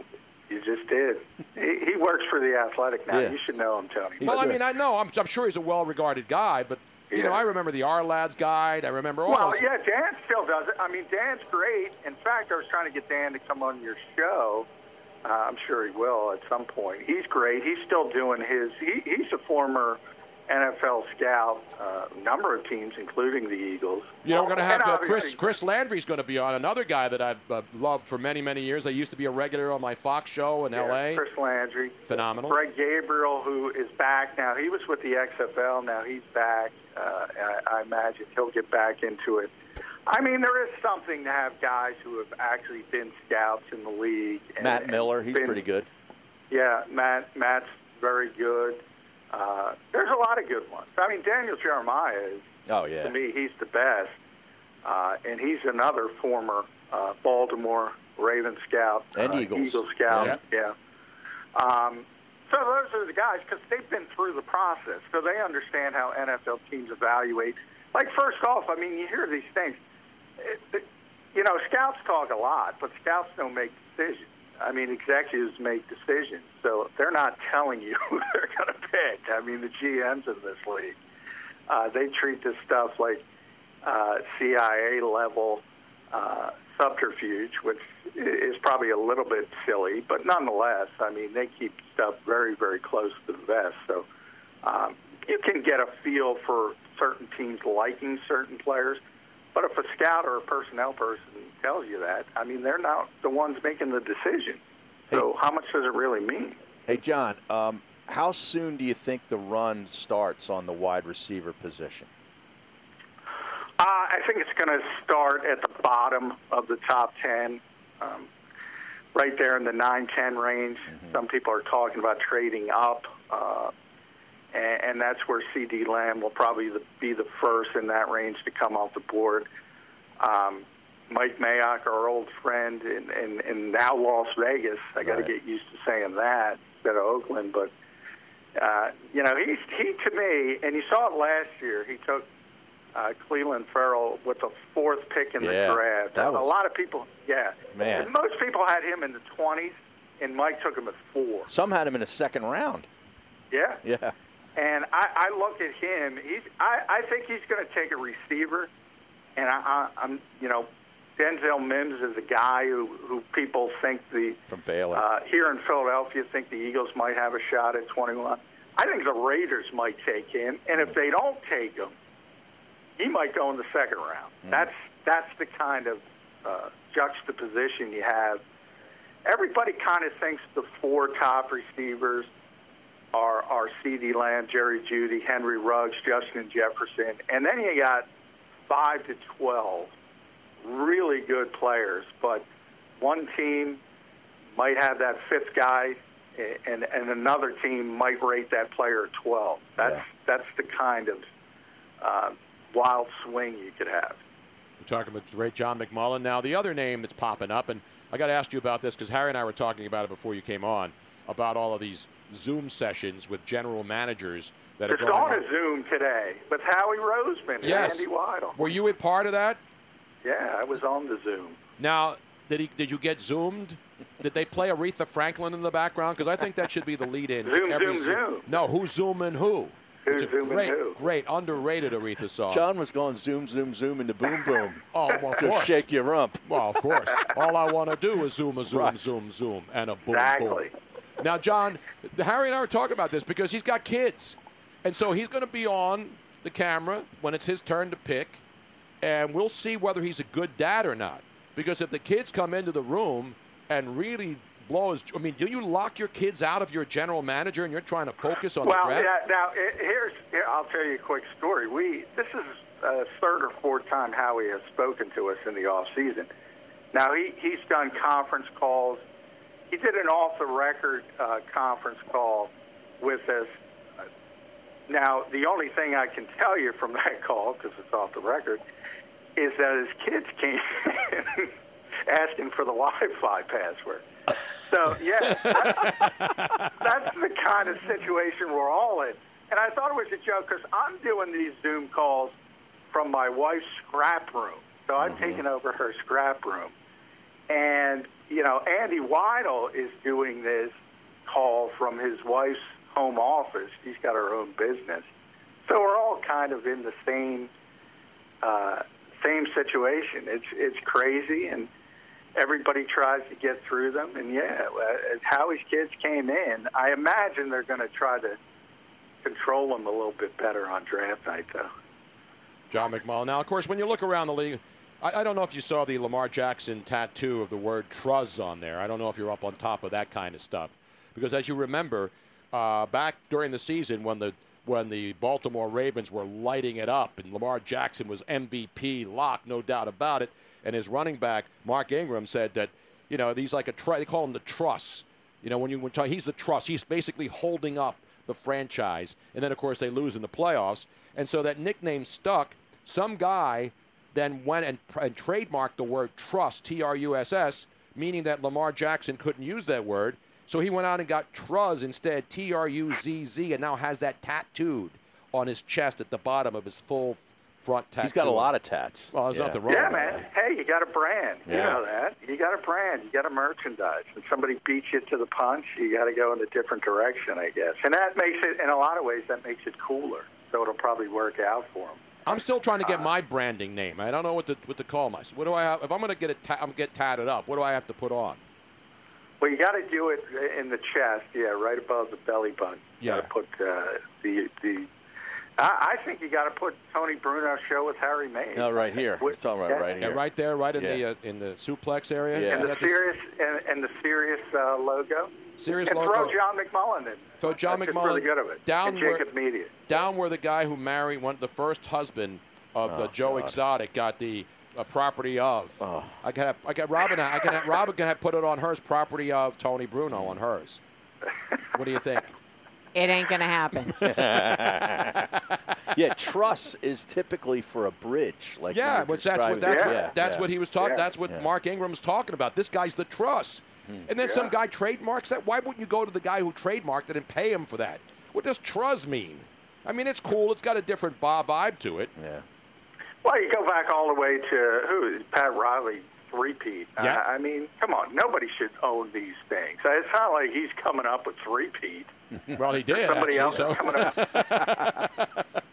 S14: You just did. he, he works for the Athletic now.
S6: Yeah.
S14: You should know him, Tony.
S6: well, I mean, I know. I'm, I'm sure he's a well-regarded guy, but you know,
S14: Yeah.
S6: I remember the R Lads guide. I remember all.
S14: well,
S6: those-
S14: yeah, Dan still does it. I mean, Dan's great. In fact, I was trying to get Dan to come on your show. Uh, I'm sure he will at some point. He's great. He's still doing his. He, he's a former NFL scout, uh, number of teams, including the Eagles.
S6: You know, we're going to have
S14: Oh, And
S6: uh, Chris.
S14: obviously-
S6: Chris Landry's going to be on. Another guy that I've uh, loved for many, many years. I used to be a regular on my Fox show in
S14: Yeah,
S6: L.A.
S14: Chris Landry.
S6: Phenomenal.
S14: Greg Gabriel, who is back now. He was with the XFL. Now he's back. Uh, I, I imagine he'll get back into it. I mean, there is something to have guys who have actually been scouts in the league. And,
S7: Matt Miller. He's
S14: been-
S7: pretty good.
S14: Yeah, Matt. Matt's very good. Uh, there's a lot of good ones. I mean, Daniel Jeremiah is
S7: Oh yeah.
S14: to me, he's the best. Uh, and he's another former uh, Baltimore Raven scout
S7: And
S14: uh,
S7: Eagles.
S14: Eagle scout. Yeah. Um, so those are the guys because they've been through the process, so they understand how NFL teams evaluate. Like first off, I mean, you hear these things. It, it, you know, scouts talk a lot, but scouts don't make decisions. I mean, executives make decisions, so they're not telling you [LAUGHS] who they're going to pick. I mean, the GMs in this league uh, they treat this stuff like uh, CIA level uh, subterfuge, which i- is probably a little bit silly, but nonetheless, I mean, they keep stuff very, very close to the vest. So um, you can get a feel for certain teams liking certain players. But if a scout or a personnel person tells you that, I mean, they're not the ones making the decision. So how much does it really mean?
S7: Hey John, um, how soon do you think the run starts on the wide receiver position?
S14: Uh, I think it's going to start at the bottom of the top 10, um, right there in the 9 10 range. Some people are talking about trading up, uh, and, and that's where CD Lamb will probably the, be the first in that range to come off the board. Um, Mike Mayock, our old friend, in, in, in now Las Vegas. I got to
S15: Right.
S14: get used to saying that instead of Oakland, but uh, you know, he's he to me, and you saw it last year. He took uh, Cleveland Farrell with the fourth pick in
S15: Yeah,
S14: the draft.
S15: that
S14: a
S15: was-
S14: lot of people, yeah,
S7: Man.
S14: And most people had him in the twenties, and Mike took him at four.
S7: Some had him in a second round. [LAUGHS]
S14: Yeah,
S7: Yeah.
S14: and I, I look at him. He's, I, I think he's going to take a receiver, and I, I, I'm, you know, Denzel Mims is a guy who, who people think the
S7: From Baylor.
S14: uh, here in Philadelphia think the Eagles might have a shot at 21. I think the Raiders might take him, and
S7: Mm.
S14: if they don't take him, he might go in the second round.
S6: Mm.
S14: That's that's the kind of uh, juxtaposition you have. Everybody kind of thinks the four top receivers are are C.D. Lamb, Jerry Judy, Henry Ruggs, Justin Jefferson, and then you got five to twelve really good players, but one team might have that fifth guy, a- and and another team might rate that player 12. That's that's the kind of uh, wild swing you could have.
S6: We're talking about the great John McMullen. Now, the other name that's popping up, and I got to ask you about this because Harry and I were talking about it before you came on about all of these Zoom sessions with general managers that are
S14: Just
S6: going
S14: on
S6: on.
S14: a Zoom today with Howie Roseman
S6: Yes.
S14: and Andy Weidel.
S6: Were you a part of that?
S14: Yeah, I was on the Zoom.
S6: Now, did he? Did you get zoomed? Did they play Aretha Franklin in the background? Because I think that should be the lead-in. to
S14: Zoom,
S6: every
S14: zoom, zoom.
S6: No, who's zooming who?
S14: Who's
S6: It's a
S14: zooming
S6: great,
S14: who?
S6: Great, underrated Aretha song.
S7: John was going zoom, zoom, zoom into boom, boom.
S6: Uh, Oh, well, of
S7: Just
S6: course.
S7: shake your rump.
S6: Well, of course.
S7: [LAUGHS]
S6: All I want to do is zoom, a zoom, zoom, zoom, and a boom,
S7: Exactly.
S6: boom. Now, John, Harry and I were talking about this because he's got kids, and so he's going to be on the camera when it's his turn to pick, and we'll see whether he's a good dad or not. Because if the kids come into the room and really blow his, I mean, do you lock your kids out of your general manager and you're trying to focus on
S14: well,
S6: the draft?
S14: yeah, now i- here's here, I'll tell you a quick story. We this is uh, third or fourth time Howie has spoken to us in the off season. Now he he's done conference calls. He did an off the record uh, conference call with us. Now the only thing I can tell you from [LAUGHS] that call because it's off the record is that his kids came [LAUGHS] in asking for the [LAUGHS] Wi-Fi password. So yeah, that's the kind of situation we're all in. And I thought it was a joke because I'm doing these Zoom calls from my wife's scrap room. So I've taken over her scrap room. And, you know, Andy Weidel is doing this call from his wife's home office. She's got her own business. So we're all kind of in the same uh, same situation. It's it's crazy, and everybody tries to get through them. And yeah, uh, as Howie's kids came in, I imagine they're going to try to control them a little bit better on draft night, though.
S6: John McMullen. Now, of course, when you look around the league, I, I don't know if you saw the Lamar Jackson tattoo of the word truzz on there. I don't know if you're up on top of that kind of stuff. Because as you remember, uh, back during the season when the when the Baltimore Ravens were lighting it up and Lamar Jackson was MVP lock, no doubt about it, and his running back, Mark Ingram, said that, you know, he's like a, tr- they call him the truss. You know, when you when t- he's the trust, he's basically holding up the franchise. And then of course they lose in the playoffs, and so that nickname stuck. Some guy then went and, pr- and trademarked the word trust, T-R-U-S-S, meaning that Lamar Jackson couldn't use that word. So he went out and got truzz instead, T-R-U-Z-Z, and now has that tattooed on his chest at the bottom of his full front tattoo.
S7: He's got a lot of tats.
S6: Well, there's
S7: Yeah.
S6: nothing wrong.
S14: yeah,
S6: with
S14: man.
S6: that.
S14: Hey, you got a brand. You
S6: Yeah.
S14: know that. You got a brand. You got a merchandise. And somebody beats you to the punch. You got to go in a different direction, I guess. And that makes it, in a lot of ways, that makes it cooler. So it'll probably work out for him.
S6: I'm still trying to get my branding name. I don't know what to what to call myself. What do I have? If I'm going to get a ta- I'm get tatted up, what do I have to put on?
S14: Well, you got to do it in the chest, yeah, right above the belly button.
S6: Yeah.
S14: Put uh, the the. I, I think you got to put Tony Bruno show with Harry Mays.
S6: Oh,
S7: No, right here. He's talking about right
S6: Yeah,
S7: here.
S6: right there, right in
S7: Yeah.
S6: the uh, in the suplex area.
S7: Yeah.
S14: And the
S6: Is that the-
S14: serious and, and the serious uh, logo.
S6: Serious
S14: and
S6: logo.
S14: Throw John McMullen in.
S6: Throw John
S14: That's just
S6: McMullen
S14: really good of it.
S6: down
S14: And
S6: where-
S14: Jacob Media.
S6: down where the guy who married one the first husband of the
S14: Oh,
S6: Joe
S14: God.
S6: Exotic got the uh, property of.
S7: Oh.
S6: I got I got Robin. I can have, Robin can have put it on hers property of Tony Bruno on
S7: [LAUGHS]
S6: hers. [LAUGHS] What do you think?
S8: It ain't gonna happen.
S7: yeah, truss is typically for a bridge. Like
S6: yeah,
S7: you were
S6: which that's what
S7: describing.
S6: that's,
S7: Yeah,
S6: what, that's
S7: yeah.
S6: what he was talking.
S7: Yeah.
S6: That's what
S7: Yeah. Hmm.
S6: Mark Ingram's talking about. This guy's the truss, and then some guy trademarks that. Why wouldn't you go to the guy who trademarked it and pay him for that? What does truss mean? I mean, it's cool. It's got a different Bob vibe to it.
S7: Yeah.
S14: Well, you go back all the way to who is Pat Riley threepeat.
S6: Yeah.
S14: I, I mean, come on, nobody should own these things. Uh, It's not like he's coming up with threepeat.
S6: [LAUGHS] Well, he did.
S14: Somebody
S6: actually,
S14: else
S6: so.
S14: coming up.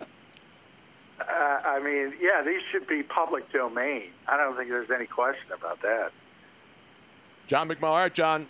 S14: Uh, I mean, yeah, these should be public domain. I don't think there's any question about that.
S6: [LAUGHS] John McMullen. All right, John.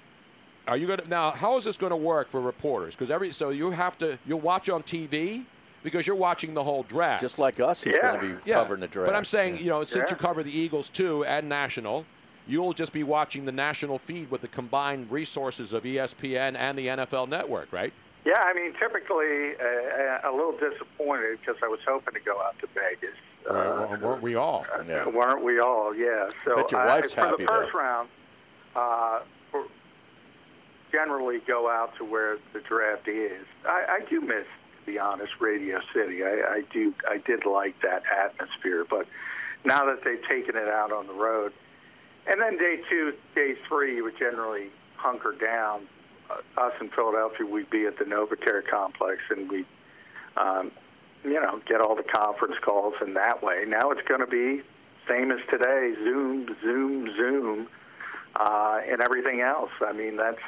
S6: Are you gonna now? How is this going to work for reporters? Because every so you have to you watch on TV because you're watching the whole draft.
S7: Just like us, he's going to be
S6: Yeah.
S7: covering the draft.
S6: But I'm saying, you know, since
S7: Yeah.
S6: you cover the Eagles too and national, you'll just be watching the national feed with the combined resources of E ESPN and the NFL Network, right?
S14: Yeah, I mean, typically uh, a little disappointed because I was hoping to go out to Vegas.
S7: Uh,
S6: Or- or weren't we all?
S14: Weren't we all? Yeah. So
S6: uh, Bet your
S14: I-
S6: wife's
S14: for
S6: happy,
S14: the first
S6: though.
S14: round, uh, for- generally go out to where the draft is. I, I do miss, to be honest, Radio City. I, I do. I did like that atmosphere, but now that they've taken it out on the road, and then day two, day three, you would generally hunker down. Uh, us in Philadelphia, we'd be at the Novacare complex, and we, um, you know, get all the conference calls in that way. Now it's going to be same as today: Zoom, Zoom, Zoom, uh, and everything else. I mean, that's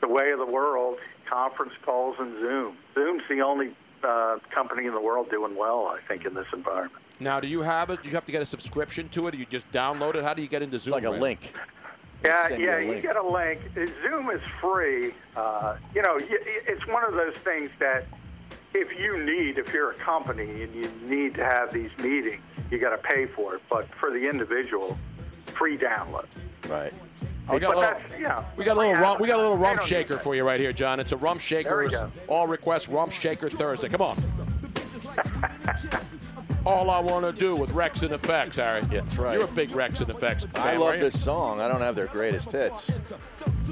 S14: the way of the world: conference calls and Zoom. Zoom's the only uh, company in the world doing well, I think, in this environment.
S6: Now, do you have it? Do you have to get a subscription to it? Do you just download it? How do you get into Zoom?
S7: like a
S6: Brent?
S7: link.
S14: Yeah,
S6: Send you
S14: yeah,
S6: a
S14: you
S6: link.
S14: get a link. Zoom is free. Uh, you know, y- y- it's one of those things that if you need, if you're a company and you need to have these meetings, you got to pay for it. But for the individual, free download.
S7: Right.
S6: We got, a
S14: but
S6: little,
S14: that's, yeah,
S6: we got a little rum, we got a little
S14: They
S6: rump
S14: don't do
S6: shaker
S14: that.
S6: for you right here, John. It's a rump
S14: There
S6: shaker.
S14: we go.
S6: All request rump shaker Thursday.
S14: [LAUGHS]
S6: Come on. All I want to do with Rex and Effects, Harry.
S7: That's right.
S6: You're a big Rex and Effects fan.
S7: I love
S6: aren't you?
S7: this song. I don't have their greatest hits.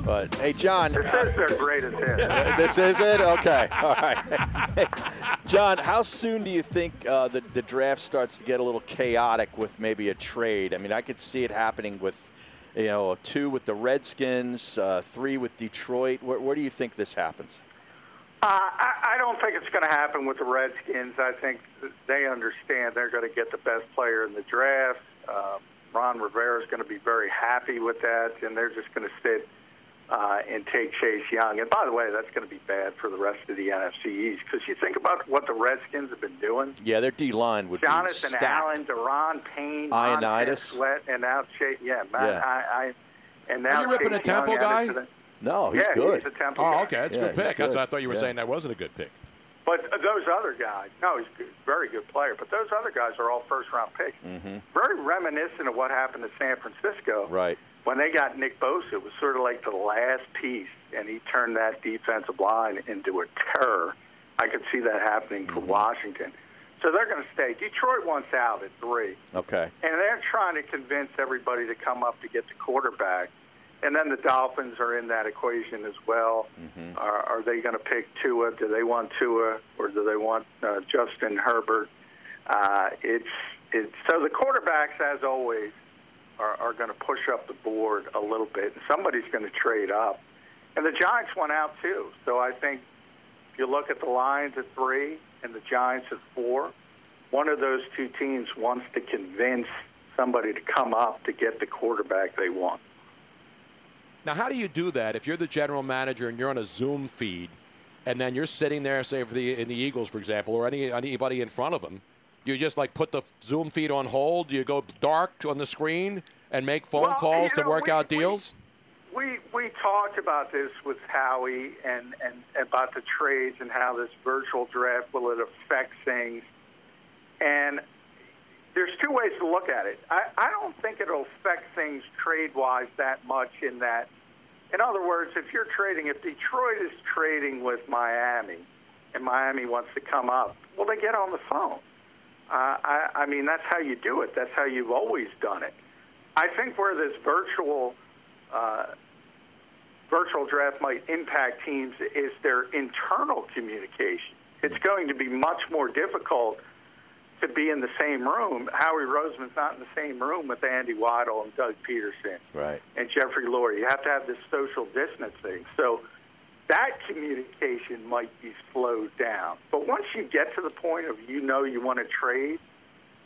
S7: But hey, John.
S14: It says their greatest hit.
S6: [LAUGHS]
S7: Uh, this is it? Okay. All right. [LAUGHS] John, how soon do you think uh, the, the draft starts to get a little chaotic with maybe a trade? I mean, I could see it happening with, you know, two with the Redskins, uh, three with Detroit. Where, where do you think this happens?
S14: Uh, I, I don't think it's going to happen with the Redskins. I think they understand they're going to get the best player in the draft. Uh, Ron Rivera is going to be very happy with that, and they're just going to sit uh, and take Chase Young. And by the way, that's going to be bad for the rest of the NFC East because you think about what the Redskins have been doing.
S7: Yeah, their D line would
S14: Jonathan
S7: be stacked.
S14: Allen, Deron Payne, Montez
S7: Ioannidis.
S14: Sweat, and now Chase. Yeah, Matt,
S7: Yeah.
S14: I, I, and now
S6: Are you ripping
S14: Chase
S6: a Temple
S14: Young added
S6: guy?
S14: to the-
S7: No, he's
S14: Yeah, he's
S7: good.
S14: a Temple
S6: Oh,
S14: guy.
S6: okay. That's
S7: Yeah,
S6: a good pick.
S7: he's
S6: That's
S7: good.
S6: what I thought you were
S7: Yeah.
S6: saying that wasn't a good pick.
S14: But those other guys, no, he's a very good player. But those other guys are all first round picks.
S7: Mm-hmm.
S14: Very reminiscent of what happened to San Francisco
S7: Right.
S14: when they got Nick Bosa. It was sort of like the last piece, and he turned that defensive line into a terror. I could see that happening for Washington. So they're going to stay. Detroit wants out at three.
S7: Okay.
S14: And they're trying to convince everybody to come up to get the quarterback. And then the Dolphins are in that equation as well. Are, are they going to pick Tua? Do they want Tua or do they want uh, Justin Herbert? Uh, it's, it's so the quarterbacks, as always, are, are going to push up the board a little bit, and somebody's going to trade up. And the Giants went out too. So I think if you look at the Lions at three and the Giants at four, one of those two teams wants to convince somebody to come up to get the quarterback they want.
S6: Now, how do you do that if you're the general manager and you're on a Zoom feed, and then you're sitting there, say for the in the Eagles, for example, or any anybody in front of them, you just like put the Zoom feed on hold. You go dark on the screen and make phone
S14: Well,
S6: calls
S14: you
S6: to
S14: know,
S6: work
S14: we-
S6: out deals.
S14: We we talked about this with Howie and, and about the trades and how this virtual draft will it affect things. And there's two ways to look at it. I, I don't think it'll affect things trade wise that much in that in other words, if you're trading if Detroit is trading with Miami and Miami wants to come up, well they get on the phone. Uh, I, I mean that's how you do it. That's how you've always done it. I think where this virtual uh, virtual draft might impact teams is their internal communication. It's going to be much more difficult to be in the same room. Howie Roseman's not in the same room with Andy Waddle and Doug Peterson
S7: Right.
S14: and Jeffrey Lurie. You have to have this social distancing. So that communication might be slowed down. But once you get to the point of you know you want to trade,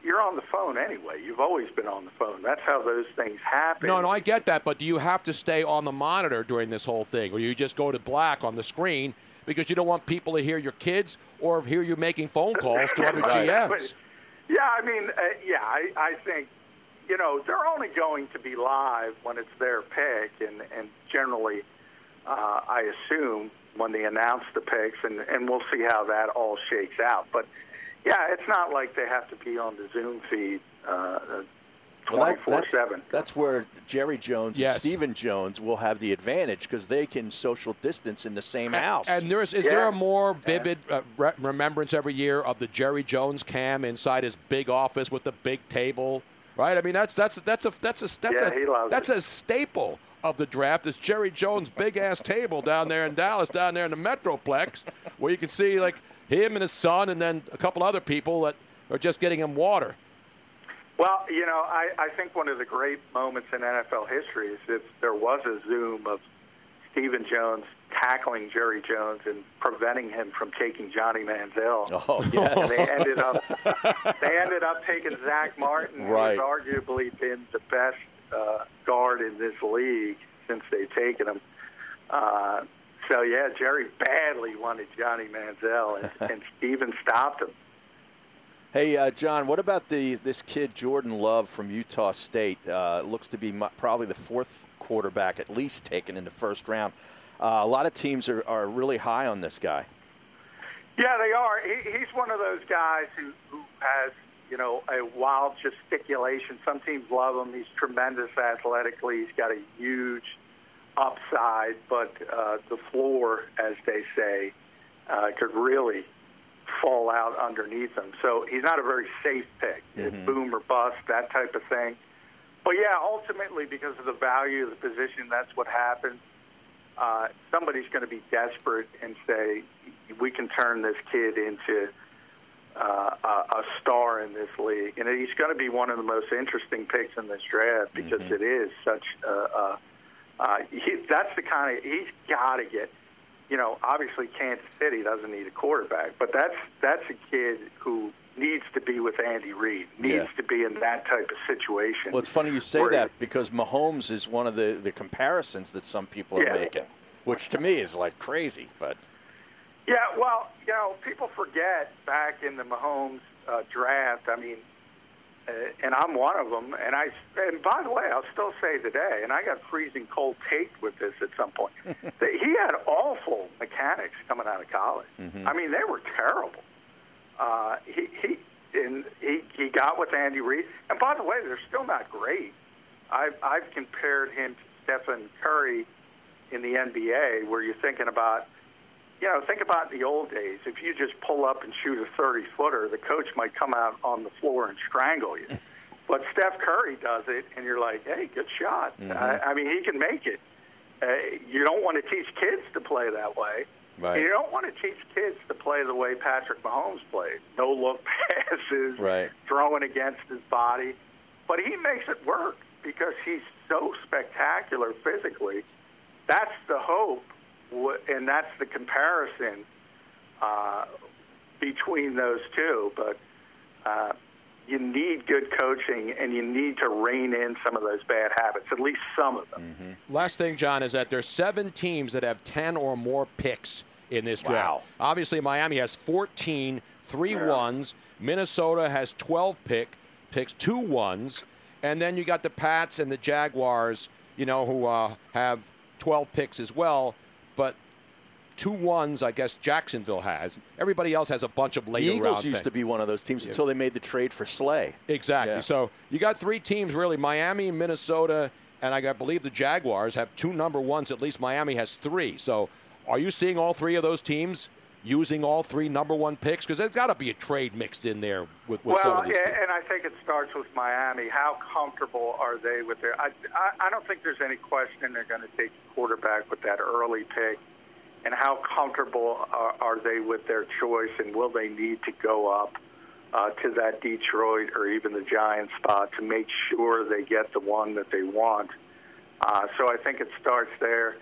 S14: you're on the phone anyway. You've always been on the phone. That's how those things happen.
S6: No, no, I get that, but do you have to stay on the monitor during this whole thing, or you just go to black on the screen because you don't want people to hear your kids or hear you making phone calls to
S14: [LAUGHS]
S6: other
S14: Right.
S6: GMs?
S14: But- Yeah, I mean, uh, yeah, I, I think, you know, they're only going to be live when it's their pick, and, and generally, uh, I assume, when they announce the picks, and, and we'll see how that all shakes out. But, yeah, it's not like they have to be on the Zoom feed uh,
S7: Well, that-
S14: 24 7.
S7: That's, that's where Jerry Jones
S6: Yes.
S7: and Stephen Jones will have the advantage because they can social distance in the same house.
S6: And there is, is there a more vivid uh, re- remembrance every year of the Jerry Jones cam inside his big office with the big table, right? I mean, that's that's that's a that's a that's
S14: Yeah, he
S6: a
S14: loves
S6: that's a staple of the draft. It's Jerry Jones' big ass table down there in Dallas, down there in the Metroplex, where you can see like him and his son, and then a couple other people that are just getting him water.
S14: Well, you know, I, I think one of the great moments in NFL history is if there was a Zoom of Stephen Jones tackling Jerry Jones and preventing him from taking Johnny Manziel.
S7: Oh, yes.
S14: And they ended up they ended up taking Zach Martin,
S7: Right.
S14: who's arguably been the best uh, guard in this league since they've taken him. Uh, so yeah, Jerry badly wanted Johnny Manziel,
S7: [LAUGHS]
S14: and, and Stephen stopped him.
S7: Hey, uh, John, what about the this kid Jordan Love from Utah State? Uh, looks to be mu probably the fourth quarterback at least taken in the first round. Uh, a lot of teams are, are really high on this guy.
S14: Yeah, they are. He, he's one of those guys who, who has, you know, a wild gesticulation. Some teams love him. He's tremendous athletically. He's got a huge upside, but uh, the floor, as they say, uh, could really fall out underneath him. So he's not a very safe pick. It's boom or bust, that type of thing. But yeah, ultimately, because of the value of the position, that's what happens. Uh, somebody's going to be desperate and say, we can turn this kid into uh, a, a star in this league. And he's going to be one of the most interesting picks in this draft because it is such a. a uh, he, that's the kind of he's got to get. You know, obviously Kansas City doesn't need a quarterback, but that's that's a kid who needs to be with Andy Reid, needs
S7: Yeah.
S14: to be in that type of situation.
S7: Well, it's funny you say
S14: Where-
S7: that because Mahomes is one of the, the comparisons that some people are
S14: Yeah.
S7: making, which to me is like crazy. But
S14: Yeah, well, you know, people forget back in the Mahomes uh, draft. I mean, uh, and I'm one of them. And I, and by the way, I'll still say today, and I got freezing cold taped with this at some point. that he had awful mechanics coming out of college.
S7: Mm-hmm.
S14: I mean, they were terrible. Uh, he he and he he got with Andy Reid, and by the way, they're still not great. I've I've compared him to Stephen Curry in the NBA, where you're thinking about, you know, think about the old days. If you just pull up and shoot a 30 footer, the coach might come out on the floor and strangle you. But Steph Curry does it, and you're like, hey, good shot. I, I mean, he can make it. Uh, you don't want to teach kids to play that way.
S7: Right.
S14: And you don't want to teach kids to play the way Patrick Mahomes played. No look [LAUGHS] passes,
S7: Right.
S14: throwing against his body. But he makes it work because he's so spectacular physically. That's the hope, w- and that's the comparison uh, between those two. But uh, you need good coaching, and you need to rein in some of those bad habits, at least some of them.
S6: Last thing, John, is that there's seven teams that have 10 or more picks in this draft. Obviously, Miami has 14, three ones. Minnesota has 12 pick picks, two ones. And then you got the Pats and the Jaguars, you know, who uh, have 12 picks as well. But two ones, I guess Jacksonville has. Everybody else has a bunch of
S7: the
S6: later
S7: Eagles
S6: round
S7: used
S6: picks.
S7: to be one of those teams
S6: Yeah.
S7: until they made the trade for Slay.
S6: Exactly.
S7: Yeah.
S6: So you got three teams really: Miami, Minnesota, and I got- believe the Jaguars have two number ones. At least Miami has three. So are you seeing all three of those teams using all three number one picks? Because there's got to be a trade mixed in there with, with some
S14: Well,
S6: of these
S14: yeah,
S6: teams.
S14: and I think it starts with Miami. How comfortable are they with their? I, I, I don't think there's any question they're going to take the quarterback with that early pick. and how comfortable are, are they with their choice, and will they need to go up uh, to that Detroit or even the Giants spot to make sure they get the one that they want? Uh, so I think it starts there.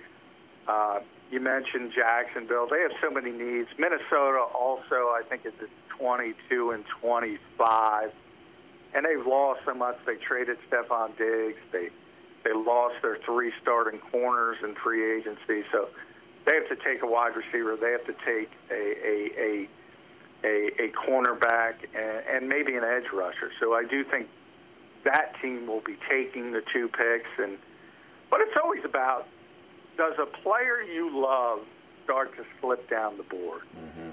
S14: Uh, you mentioned Jacksonville; they have so many needs. Minnesota also, I think, is at 22 and 25, and they've lost so much. They traded Stephon Diggs. They they lost their three starting corners in free agency, so they have to take a wide receiver. They have to take a a a a, a cornerback and, and maybe an edge rusher. So I do think that team will be taking the two picks, and but it's always about does a player you love start to slip down the board,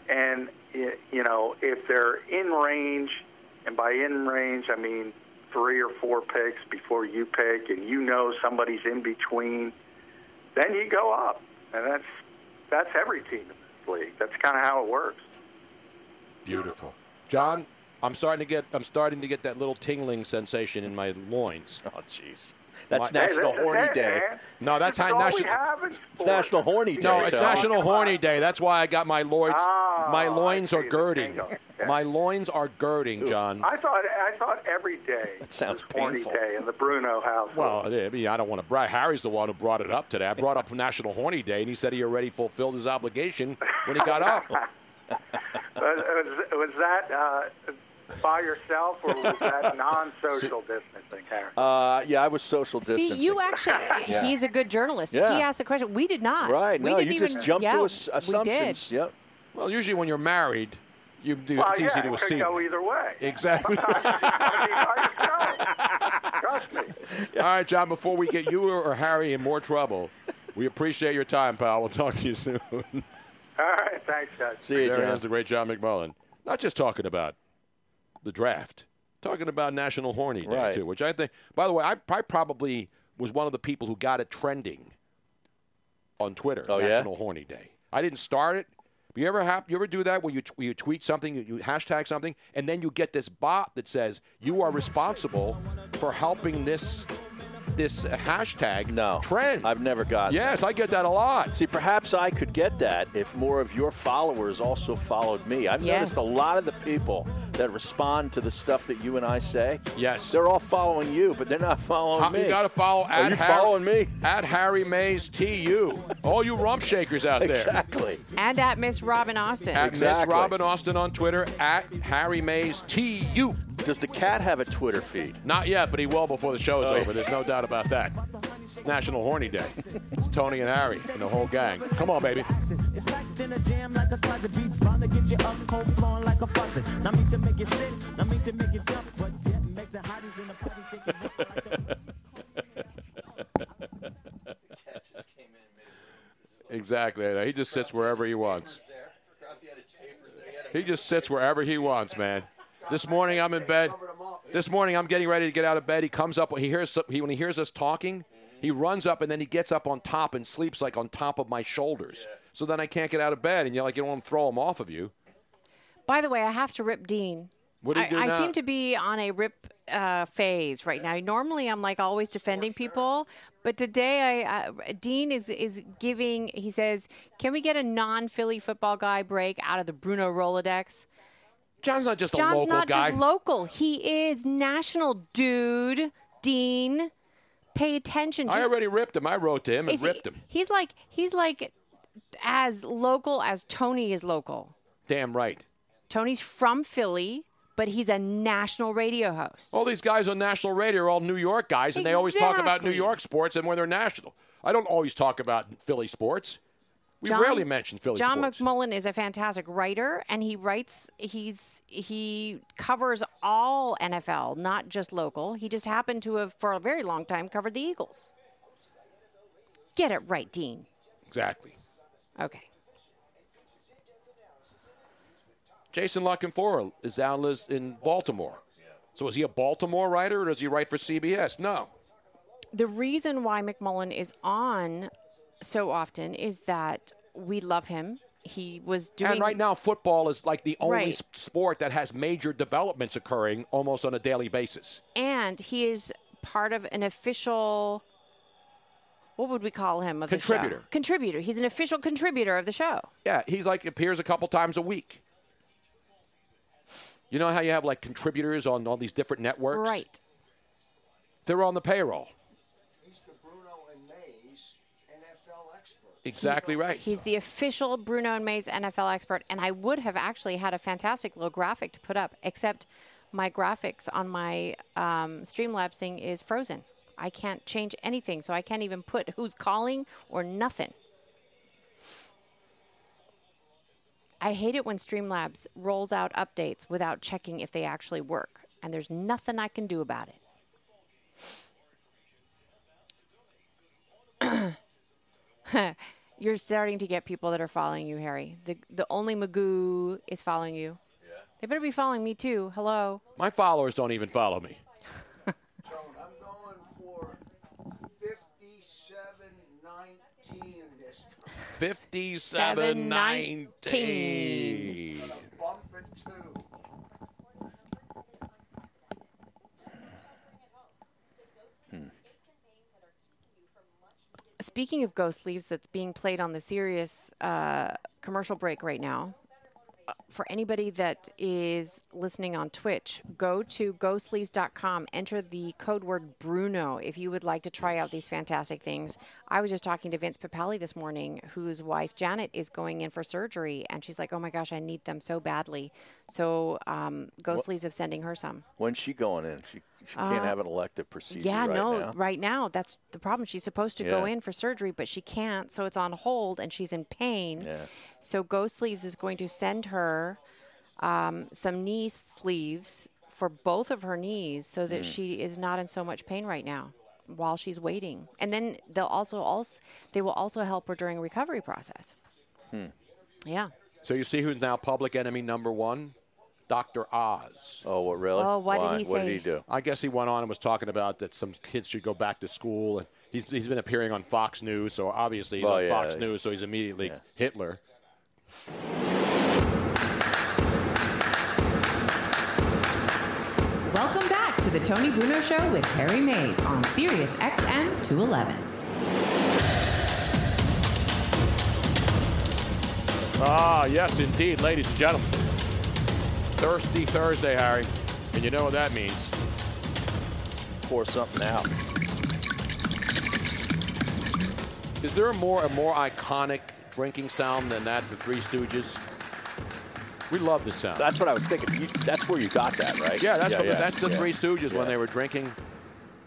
S14: and y- you know if they're in range, and by in range I mean three or four picks before you pick, and you know somebody's in between, then you go up, and that's that's every team in this league. That's kind of how it works.
S6: Beautiful. John, I'm starting to get I'm starting to get that little tingling sensation in my loins.
S7: Oh jeez. That's National Horny Day.
S6: No, that's
S7: This is
S6: how
S7: all we
S6: national.
S7: have in It's sports. National Horny
S6: No,
S7: Day,
S6: it's
S7: Tom.
S6: National Horny Day. That's why I got my loins.
S14: Ah,
S6: my loins are girding. My loins are girding, John.
S14: I thought I thought every day
S6: That sounds
S14: was horny
S6: painful.
S14: day in the Bruno house.
S6: Well, I mean, I don't want to brag. Harry's the one who brought it up today. I brought up National Horny Day, and he said he already fulfilled his obligation when he
S14: [LAUGHS]
S6: got up.
S14: was, was- Uh, was that uh, by yourself or was that non-social distancing, Harry?
S7: Uh, yeah, I was social distancing.
S8: See, you actually,
S7: [LAUGHS] Yeah.
S8: he's a good journalist.
S7: Yeah.
S8: He asked the question. We did not.
S7: Right,
S8: We
S7: no,
S8: didn't
S7: you
S8: even,
S7: just jumped to
S8: yeah,
S7: ass- assumptions.
S8: We did.
S7: Yep.
S6: Well, usually when you're married, you do,
S14: well,
S6: it's
S14: yeah,
S6: easy to
S14: it could
S6: assume.
S14: go either way.
S6: [LAUGHS]
S14: [LAUGHS]
S6: Exactly. [LAUGHS] All right, John, before we get you or Harry in more trouble, we appreciate your time, pal. We'll talk to you soon. [LAUGHS]
S14: All right, thanks, guys.
S6: there is the great John McMullen. Not just talking about the draft, talking about National Horny Day,
S7: Right.
S6: too, which I think, by the way, I, I probably was one of the people who got it trending on Twitter,
S7: Oh, yeah?
S6: National Horny Day. I didn't start it. But You ever hap- you ever do that where you, t- where you tweet something, you, you hashtag something, and then you get this bot that says you are responsible for helping this this hashtag no, trend.
S7: I've never gotten.
S6: Yes, I get that a lot.
S7: See, perhaps I could get that if more of your followers also followed me. I've
S6: Yes.
S7: noticed a lot of the people that respond to the stuff that you and I say.
S6: Yes,
S7: they're all following you, but they're not following
S6: How-
S7: me.
S6: You got to follow at
S7: Are you
S6: Har-
S7: following me?
S6: At Harry Mays TU. All you rump shakers out there.
S7: Exactly.
S8: And at Miss Robin Austin.
S6: At Miss Robin Austin on Twitter, at Harry Mays TU.
S7: Does the cat have a Twitter feed?
S6: Not yet, but he will before the show is
S7: Oh,
S6: over.
S7: yeah.
S6: There's no doubt about that. It's National Horny Day. It's Tony and Harry and the whole gang. Come on, baby.
S15: It's packed in a jam like a closet. Be bound to get you up cold, flowing like a faucet. Not me to make it sit, not me to make it jump, but yet make the hotties in the party shake it up
S6: [LAUGHS] Exactly. He just sits wherever he wants. He just sits wherever he wants, man. This morning I'm in bed. This morning I'm getting ready to get out of bed. He comes up when he hears he, when he hears us talking. He runs up and then he gets up on top and sleeps like on top of my shoulders. So then I can't get out of bed, and you're like, you don't want to throw him off of you.
S8: By the way, I have to rip Dean.
S6: What do you
S8: I,
S6: do
S8: I
S6: now?
S8: seem to be on a rip uh, phase right now. Normally, I'm like always defending people, but today, I uh, Dean is is giving. He says, "Can we get a non-Philly football guy break out of the Bruno Rolodex?"
S6: John's not just a
S8: John's
S6: local
S8: not
S6: guy.
S8: Just local, he is national, dude. Dean, pay attention.
S6: I
S8: Just-
S6: already ripped him. I wrote to him and
S8: is he-
S6: ripped him.
S8: He's like he's like as local as Tony is local.
S6: Damn right.
S8: Tony's from Philly, but he's a national radio host.
S6: All these guys on national radio are all New York guys, and they always talk about New
S8: Exactly.
S6: York sports and when they're national. I don't always talk about Philly sports. We
S8: John-
S6: rarely mention Philly
S8: John
S6: sports.
S8: McMullen is a fantastic writer, and he writes. He's he covers all NFL, not just local. He just happened to have, for a very long time, covered the Eagles. Get it right, Dean.
S6: exactly.
S8: Okay.
S6: Jason Lockenfora is down lis- in Baltimore. So is he a Baltimore writer, or does he write for CBS? No.
S8: the reason why McMullen is on so often is that we love him. He was doing
S6: and right now, football is like the only
S8: Right.
S6: s- sport that has major developments occurring almost on a daily basis.
S8: and he is part of an official what would we call him of the show?
S6: Contributor.
S8: Contributor. He's an official contributor of the show.
S6: Yeah, he's like appears a couple times a week. You know how you have like contributors on all these different networks?
S8: Right.
S6: They're on the payroll.
S16: He's the Bruno and Mays NFL expert.
S6: Exactly right.
S8: He's the official Bruno and Mays NFL expert, and I would have actually had a fantastic little graphic to put up, except my graphics on my um, Streamlabs thing is frozen. I can't change anything, so I can't even put who's calling or nothing. I hate it when Streamlabs rolls out updates without checking if they actually work, and there's nothing I can do about it. [LAUGHS] You're starting to get people that are following you, Harry. The the only Magoo is following you. Yeah. They better be following me too. Hello.
S6: My followers don't even follow me. Fifty-seven nineteen.
S8: Speaking of Ghost Leaves, that's being played on the Sirius uh, commercial break right now. uh, For anybody that is listening on Twitch, go to ghostleaves.com, enter the code word Bruno if you would like to try out these fantastic things. I was just talking to Vince Papali this morning, whose wife Janet is going in for surgery, and she's like, oh my gosh, I need them so badly. So um, Ghost
S7: What-
S8: Leaves is sending her some.
S7: When's she going in? She, she can't
S8: Uh,
S7: have an elective procedure
S8: Yeah,
S7: right
S8: no,
S7: now.
S8: right now that's the problem. She's supposed to go
S7: Yeah.
S8: in for surgery, but she can't, so it's on hold, and she's in pain.
S7: Yeah.
S8: So Ghost Sleeves is going to send her um, some knee sleeves for both of her knees, so that
S7: Mm.
S8: she is not in so much pain right now while she's waiting. And then they'll also also they will also help her during recovery process.
S6: Hmm.
S8: Yeah.
S6: So you see who's now public enemy number one? Dr. Oz.
S7: Oh, what really?
S8: Oh, what did Why? he What did say? he
S6: do? I guess he went on and was talking about that some kids should go back to school, and he's, he's been appearing on Fox News, so obviously he's
S7: Oh,
S6: on
S7: yeah.
S6: Fox News, so he's immediately Hitler.
S9: Welcome back to the Tony Bruno Show with Harry Mays on Sirius XM 211.
S6: Ah, yes, indeed, ladies and gentlemen. Thirsty Thursday, Harry, and you know what that means.
S7: Pour something out.
S6: Is there a more a more iconic drinking sound than that? The Three Stooges. We love the sound.
S7: That's what I was thinking. You, that's where you got that, right?
S6: Yeah, that's what,
S7: yeah,
S6: that's the
S7: yeah,
S6: Three Stooges
S7: yeah.
S6: when they were drinking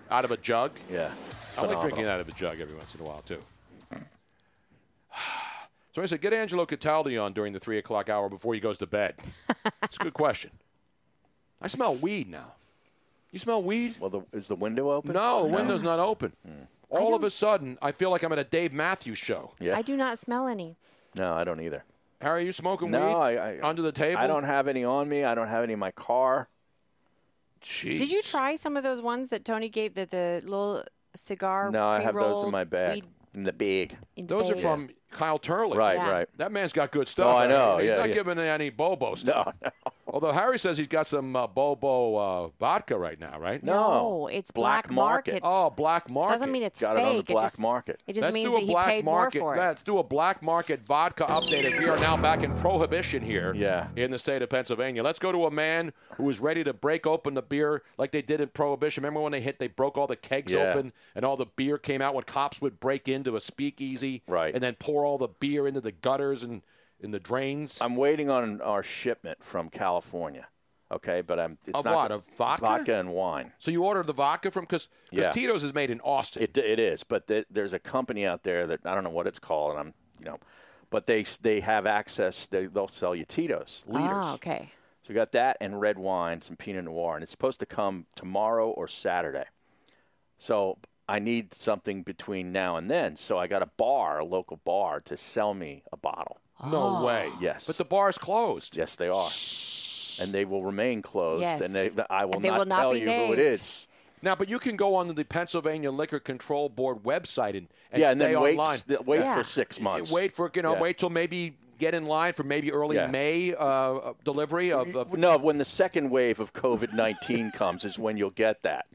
S6: out of a jug.
S7: Yeah,
S6: I like
S7: phenomenal.
S6: drinking out of a jug every once in a while too. [SIGHS] So I said, get Angelo Cataldi on during the three o'clock hour before he goes to
S7: [LAUGHS]
S6: bed. It's a good question. I smell weed now. You smell weed?
S7: Well, the, is the window open?
S6: No, the
S7: No. Hmm.
S6: window's not open. All of a sudden, I feel like I'm at a Dave Matthews show.
S7: Yeah.
S8: I do not smell any.
S7: No, I don't either.
S6: Harry, you smoking
S7: no,
S6: weed
S7: I, I,
S6: under the table?
S7: I don't have any on me. I don't have any in my car. Jeez.
S8: Did you try some of those ones that Tony gave that the little cigar?
S7: No, I have those in
S8: pre-rolled
S7: my bag.
S8: weed-
S7: In the bag.
S6: Those are
S8: bag?
S6: from Kyle Turley.
S7: Right, Yeah. right.
S6: That man's got good stuff.
S7: Oh, I know,
S6: He's
S7: yeah,
S6: not
S7: yeah.
S6: giving any
S7: [LAUGHS]
S6: Bobo stuff.
S7: No, no.
S6: Although Harry says he's got some uh, Bobo uh, vodka right now, right?
S8: No, No, it's black black market. market.
S6: Oh, black market.
S8: Doesn't mean it's Got it on the fake, it black just- market. it just
S6: Let's
S8: means
S6: do a
S8: that he
S6: black
S8: paid more
S6: market.
S8: for it.
S6: Let's do a black market vodka update. As we are now back in prohibition here yeah. in the state of Pennsylvania. Let's go to a man who was ready to break open the beer like they did in prohibition. Remember when they hit, they broke all the kegs
S7: Yeah.
S6: open and all the beer came out when cops would break into a speakeasy right. and then pour all the beer into the gutters and in the drains.
S7: I'm waiting on our shipment from California. Okay, but I'm. It's
S6: Of
S7: not
S6: what? Of vodka?
S7: Vodka and wine.
S6: So you ordered the vodka from because
S7: Yeah.
S6: Tito's is made in Austin.
S7: It, it is, but th- there's a company out there that I don't know what it's called, and I'm you know, but they s- they have access. They, they'll sell you Tito's liters.
S8: Ah, okay.
S7: So we got that and red wine, some Pinot Noir, and it's supposed to come tomorrow or Saturday. So I need something between now and then. So I got a bar, a local bar, to sell me a bottle.
S6: No way.
S7: Yes. But
S6: the bar's closed.
S7: Yes, they are. And they will remain closed.
S6: Yes.
S7: And they, I will
S6: And they
S7: not
S6: will not
S7: tell
S6: be
S7: you who
S6: named.
S7: it is.
S6: Now, but you can go on the Pennsylvania Liquor Control Board website and, and
S7: yeah,
S6: stay
S7: and then wait,
S6: online.
S7: s- th- wait for six months.
S6: Wait for you know,
S7: Yeah.
S6: wait till maybe get in line for maybe early
S7: Yeah.
S6: May uh, uh, delivery of, of [LAUGHS]
S7: No, when the second wave of COVID 19 comes is when you'll get that.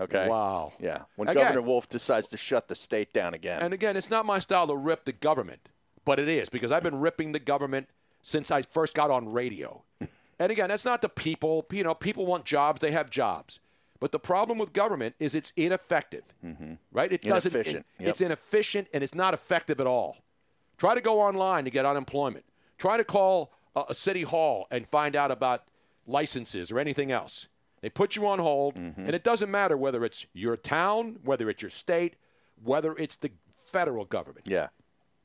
S7: Okay.
S6: Wow.
S7: Yeah. When
S6: Again-
S7: Governor Wolf decides to shut the state down again.
S6: And again, it's not my style to rip the government, but it is because I've been ripping the government since I first got on
S7: [LAUGHS]
S6: radio. And again, that's not the people. You know, people want jobs, they have jobs. But the problem with government is it's ineffective,
S7: Mm-hmm.
S6: right? It doesn't. it-
S7: Inefficient, yep.
S6: It's inefficient and it's not effective at all. Try to go online to get unemployment. Try to call a, a city hall and find out about licenses or anything else. They put you on hold,
S7: Mm-hmm.
S6: and it doesn't matter whether it's your town, whether it's your state, whether it's the federal government.
S7: Yeah.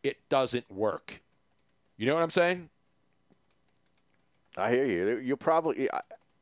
S6: It doesn't work. You know what I'm saying?
S7: I hear you. You probably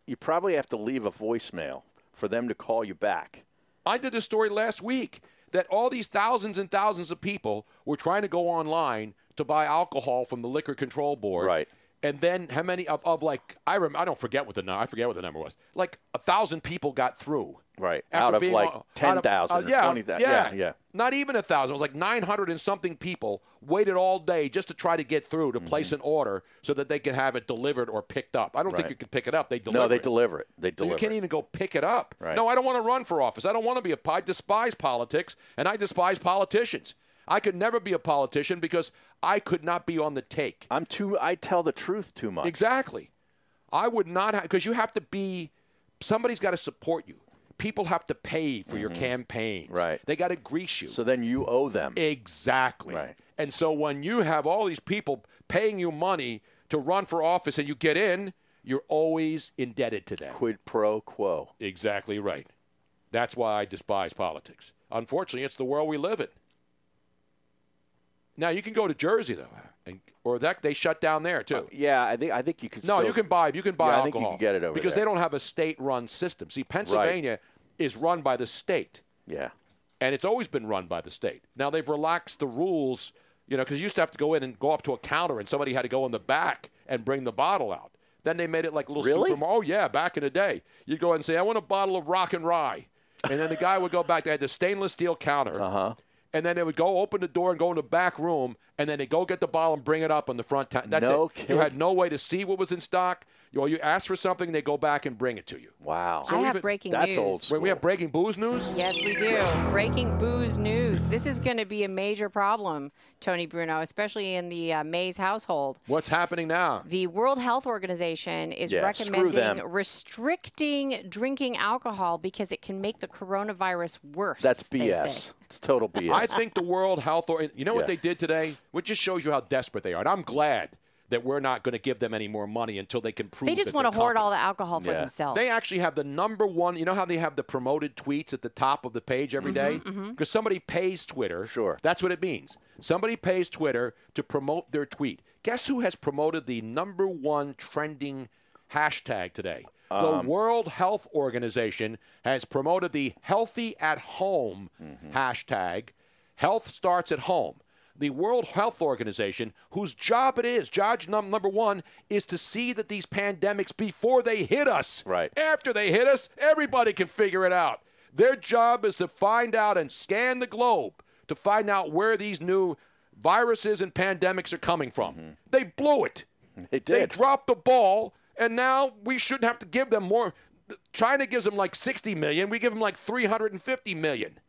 S7: you probably have to leave a voicemail for them to call you back.
S6: I did a story last week that all these thousands and thousands of people were trying to go online to buy alcohol from the liquor control board. Right. And then how many of, of like I rem- I don't forget what the number I forget what the number was. Like a thousand people got through.
S7: Right.
S6: After
S7: out of
S6: being
S7: like
S6: on- out of-
S7: 10,000
S6: uh,
S7: or
S6: yeah,
S7: 20,000.
S6: yeah.
S7: yeah. Yeah.
S6: Not even a thousand. It was like 900 and something people waited all day just to try to get through to place an order so that they could have it delivered or picked up. I don't think
S7: Mm-hmm. Right.
S6: you could pick it up. They deliver.
S7: No, they
S6: it.
S7: deliver it. They
S6: So
S7: deliver
S6: you can't
S7: it.
S6: even go pick it up.
S7: Right.
S6: No, I don't want to run for office. I don't want to be a. po- I despise politics and I despise politicians. I could never be a politician because I could not be on the take.
S7: I'm too. I tell the truth too much.
S6: Exactly. I would not have because you have to be. Somebody's got to support you. People have to pay for your campaigns. Right. They got to grease you. So
S7: Mm-hmm. then you owe them.
S6: Exactly. Right. And so when you have all these people paying you money to run for office and you get in, you're always indebted to them.
S7: Quid pro quo.
S6: Exactly right. That's why I despise politics. Unfortunately, it's the world we live in. Now you can go to Jersey though, and, or that they shut down there too.
S7: Uh, Yeah, I think I think you could.
S6: no,
S7: still-
S6: you can buy you can buy
S7: Yeah, I think you
S6: alcohol
S7: can get it over
S6: because
S7: there.
S6: they don't have a state-run system. See, Pennsylvania is run by the state.
S7: Yeah.
S6: And it's always been run by the state. Now they've relaxed the rules, you know, because you used to have to go in and go up to a counter, and somebody had to go in the back and bring the bottle out. Then they made it like little
S7: Really?
S6: super. Oh yeah, back in the day, you go in and say, "I want a bottle of Rock and Rye," and then the guy would go back. They had the stainless steel counter, uh-huh. and then they would go open the door and go in the back room, and then they go get the bottle and bring it up on the front. T- that's
S7: No
S6: it. You had
S7: kidding.
S6: no way to see what was in stock. You, or you ask for something, they go back and bring it to you.
S7: Wow.
S8: I have breaking That's old news.
S6: Wait, we have breaking booze news.
S8: Yes, we do. Breaking booze news. This is going to be a major problem, Tony Bruno, especially in the uh, Mays household.
S6: What's happening now?
S8: The World Health Organization is
S6: Yeah, screw them.
S8: recommending restricting drinking alcohol because it can make the coronavirus worse.
S7: That's
S8: they
S7: BS.
S8: say.
S7: It's total BS.
S6: I think the World Health Or You know
S7: Yeah.
S6: what they did today? Which just shows you how desperate they are. And I'm glad that we're not going to give them any more money until they can prove
S8: They just
S6: that
S8: want to
S6: they're
S8: hoard
S6: competent.
S8: all the alcohol for themselves.
S6: They actually have the number one. You know how they have the promoted tweets at the top of the page every day?
S8: Mhm, mhm.
S6: Because somebody pays Twitter. Sure. That's what it means. Somebody pays Twitter to promote their tweet. Guess who has promoted the number one trending hashtag today?
S7: Um,
S6: the World Health Organization has promoted the healthy at home hashtag. Health starts at home. The World Health Organization, whose job it is, judge num- number one, is to see that these pandemics before they hit us, right. after they hit us, everybody can figure it out. Their job is to find out and scan the globe to find out where these new viruses and pandemics are coming from. They blew it.
S7: Mm-hmm. [LAUGHS] They
S6: They
S7: did.
S6: dropped the ball, and now we shouldn't have to give them more. China gives them like 60 million. We give them like 350 million.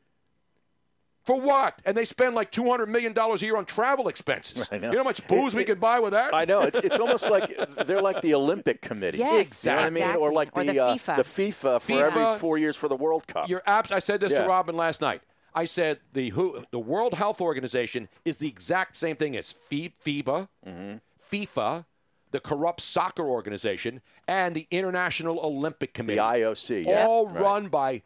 S6: For what? And they spend like $200 million a year on travel
S7: [LAUGHS]
S6: expenses. You know how much booze
S7: It-
S6: we
S7: it-
S6: could buy with that?
S7: I know. It's,
S6: [LAUGHS]
S7: it's almost like they're like the Olympic committee.
S6: Yes,
S7: You know what I mean? Or
S6: exactly.
S7: like
S6: Or
S7: the,
S6: the
S7: uh,
S6: FIFA.
S7: the FIFA for
S6: FIFA.
S7: every four years for the World Cup.
S6: Your apps. I said this
S7: Yeah.
S6: to Robin last night. I said the who the World Health Organization is the exact same thing as Fi- FIBA,
S7: Mm-hmm.
S6: FIFA, the corrupt soccer organization, and the International Olympic Committee. The
S7: IOC, yeah,
S6: all
S7: right.
S6: run by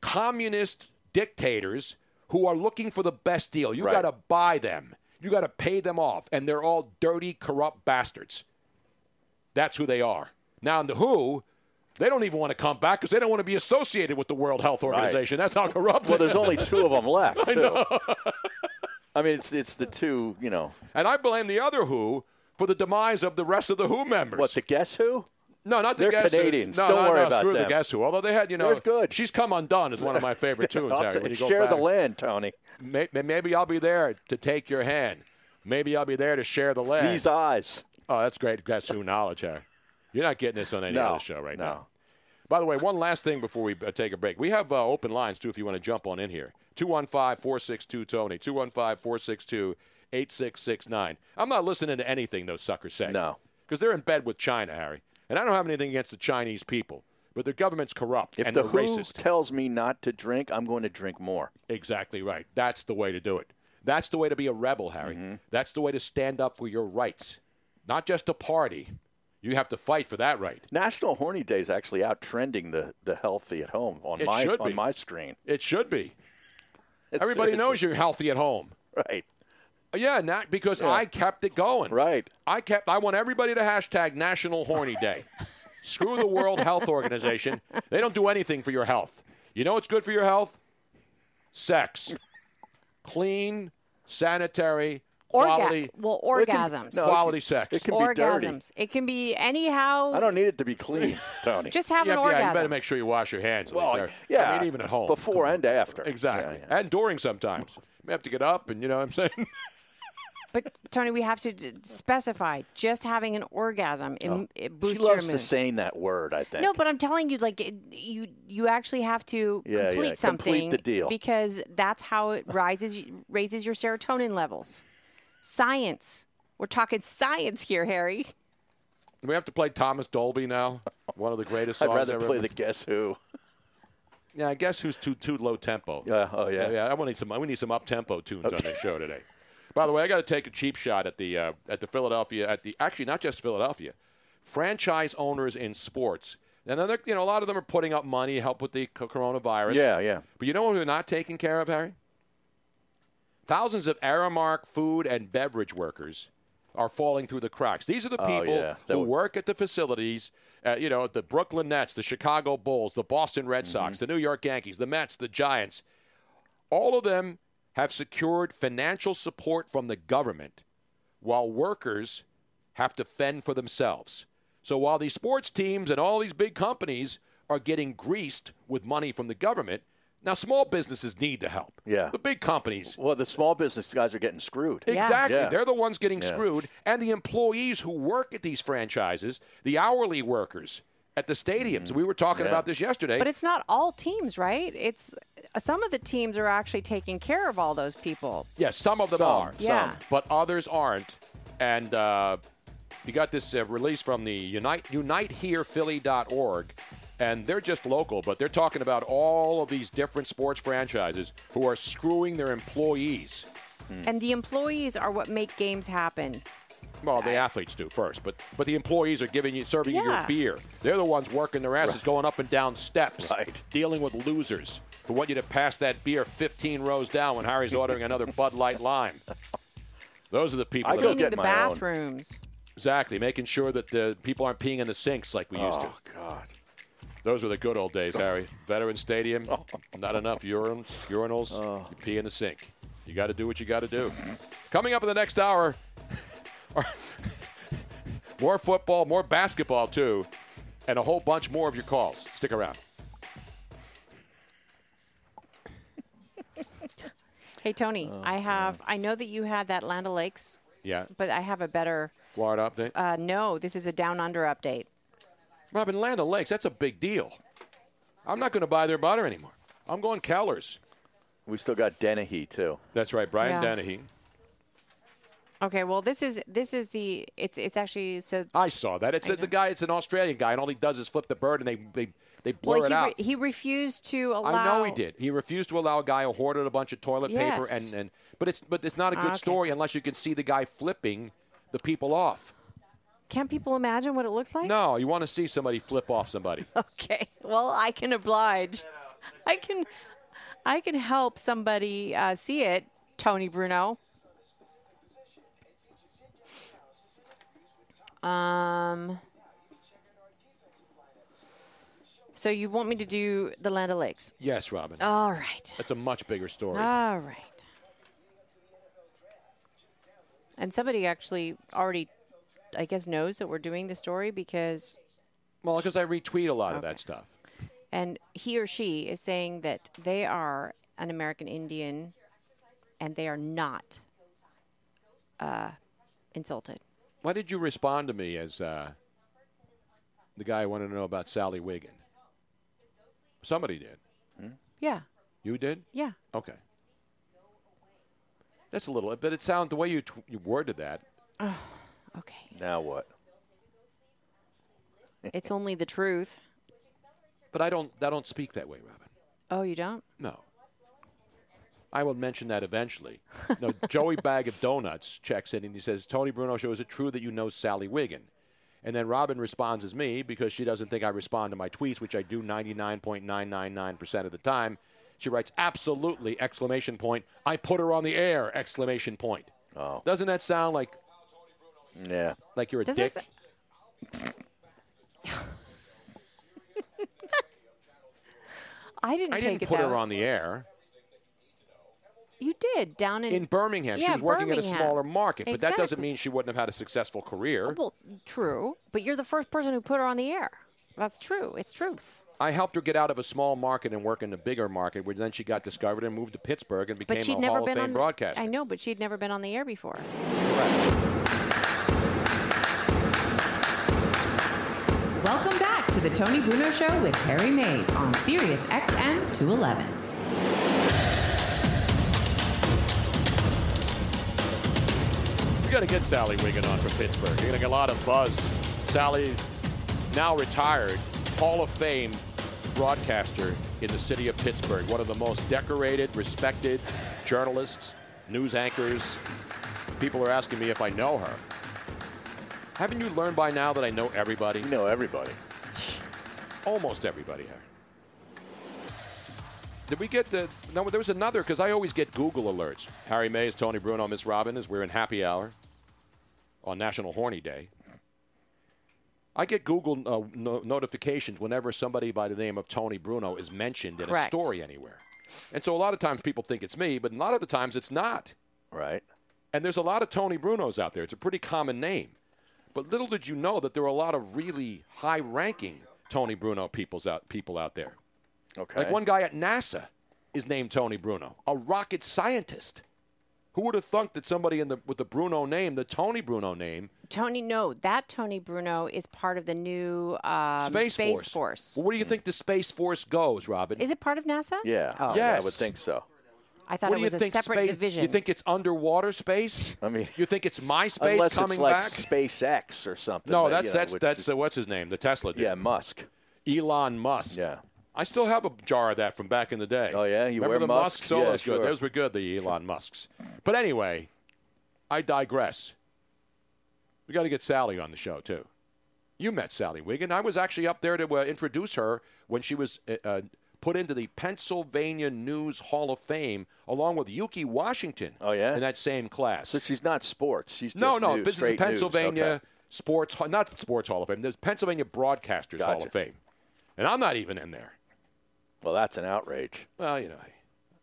S6: communist dictators who are looking for the best deal. You
S7: Right.
S6: got to buy them. You got to pay them off, and they're all dirty, corrupt bastards. That's who they are. Now, and the WHO, they don't even want to come back because they don't want to be associated with the World Health Organization. That's how corrupt.
S7: Well,
S6: it
S7: there's
S6: is.
S7: only two of them left.
S6: [LAUGHS] I
S7: too.
S6: know.
S7: I mean, it's it's the two. You know,
S6: And I blame the other WHO for the demise of the rest of the WHO members. What
S7: the Guess Who?
S6: No, not the
S7: They're
S6: Guess Who.
S7: Canadians.
S6: No,
S7: Don't
S6: no,
S7: worry
S6: no,
S7: about
S6: screw
S7: them.
S6: the Guess Who. Although they had, you know,
S7: They're good.
S6: She's come undone is one
S7: [LAUGHS]
S6: of my favorite tunes.
S7: I'll
S6: Harry,
S7: t-
S6: when you go
S7: share the
S6: back.
S7: land, Tony.
S6: May- may- Maybe I'll be there to take your hand. Maybe I'll be there to share the land.
S7: These eyes.
S6: Oh, that's great. Guess who knowledge, Harry? You're not getting this on any
S7: No,
S6: other show right now. By the way, one last thing before we uh, take a break. We have uh, open lines, too, if you want to jump on in here. 215 462 Tony, 215 462 8669. I'm not listening to anything those suckers say. No. Because they're in bed with China, Harry. And I don't have anything against the Chinese people, but their government's corrupt
S7: If
S6: and
S7: the
S6: they're
S7: WHO
S6: racist.
S7: tells me not to drink, I'm going to drink more.
S6: Exactly right. That's the way to do it. That's the way to be a rebel, Harry.
S7: Mm-hmm.
S6: That's the way to stand up for your rights, not just a party. You have to fight for that right.
S7: National Horny Day is actually out trending the, the healthy at home on
S6: It
S7: my
S6: should
S7: on
S6: be.
S7: my screen. [LAUGHS]
S6: It should be. Everybody knows you're healthy at home.
S7: Right.
S6: Yeah, not because
S7: Yeah.
S6: I kept it going.
S7: Right.
S6: I kept. I want everybody to hashtag National Horny
S7: [LAUGHS]
S6: Day. Screw the World Health Organization. They don't do anything for your health. You know what's good for your health?
S7: [LAUGHS]
S6: Sex. Clean, sanitary,
S8: Orga-
S6: quality.
S8: well,
S6: It can-
S8: orgasms. No, it
S6: Quality
S8: can-
S6: sex.
S8: orgasms. It can be anyhow.
S7: I don't need it to be clean,
S8: [LAUGHS]
S7: Tony.
S8: Just have
S6: yeah,
S8: an
S6: yeah, you better
S8: orgasm.
S6: make sure you wash your hands. when
S7: Well,
S6: you're there.
S7: yeah,
S6: I mean, even at home. Come
S7: before
S6: on.
S7: and after.
S6: Exactly. And during sometimes. You have to get up and, you know what I'm saying? [LAUGHS]
S8: But Tony, we have to d- specify just having an orgasm. It,
S7: Oh.
S8: it
S7: She
S8: boosts
S7: loves
S8: your
S7: to
S8: mood.
S7: saying that word. I think.
S8: No, but I'm telling you, like it, you, you actually have to
S7: Yeah, yeah,
S8: complete
S7: complete
S8: something
S7: the deal.
S8: because that's how it rises, raises your serotonin levels. Science. We're talking science here, Harry.
S6: Do we have to play Thomas Dolby now? One of the greatest
S7: [LAUGHS] I'd
S6: songs
S7: rather
S6: ever.
S7: play the Guess Who.
S6: Yeah, I guess who's too too low tempo.
S7: oh, yeah.
S6: yeah. I want need some. We need some up tempo tunes on this show today. By the way, I got to take a cheap shot at the uh, at the Philadelphia at the actually not just Philadelphia, franchise owners in sports. And then they're- you know a lot of them are putting up money to help with the co- coronavirus.
S7: Yeah, yeah.
S6: But you know who they're not taking care of, Harry? Thousands of Aramark food and beverage workers are falling through the cracks. These are the
S7: Oh,
S6: people
S7: yeah. That
S6: who
S7: would-
S6: work at the facilities, uh, you know, the Brooklyn Nets, the Chicago Bulls, the Boston Red
S7: Mm-hmm.
S6: Sox, the New York Yankees, the Mets, the Giants. All of them have secured financial support from the government while workers have to fend for themselves. So while these sports teams and all these big companies are getting greased with money from the government, now small businesses need the help.
S7: Yeah.
S6: The big companies.
S7: Well, the small business guys are getting screwed.
S6: Exactly.
S7: Yeah.
S6: They're the ones getting
S7: Yeah.
S6: screwed. And the employees who work at these franchises, the hourly workers at the stadiums. We were talking
S8: Mm-hmm. Yeah.
S6: about this yesterday.
S8: But it's not all teams, right? It's uh, some of the teams are actually taking care of all those people.
S6: Yes, some of them
S8: Some,
S6: are.
S8: yeah.
S6: But others aren't. And uh, you got this uh, release from the Unite UniteHerePhilly.org. And they're just local, but they're talking about all of these different sports franchises who are screwing their employees.
S8: And the employees are what make games happen.
S6: Well, the athletes do first, but but the employees are giving you serving you
S8: Yeah.
S6: your beer. They're the ones working their asses,
S7: Right.
S6: going up and down steps, dealing with losers who want you to pass that beer 15 rows down when Harry's ordering
S7: [LAUGHS]
S6: another Bud Light Lime. Those are the people. that are-
S8: Cleaning the bathrooms.
S6: Exactly, making sure that the people aren't peeing in the sinks like we used to.
S7: Oh, God.
S6: Those were the good old
S7: [LAUGHS]
S6: days, Harry. Veteran Stadium,
S7: Oh.
S6: not enough urinals. urinals You pee in the sink. You got to do what you got to do. Coming up in the next hour, [LAUGHS] more football, more basketball, too, and a whole bunch more of your calls. Stick around.
S8: Hey Tony, I have. I know that you had that Land O'Lakes,
S6: Yeah.
S8: but I have a better.
S6: Florida update.
S8: Uh, no, this is a Down Under update.
S6: Robin, Land O'Lakes, that's a big deal. I'm not going to buy their butter anymore. I'm going Keller's.
S7: We still got Dennehy too.
S6: That's right, Brian
S8: Yeah.
S6: Dennehy.
S8: Okay, well this is this is the. It's it's actually so.
S6: I saw that. It's, it's a guy. It's an Australian guy, and all he does is flip the bird, and they they they blur
S8: well,
S6: it
S8: he,
S6: out.
S8: re- he refused to allow.
S6: I know he did. He refused to allow a guy who hoarded a bunch of toilet paper
S8: Yes.
S6: and, and but it's but it's not a
S8: Ah,
S6: good
S8: okay.
S6: story unless you can see the guy flipping the people off.
S8: Can't people imagine what it looks like? [LAUGHS]
S6: No, you want to see somebody flip off somebody.
S8: Okay. Well, I can oblige. [LAUGHS] I can, I can help somebody uh, see it. Tony Bruno. Um. So you want me to do the Land O'Lakes?
S6: yes, Robin.
S8: All right. Ah.
S6: That's a much bigger story.
S8: All right. And somebody actually already, I guess, knows that we're doing the story because
S6: well, because I retweet a lot of that stuff.
S8: And he or she is saying that they are an American Indian and they are not uh, insulted.
S6: Why did you respond to me as uh, the guy who wanted to know about Sally Wiggin? Somebody did.
S8: Yeah.
S6: You did?
S8: Yeah.
S6: Okay. That's a little, but it sounds the way you, tw- you worded that.
S8: Ugh,
S7: Now what?
S8: it's only the truth.
S6: But I don't. I don't speak that way, Robin.
S8: Oh, you don't?
S6: No. I will mention that eventually.
S8: [LAUGHS]
S6: No, Joey Bag of Donuts checks in and he says, "Tony Bruno show is it true that you know Sally Wiggin?" And then Robin responds as me because she doesn't think I respond to my tweets, which I do 99.999% of the time. She writes, "Absolutely!" Exclamation point. I put her on the air! Exclamation point.
S7: Oh.
S6: Doesn't that sound like
S7: Yeah.
S6: like you're a
S8: Does
S6: dick?
S8: this- I didn't
S6: I
S8: take
S6: didn't
S8: it
S6: put
S8: that
S6: her
S8: way.
S6: on the air.
S8: You did down in
S6: in Birmingham.
S8: Yeah,
S6: she was working
S8: Birmingham.
S6: at a smaller market, but that doesn't
S8: Exactly.
S6: mean she wouldn't have had a successful career.
S8: Well, true, but you're the first person who put her on the air. That's true. It's truth.
S6: I helped her get out of a small market and work in a bigger market, where then she got discovered and moved to Pittsburgh and became
S8: but
S6: a
S8: she'd never
S6: Hall of
S8: been
S6: Fame
S8: on
S6: broadcaster.
S8: I know, but she'd never been on the air before.
S9: Welcome back to the Tony Bruno Show with Harry Mays on Sirius XM 211.
S6: You got to get Sally Wiggin on from Pittsburgh. You're going to get a lot of buzz. Sally, now retired, Hall of Fame broadcaster in the city of Pittsburgh. One of the most decorated, respected journalists, news anchors. People are asking me if I know her. Haven't you learned by now that I know everybody? You
S7: know everybody.
S6: Almost everybody here. Did we get the? No, there was another because I always get Google alerts. Harry Mays, Tony Bruno, Miss Robin, as we're in happy hour on National Horny Day. I get Google uh, no- notifications whenever somebody by the name of Tony Bruno is mentioned in
S7: Correct.
S6: a story anywhere, and so a lot of times people think it's me, but a lot of the times it's not.
S7: Right.
S6: And there's a lot of Tony Brunos out there. It's a pretty common name, but little did you know that there are a lot of really high-ranking Tony Bruno people's out people out there.
S7: Okay.
S6: Like one guy at NASA is named Tony Bruno, a rocket scientist. Who would have thunk that somebody in the with the Bruno name, the Tony Bruno name,
S8: Tony, no, that Tony Bruno is part of the new um,
S6: Space, Force?
S8: Force.
S6: Well, where do you think the Space Force goes, Robin?
S8: Is it part of NASA?
S7: Yeah.
S6: Oh.
S7: I would
S6: Yes.
S7: think so.
S8: I thought
S6: What
S8: it
S6: do
S8: was
S6: you
S8: a
S6: think
S8: separate
S6: space-
S8: division.
S6: You think it's underwater space?
S7: I mean,
S6: you think it's MySpace
S7: Unless
S6: coming
S7: it's like
S6: back?
S7: SpaceX or something.
S6: no,
S7: but,
S6: that's
S7: you know,
S6: that's
S7: which
S6: that's
S7: is-
S6: uh, what's his name, the Tesla dude.
S7: Yeah, Musk.
S6: Elon Musk.
S7: Yeah.
S6: I still have a jar of that from back in the day. Oh yeah,
S7: you
S6: remember
S7: wear
S6: the
S7: Musk?
S6: Musk solos?
S7: Yeah,
S6: good.
S7: sure.
S6: Those were good, the Elon Musks. But anyway, I digress. We got to get Sally on the show too. You met Sally Wiggin. I was actually up there to uh, introduce her when she was uh, uh, put into the Pennsylvania News Hall of Fame along with Yuki Washington. Oh yeah, in that same class. So
S7: she's not sports. She's
S6: no,
S7: just
S6: no.
S7: news,
S6: this is the
S7: straight news.
S6: Pennsylvania
S7: Okay.
S6: Sports, Hall- not Sports Hall of Fame. The Pennsylvania Broadcasters Hall
S7: Gotcha.
S6: of Fame, and I'm not even in there.
S7: Well, that's an outrage.
S6: Well, you know,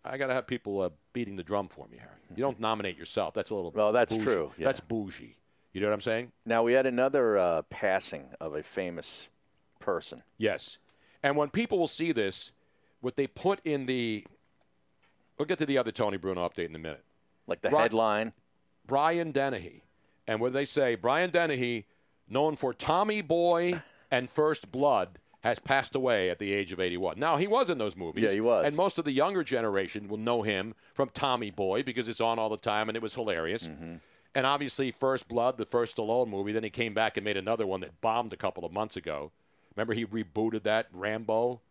S6: I, got to have people uh, beating the drum for me, Harry. You don't nominate yourself. That's a little.
S7: Well, that's
S6: bougie.
S7: true, yeah.
S6: That's bougie. You know what I'm saying?
S7: Now we had another uh, passing of a famous person.
S6: Yes. And when people will see this, what they put in the. We'll get to the other Tony Bruno update in a minute.
S7: Like the
S6: Bri-
S7: headline.
S6: Brian Dennehy. And what do they say? Brian Dennehy, known for Tommy
S7: [LAUGHS]
S6: Boy and First Blood, has passed away at the age of 81. Now, he was in those movies.
S7: Yeah, he was.
S6: And most of the younger generation will know him from Tommy Boy because it's on all the time and it was hilarious.
S7: Mm-hmm.
S6: And obviously, First Blood, the first Stallone movie. Then he came back and made another one that bombed a couple of months ago. Remember, he rebooted that, Rambo?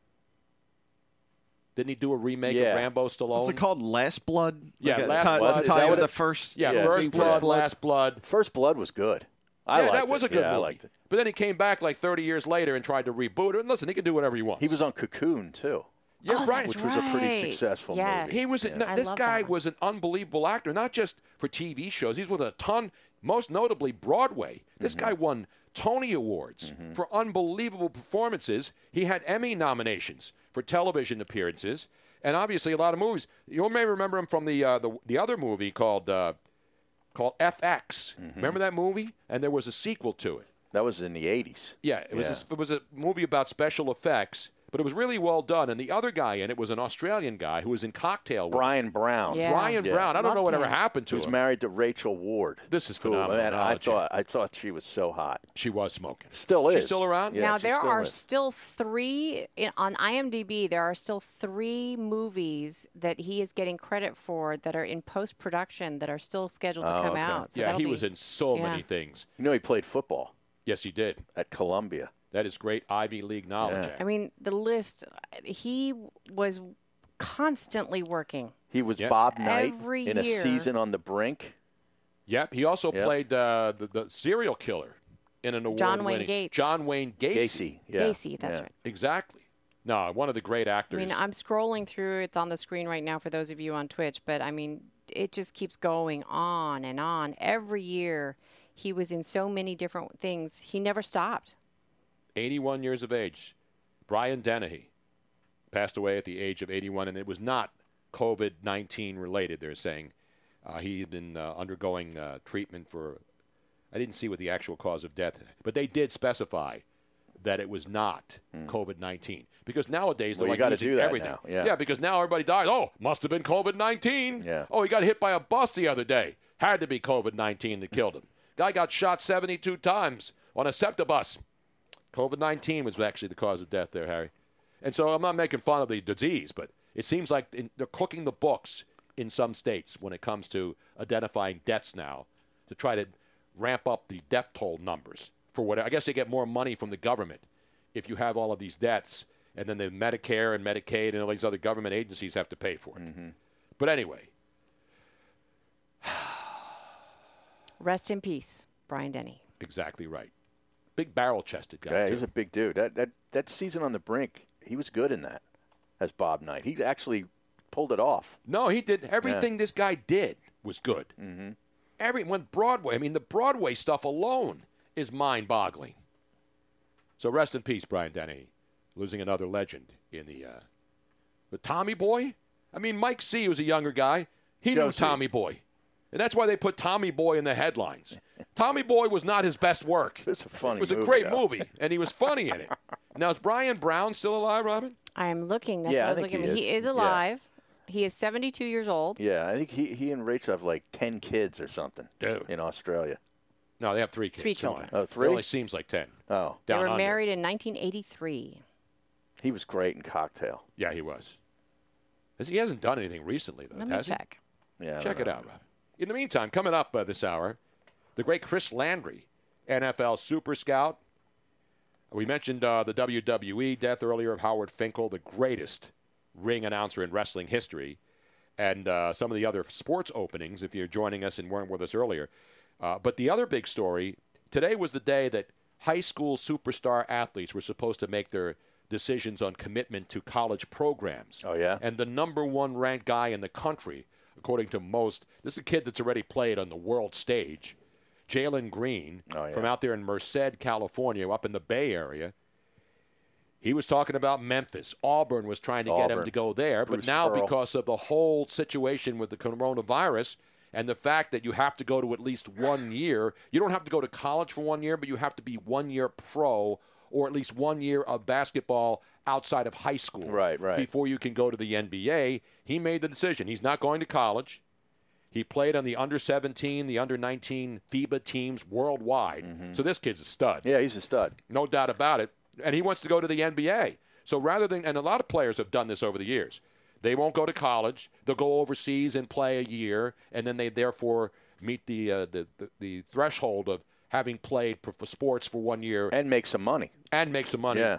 S6: Didn't he do a remake
S2: Yeah.
S6: of Rambo Stallone?
S2: Is it called Last Blood?
S6: Yeah,
S2: Like,
S6: Last
S2: ti-
S6: Blood.
S2: the
S6: Is
S2: tie
S6: that
S2: with
S6: what
S2: the
S6: it-
S2: first.
S6: Yeah,
S2: I
S6: First
S2: think
S6: Blood, Last Blood.
S7: First Blood was good. I
S6: yeah,
S7: liked
S6: that was
S7: it.
S6: a good
S7: Yeah, I
S6: movie.
S7: liked it.
S6: But then he came back like 30 years later and tried to reboot it. And listen, he can do whatever he wants. He was
S7: on Cocoon too.
S6: Yeah,
S7: Oh,
S6: right.
S7: that's Which was a pretty right. successful Yes. movie.
S6: He was.
S7: Yeah.
S6: no,
S7: I
S6: this
S7: love
S6: guy
S7: that one.
S6: was an unbelievable actor, not just for TV shows. He's with a ton, most notably Broadway. This
S7: Mm-hmm.
S6: guy won Tony Awards for unbelievable performances. He had Emmy nominations for television appearances, and obviously a lot of movies. You may remember him from the uh, the, the other movie called uh, called FX.
S7: Mm-hmm.
S6: Remember that movie? And there was a sequel to it.
S7: That was in the 80s.
S6: Yeah, it was A, it was a movie about special effects But it was really well done. And the other guy in it was an Australian guy who was in Cocktail. With
S7: Brian Brown.
S6: Yeah. Brian Brown. I don't know
S7: Loved
S6: whatever
S7: him.
S6: happened to
S7: He was
S6: him.
S7: married to Rachel Ward.
S6: This is
S7: Cool,
S6: phenomenal.
S7: man. I
S6: knowledge.
S7: thought I thought she was so hot.
S6: She was smoking.
S7: Still is.
S6: She's still around?
S7: Yeah,
S8: now
S7: she
S8: there
S7: still
S8: are
S7: is.
S8: still three in, on IMDb. There are still three movies that he is getting credit for that are in post production that are still scheduled to
S7: Oh,
S8: come
S7: okay.
S8: out. So
S6: yeah,
S8: that'll
S6: he
S8: be-
S6: was in so
S8: yeah.
S6: many things.
S7: You know, he played football.
S6: Yes, he did.
S7: At Columbia.
S6: That is great Ivy League knowledge.
S8: I mean, the list. He was constantly working.
S7: He was
S6: Yeah.
S7: Bob Knight
S8: Every
S7: in a
S8: year.
S7: season on the brink.
S6: Yep. He also
S7: Yep.
S6: played uh, the, the serial killer in an award
S8: John Wayne
S6: winning.
S8: Gates.
S6: John Wayne Gacy.
S7: Gacy, yeah. Gacy,
S8: that's Yeah. right.
S6: Exactly. No, one of the great
S8: I
S6: actors.
S8: mean, I'm scrolling through. It's on the screen right now for those of you on Twitch, but I mean, it just keeps going on and on. Every year, he was in so many different things. He never stopped.
S6: 81 years of age. Brian Dennehy passed away at the age of 81, and it was not COVID 19 related, they're saying. Uh, he had been uh, undergoing uh, treatment for, I didn't see what the actual cause of death, but they did specify that it was not COVID 19. Because nowadays,
S7: Hmm.
S6: they're
S7: Well, you
S6: like
S7: gotta
S6: using
S7: do that
S6: everything.
S7: now, yeah.
S6: because now everybody dies. Oh, must have been COVID 19. Yeah. Oh, he got hit by a bus the other day. Had to be COVID 19 that killed him. Guy got shot 72 times on a SEPTA bus. COVID 19 was actually the cause of death there, Harry. And so I'm not making fun of the disease, but it seems like in, they're cooking the books in some states when it comes to identifying deaths now to try to ramp up the death toll numbers for what I guess they get more money from the government if you have all of these deaths and then the Medicare and Medicaid and all these other government agencies have to pay for it. But anyway,
S8: Rest in peace, Brian Denny.
S6: exactly right. Big barrel chested guy.
S7: Yeah,
S6: too.
S7: he's a big dude. That that that season on the brink, he was good in that as Bob Knight. He actually pulled it off.
S6: No, he did everything this guy did was good. Mm-hmm. Every when Broadway, I mean, the Broadway stuff alone is mind-boggling. So rest in peace, Brian Dennehy, losing another legend in the uh, the Tommy Boy. I mean, Mike C was a younger guy. He knew
S7: Josie.
S6: Tommy Boy, and that's why they put Tommy Boy in the
S7: [LAUGHS]
S6: headlines. Tommy Boy was not his best work. It
S7: was a funny.
S6: It was a
S7: movie,
S6: great
S7: though.
S6: movie, and he was funny
S7: [LAUGHS]
S6: in it. Now is Brian Brown still alive, Robin?
S8: I am looking. That's
S7: Yeah,
S8: what
S7: I
S8: I was
S7: think
S8: looking.
S7: he
S8: for.
S7: is.
S8: he is
S7: Yeah.
S8: alive. He is 72 years old.
S7: Yeah, I think he, he and Rachel have like ten kids or something. In Australia.
S6: No, they have three kids.
S8: Three
S6: Come on.
S8: children.
S7: Oh, three?
S6: It only seems like ten.
S7: Oh.
S8: they were married in 1983.
S7: He was great in Cocktail.
S6: Yeah, he was. Has- He hasn't done anything recently, though.
S8: Let me
S6: has he?
S8: check.
S7: Yeah. I
S6: Check
S7: don't
S6: it
S7: know.
S6: out, Rob. In the meantime, coming up uh, this hour, the great Chris Landry, NFL Super Scout. We mentioned uh, the WWE death earlier of Howard Finkel, the greatest ring announcer in wrestling history, and uh, some of the other sports openings if you're joining us and weren't with us earlier. Uh, but the other big story today was the day that high school superstar athletes were supposed to make their decisions on commitment to college programs. Oh, yeah? And the number one ranked guy in the country, according to most, this is a kid that's already played on the world stage, Jalen Green
S7: Oh,
S6: from out there in Merced, California, up in the Bay Area. He was talking about Memphis. Auburn was trying to get him
S7: Auburn.
S6: to go there,
S7: Bruce
S6: but now
S7: Pearl.
S6: because of the whole situation with the coronavirus and the fact that you have to go to at least one year, you don't have to go to college for one year, but you have to be one year pro or at least one year of basketball outside of high school. Right, right. Before you can go to the NBA, he made the decision. He's not going to college. He played on the under 17, the under 19 FIBA teams worldwide. So this kid's a stud.
S7: Mm-hmm. Yeah, he's a stud.
S6: No doubt about it. And he wants to go to the NBA. So rather than, and a lot of players have done this over the years, they won't go to college. They'll go overseas and play a year, and then they therefore meet the, uh, the, the, the threshold of having played pro- for sports for one year.
S7: And make some money.
S6: And make some money.
S7: Yeah.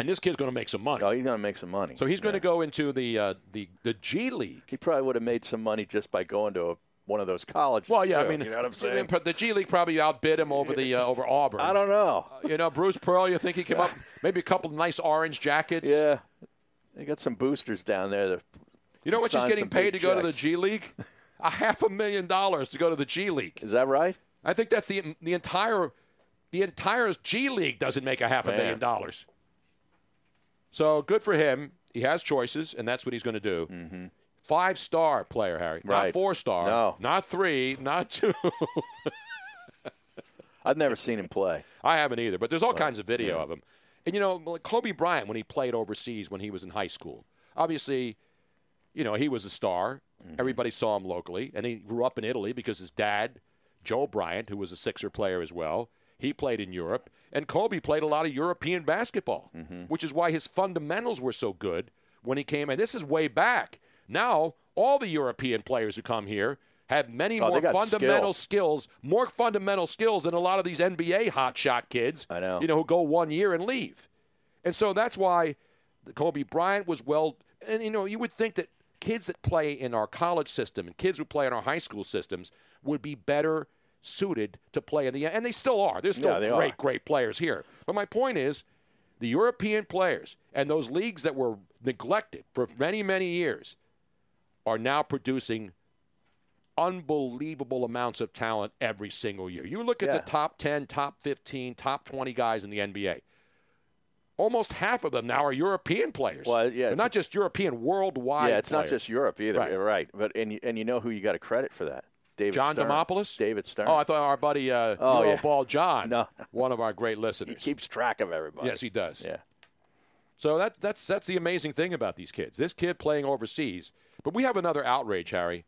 S6: And this kid's going to make some money.
S7: Oh, he's going to make some money.
S6: So he's going to go into the, uh, the the G League.
S7: He probably would have made some money just by going to a, one of those colleges.
S6: Well, Oh, yeah,
S7: too.
S6: I mean,
S7: you know what I'm saying?
S6: but The G League probably outbid him over the uh, over Auburn. I don't
S7: know.
S6: you know, Bruce Pearl. You think he
S7: [LAUGHS]
S6: came up maybe a couple of nice orange jackets?
S7: Yeah, they got some boosters down there. That
S6: You know what she's
S7: signed
S6: getting
S7: some
S6: paid
S7: big
S6: to go to the
S7: checks.
S6: G League? A half a million dollars to go to the G League.
S7: Is that right?
S6: I think that's the the entire the entire G E League doesn't make a half a
S7: Man.
S6: million dollars. So good for him. He has choices, and that's what he's going to do. Mm-hmm. Five star player, Harry. Not
S7: Right.
S6: four star.
S7: No.
S6: Not three. Not two.
S7: [LAUGHS] I've never seen him play.
S6: I haven't either, but there's all kinds of video of him. And you know, like Kobe Bryant when he played overseas when he was in high school, obviously, you know, he was a star.
S7: Mm-hmm.
S6: Everybody saw him locally, and he grew up in Italy because his dad, Joe Bryant, who was a Sixer player as well, he played in Europe, and Kobe played a lot of European basketball,
S7: Mm-hmm.
S6: which is why his fundamentals were so good when he came. And this is way back. Now all the European players who come here have many
S7: Oh, they
S6: more
S7: got
S6: fundamental skills, more fundamental skills than a lot of these NBA hotshot kids. I know. You know, who go one year and leave. And so that's why Kobe Bryant was well. And you know, you would think that kids that play in our college system and kids who play in our high school systems would be better suited to play in the and they still are. There's still
S7: Yeah, they
S6: great,
S7: are.
S6: great players here. But my point is, the European players and those leagues that were neglected for many, many years are now producing unbelievable amounts of talent every single year. You look at the top 10, top 15, top 20 guys in the NBA. Almost half of them now are European players.
S7: Well, yeah,
S6: They're
S7: it's-
S6: not just European, worldwide.
S7: Yeah, it's not
S6: players.
S7: just Europe either.
S6: Right.
S7: Right. But and you, and you know who you got to credit for that? David
S6: John
S7: Stern.
S6: Demopoulos?
S7: David Stern.
S6: Oh, I thought our buddy uh,
S7: Oh, yeah.
S6: Euroball John, one of our
S7: [LAUGHS]
S6: great listeners. He
S7: keeps track of everybody.
S6: Yes, he does.
S7: Yeah.
S6: So that, that's that's the amazing thing about these kids. This kid playing overseas, but we have another outrage, Harry.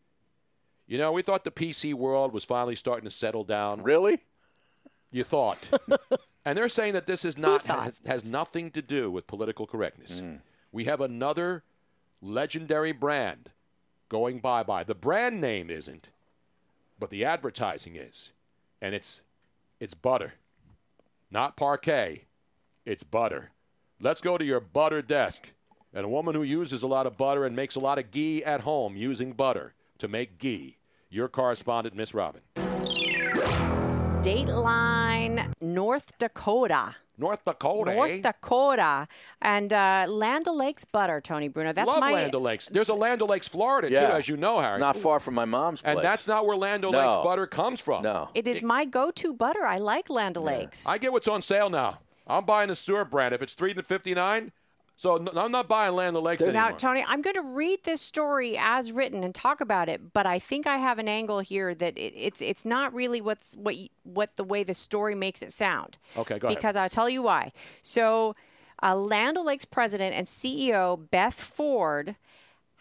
S6: You know, we thought the PC world was finally starting to settle down.
S7: Really?
S6: You
S7: [LAUGHS]
S6: thought. and they're saying that this is not has, has nothing to do with political correctness.
S7: Hmm.
S6: We have another legendary brand going bye-bye. The brand name isn't, but the advertising is. And it's it's butter. Not parquet. It's butter. Let's go to your butter desk. And a woman who uses a lot of butter and makes a lot of ghee at home using butter to make ghee. Your correspondent, Miss Robin.
S8: Dateline, North Dakota.
S6: North Dakota. eh?
S8: North Dakota. And uh, Land O'Lakes butter, Tony Bruno. That's
S6: Love
S8: my
S6: Land O'Lakes. There's a Land O'Lakes, Florida, too,
S7: Yeah.
S6: as you know, Harry.
S7: Not far from my mom's place.
S6: And that's not where Land O'Lakes
S7: No.
S6: butter comes from.
S7: No.
S8: It is my go-to butter. I like Land O'Lakes.
S6: I get what's on sale now. I'm buying the Stewart brand. If it's three to fifty nine, so n- I'm not buying Land O'Lakes
S8: Now,
S6: anymore.
S8: Tony, I'm going to read this story as written and talk about it, but I think I have an angle here that it, it's it's not really what's what y- what the way the story makes it sound.
S6: Okay, go ahead.
S8: Because I'll tell you why. So, uh, Land O'Lakes president and CEO Beth Ford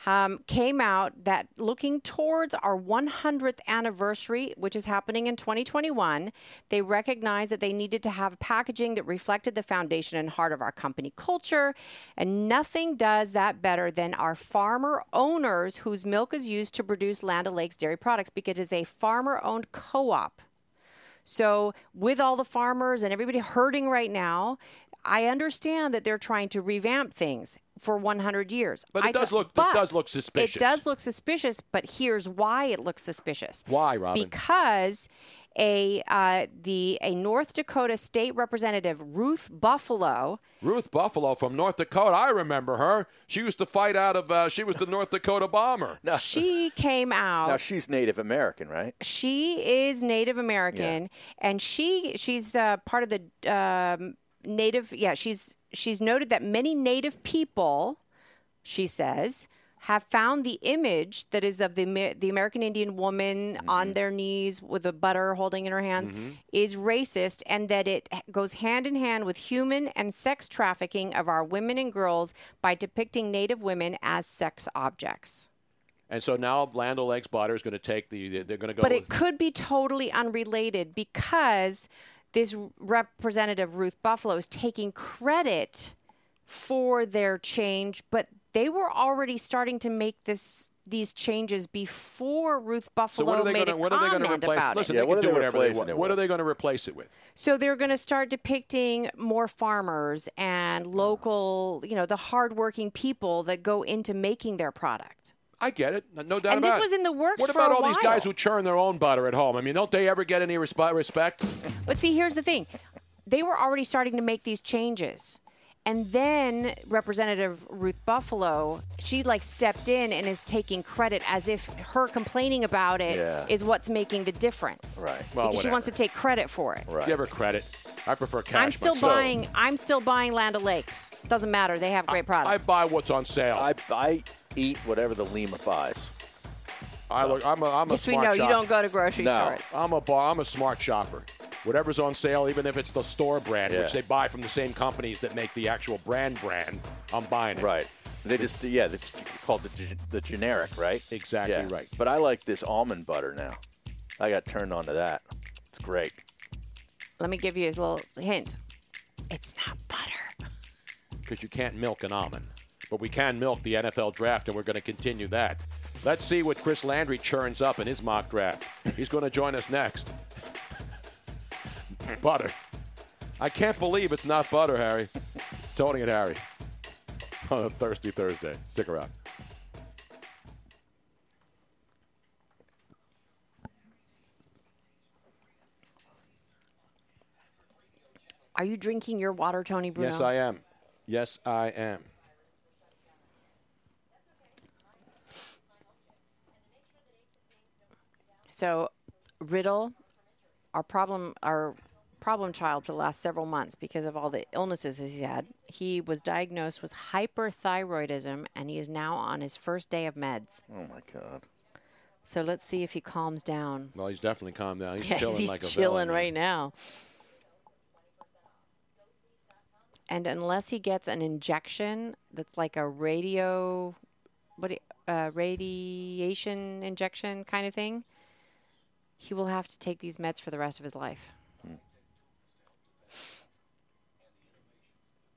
S8: um, came out that looking towards our 100th anniversary, which is happening in 2021, they recognized that they needed to have packaging that reflected the foundation and heart of our company culture. And nothing does that better than our farmer owners whose milk is used to produce Land O'Lakes dairy products because it's a farmer owned co op. So, with all the farmers and everybody hurting right now, I understand that they're trying to revamp things for 100 years.
S6: But it
S8: I
S6: does
S8: don't-
S6: look- it
S8: but
S6: does look suspicious.
S8: It does look suspicious, but here's why it looks suspicious.
S6: Why, Robin?
S8: Because a uh, the a North Dakota state representative, Ruth Buffalo,
S6: Ruth Buffalo from North Dakota. I remember her. She used to fight out of. Uh, she was the North Dakota bomber.
S8: she came out.
S7: Now she's Native American, right?
S8: she is Native American, and she she's uh, part of the um, Native. Yeah, she's she's noted that many Native people, she says, have found the image that is of the Amer- the American Indian woman on their knees with the butter holding in her hands
S9: Mm-hmm.
S4: Mhm.
S8: is racist, and that it h- goes hand in hand with human and sex trafficking of our women and girls by depicting Native women as sex objects.
S6: And so now Land O'Lakes butter is going to take the. They're going to go.
S8: But
S6: with,
S8: it could be totally unrelated because this representative Ruth Buffalo is taking credit for their change, but they were already starting to make this these changes before Ruth
S6: so
S8: Buffalo
S6: what are they
S8: made
S6: going to?
S8: a
S6: What are they
S8: comment
S6: going to replace?
S8: about
S6: Listen,
S8: it.
S6: they can do whatever they
S7: replacing
S6: want.
S7: it
S6: What are they going to replace it with?
S8: So they're going to start depicting more farmers and local, you know, the hardworking people that go into making their product.
S6: I get it. No no doubt
S8: And
S6: about
S8: this
S6: it.
S8: was in the works
S6: What
S8: for
S6: about
S8: a
S6: all these
S8: while.
S6: guys who churn their own butter at home? I mean, don't they ever get any respe- respect?
S8: But see, here's the thing they were already starting to make these changes. And then Representative Ruth Buffalo, she like stepped in and is taking credit as if her complaining about it is
S6: Yeah.
S8: what's making the difference.
S6: Right.
S8: because
S6: Well,
S8: she wants to
S6: whatever.
S8: take credit for it.
S6: Give her credit. I prefer cash.
S8: I'm still
S6: myself.
S8: buying I'm still buying Land O'Lakes. Doesn't matter. They have great products.
S6: I buy what's on sale.
S7: I, I eat whatever the Lima buys.
S6: I look. I'm a. I'm a
S8: Yes, we
S6: smart
S8: know. You
S6: shopper.
S8: don't go to grocery No. stores.
S6: I'm a bar. I'm a smart shopper. Whatever's on sale, even if it's the store brand,
S7: Yeah.
S6: which they buy from the same companies that make the actual brand brand, I'm buying it.
S7: Right. They just yeah, it's called the ge- the generic, right?
S6: Exactly
S7: Yeah.
S6: right.
S7: But I like this almond butter now. I got turned on to that. It's great.
S8: Let me give you a little hint. It's not
S6: because you can't milk an almond. But we can milk the NFL draft, and we're going to continue that. Let's see what Chris Landry churns up in his mock draft. He's going to join us next. [LAUGHS] butter. I can't believe it's not butter, Harry. It's Tony and Harry [LAUGHS] on a Thirsty Thursday. Stick around.
S8: Are you drinking your water, Tony Bruno?
S6: Yes, I am. Yes, I am.
S8: So, Riddle, our problem, our problem child for the last several months because of all the illnesses he's had. He was diagnosed with hyperthyroidism, and he is now on his first day of meds.
S7: Oh my god.
S8: So let's see if he calms down.
S6: Well, he's definitely calmed down. He's
S8: Yes,
S6: chilling
S8: he's
S6: like a
S8: chilling
S6: villain.
S8: right now. And unless he gets an injection that's like a radio, what do you- uh, radiation injection kind of thing, he will have to take these meds for the rest of his life.
S7: Hmm.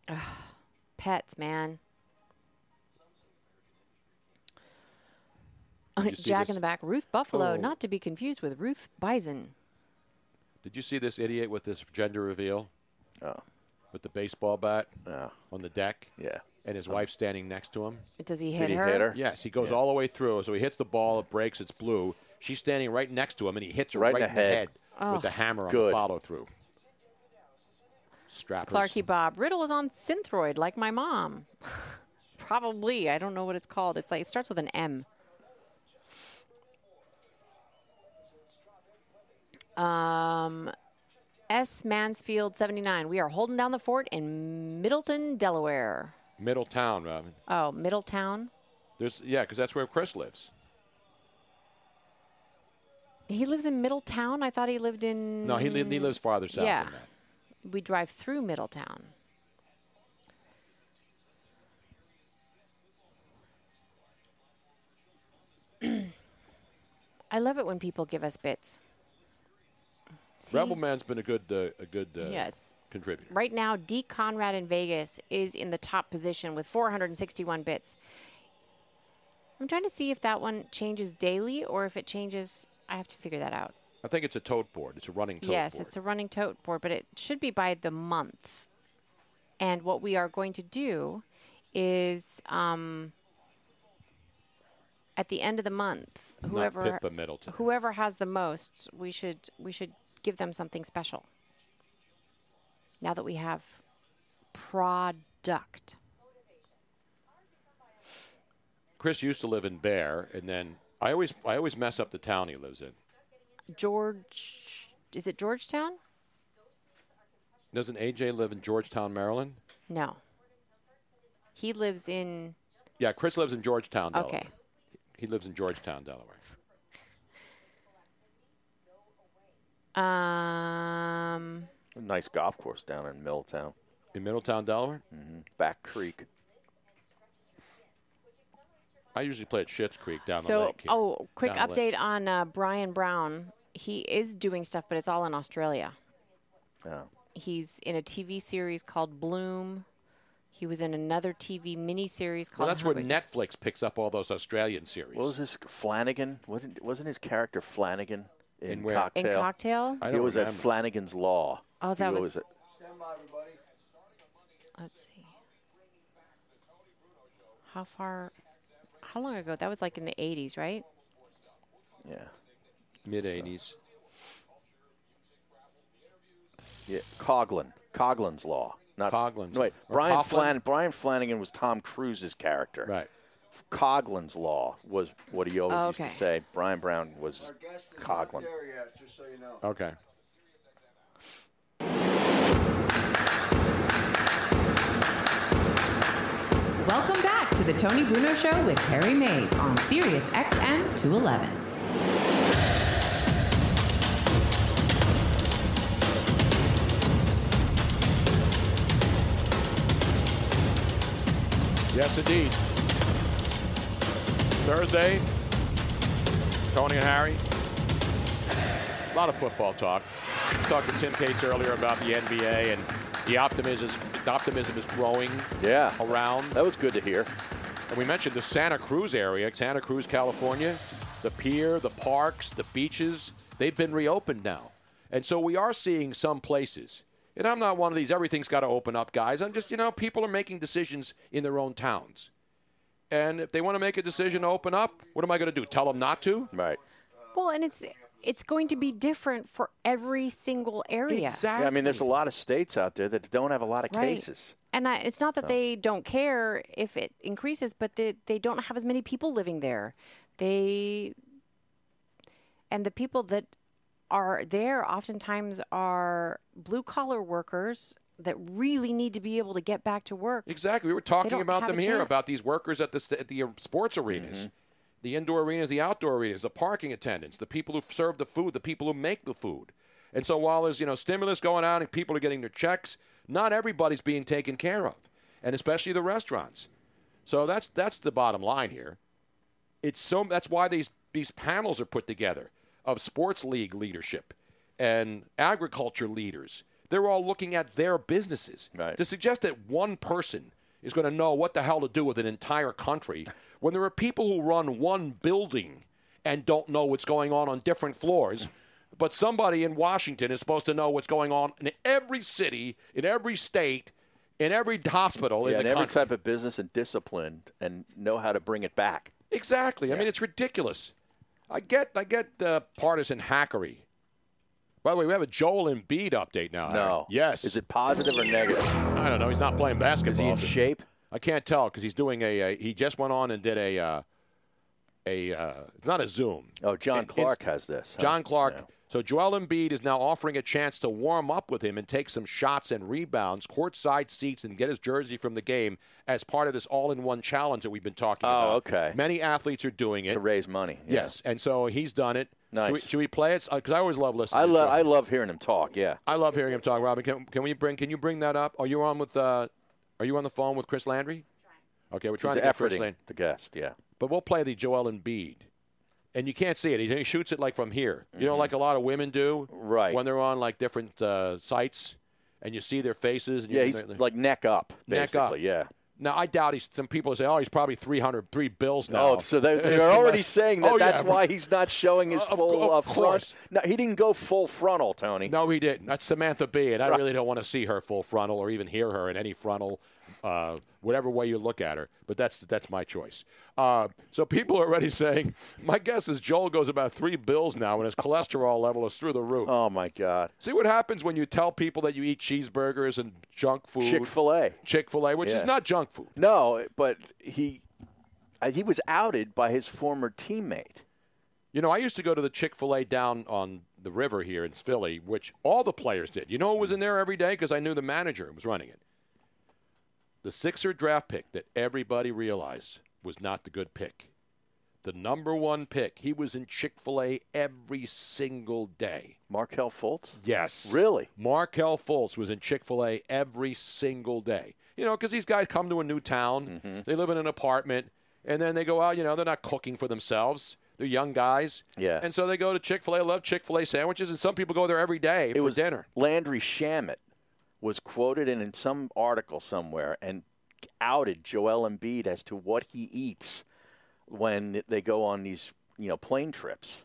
S8: Ugh, pets, man.
S6: Did you see
S8: Jack
S6: this?
S8: in the back, Ruth Buffalo,
S6: Oh.
S8: not to be confused with Ruth Bison.
S6: Did you see this idiot with this gender reveal?
S7: Oh.
S6: With the baseball bat
S7: oh.
S6: on the deck?
S7: Yeah.
S6: And his wife standing next to him?
S8: Does he hit her?
S6: Yes, he goes all the way through. So he hits the ball, it breaks, it's blue. She's standing right next to him, and he hits her
S7: Right
S6: right,
S7: in the
S6: in the head,
S7: head.
S6: with the
S8: Ugh.
S6: hammer on the
S7: Good.
S6: follow through. Strappers.
S8: Clarky Bob. Riddle is on Synthroid, like my mom. [LAUGHS] Probably. I don't know what it's called. It's like it starts with an M. Um, S. Mansfield, seventy-nine. We are holding down the fort in Middleton, Delaware.
S6: Middletown, Robin.
S8: Oh, Middletown.
S6: There's yeah, because that's where Chris lives.
S8: He lives in Middletown. I thought he lived in.
S6: No, he, li- he lives farther south
S8: yeah.
S6: than that.
S8: We drive through Middletown. [CLEARS THROAT] I love it when people give us bits. See?
S6: Rebel Man's been a good uh, a good uh,
S8: Yes.
S6: contributor.
S8: Right now, D. Conrad in Vegas is in the top position with 461 bits. I'm trying to see if that one changes daily or if it changes. I have to figure that out.
S6: I think it's a tote board. It's a running tote
S8: yes,
S6: board.
S8: it's a running tote board, but it should be by the month. And what we are going to do is um, at the end of the month,
S6: Not
S8: whoever
S6: Pippa Middleton.
S8: whoever has the most, we should we should give them something special. Now that we have product,
S6: Chris used to live in Bear, and then I always I always mess up the town he lives in.
S8: George, is it Georgetown?
S6: Doesn't AJ live in Georgetown, Maryland?
S8: No. He lives in
S6: Yeah, Chris lives in Georgetown, Delaware.
S8: Okay.
S6: He lives in Georgetown, Delaware.
S8: um.
S7: Nice golf course down in Middletown.
S6: In Middletown, Delaware?
S7: hmm Back Creek.
S6: I usually play at Schitt's Creek down the
S8: So,
S6: lake. here.
S8: oh, quick
S6: Down the lake.
S8: update on uh, Brian Brown. He is doing stuff, but it's all in Australia.
S7: Oh.
S8: He's in a TV series called Bloom. He was in another TV miniseries called.
S6: Well, that's where
S8: Herbert's.
S6: Netflix picks up all those Australian series.
S7: What was this Flanagan? Wasn't wasn't his character Flanagan in,
S6: In where? In
S7: Cocktail?
S8: Cocktail? I
S7: He
S8: don't
S7: was at
S8: remember.
S7: Flanagan's Law.
S8: Oh, that
S7: He
S8: was-
S7: at-
S8: Let's see. How far? How long ago? That was like in the '80s, right?
S7: yeah,
S6: mid '80s.
S7: yeah. Coughlin, Coughlin's Law, not
S6: Coughlin's
S7: No, wait,
S6: Law. Or
S7: Brian
S6: Coughlin?
S7: Flan, Brian Flanagan was Tom Cruise's character.
S6: Right.
S7: Coughlin's Law was what he always
S8: Okay.
S7: used to say. Brian Brown was Coughlin.
S6: Okay.
S9: Welcome back to the Tony Bruno Show with Harry Mays on Sirius XM 211.
S6: Yes, indeed. Thursday, Tony and Harry. A lot of football talk. We talked to Tim Cates earlier about the NBA and the optimism is, the optimism is growing
S7: yeah.
S6: around.
S7: That was good to hear.
S6: And we mentioned the Santa Cruz area, Santa Cruz, California, the pier, the parks, the beaches. They've been reopened now. And so we are seeing some places. And I'm not one of these, everything's got to open up guys. I'm just, you know, people are making decisions in their own towns. And if they want to make a decision to open up, what am I going to do? Tell them not to?
S7: Right.
S8: Well, and it's it's going to be different for every single area.
S7: Exactly. I mean, there's a lot of states out there that don't have a lot of
S8: Right.
S7: cases.
S8: And I, it's not that
S7: So-
S8: they don't care if it increases, but they, they don't have as many people living there. They and the people that are there oftentimes are blue collar workers that really need to be able to get back to work.
S6: Exactly. We were
S8: don't
S6: talking about
S8: have
S6: them
S8: a
S6: here,
S8: chance.
S6: about these workers at the, st- at the uh, sports arenas, the indoor arenas, the outdoor arenas, the parking attendants, the people who serve the food, the people who make the food. And so while there's you know stimulus going on and people are getting their checks, not everybody's being taken care of, and especially the restaurants. So that's that's the bottom line here. It's so that's why these these panels are put together of sports league leadership and agriculture leaders. They're all looking at their businesses. Right. To suggest that one person is going to know what the hell to do with an entire country when there are people who run one building and don't know what's going on on different floors. But somebody in Washington is supposed to know what's going on in every city, in every state, in every hospital
S7: yeah,
S6: in
S7: and
S6: the
S7: every
S6: country.
S7: type of business and discipline and know how to bring it back.
S6: Exactly. I mean, it's ridiculous. I get, I get the partisan hackery. By the way, we have a Joel Embiid update now.
S7: No.
S6: Yes. Is
S7: it positive or negative?
S6: I don't know. He's not playing basketball.
S7: Is he in shape?
S6: I can't tell because he's doing a, uh He just went on and did a. Uh, a uh, it's not a Zoom.
S7: Oh, John
S6: It-
S7: Clark
S6: it's-
S7: has this, huh?
S6: John Clark. So Joel Embiid is now offering a chance to warm up with him and take some shots and rebounds, courtside seats, and get his jersey from the game as part of this all-in-one challenge that we've been talking about.
S7: Oh, okay.
S6: Many athletes are doing it
S7: to raise money. yeah.
S6: Yes, and so he's done it. Should we,
S7: Nice.
S6: should we play it? Because I always love listening.
S7: I
S6: to
S7: love
S6: Joel.
S7: I love hearing him talk. Yeah.
S6: I love hearing him talk, Robin. Can, can we bring? Can you bring that up? Are you on with? Uh, are you on the phone with Chris Landry? Okay, we're trying
S7: He's
S6: to get Chris
S7: efforting
S6: Landry.
S7: the guest. Yeah.
S6: But we'll play the Joel Embiid, and you can't see it. He, he shoots it like from here. You
S7: Mm-hmm.
S6: know, like a lot of women do, right? When they're on like different uh, sites, and you see their faces. And you-
S7: Yeah, he's
S6: they're-
S7: like neck up,
S6: Neck
S7: basically.
S6: up.
S7: Yeah.
S6: Now I doubt he's. Some people say, "Oh, he's probably 300, three bills now."
S7: Oh, so
S6: [LAUGHS]
S7: they,
S6: It's
S7: they're
S6: like-
S7: already saying that
S6: Oh,
S7: that's
S6: yeah.
S7: why he's not showing his full
S6: of
S7: uh, front. No, he didn't go full frontal, Tony.
S6: No, he didn't. That's Samantha Bee, and I
S7: Right.
S6: really don't want to see her full frontal or even hear her in any frontal, uh, whatever way you look at her. But that's that's my choice. Uh, so people are already saying, my guess is Joel goes about three bills now, and his cholesterol level is through the roof.
S7: Oh my God!
S6: See what happens when you tell people that you eat cheeseburgers and junk food,
S7: Chick-fil-A.
S6: Chick Fil A, which is
S7: Yeah.
S6: not junk food.
S7: No, but he uh, he was outed by his former teammate.
S6: You know, I used to go to the Chick fil A down on the river here in Philly, which all the players did. You know who was in there every day? Because I knew the manager who was running it. The Sixer draft pick that everybody realized was not the good pick. The number one pick. He was in Chick fil A every single day.
S7: Markel Fultz?
S6: Yes.
S7: Really?
S6: Markel Fultz was in Chick fil A every single day. You know, because these guys come to a new town,
S7: Mm-hmm.
S6: they live in an apartment, and then they go out, you know, they're not cooking for themselves. They're young guys.
S7: Yeah.
S6: And so they go to Chick fil A, love Chick fil A sandwiches, and some people go there every day
S7: it
S6: for
S7: was
S6: dinner.
S7: Landry Shamit was quoted in, in some article somewhere and outed Joel Embiid as to what he eats when they go on these you know plane trips.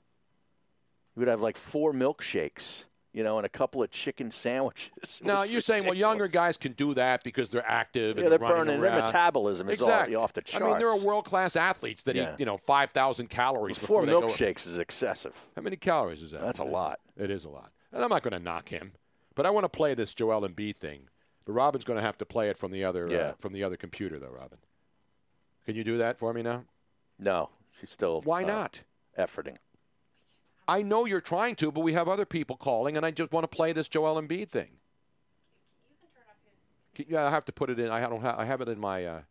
S7: He would have like four milkshakes, you know, and a couple of chicken sandwiches. [LAUGHS] It
S6: Now,
S7: was
S6: you're saying, well, younger guys can do that because they're active
S7: Yeah,
S6: and they're,
S7: they're
S6: running
S7: burning- their
S6: around.
S7: metabolism is all
S6: exactly.
S7: off the
S6: I mean, there are
S7: charts.
S6: world class athletes that
S7: Yeah.
S6: eat, you know, 5,000 calories
S7: Four
S6: before they go-
S7: milkshakes is excessive.
S6: How many calories is that?
S7: That's a lot.
S6: It is a lot. And I'm not going to knock him, but I want to play this Joel Embiid thing. But Robin's going to have to play it from the other uh,
S7: Yeah.
S6: from the other computer, though. Robin, can you do that for me now?
S7: No, she's still.
S6: Why
S7: uh,
S6: not?
S7: Efforting.
S6: I know you're trying to, but we have other people calling, and I just want to play this Joel Embiid thing. Can- Yeah, I have to put it in. I don't. Ha- I have it in my. Uh,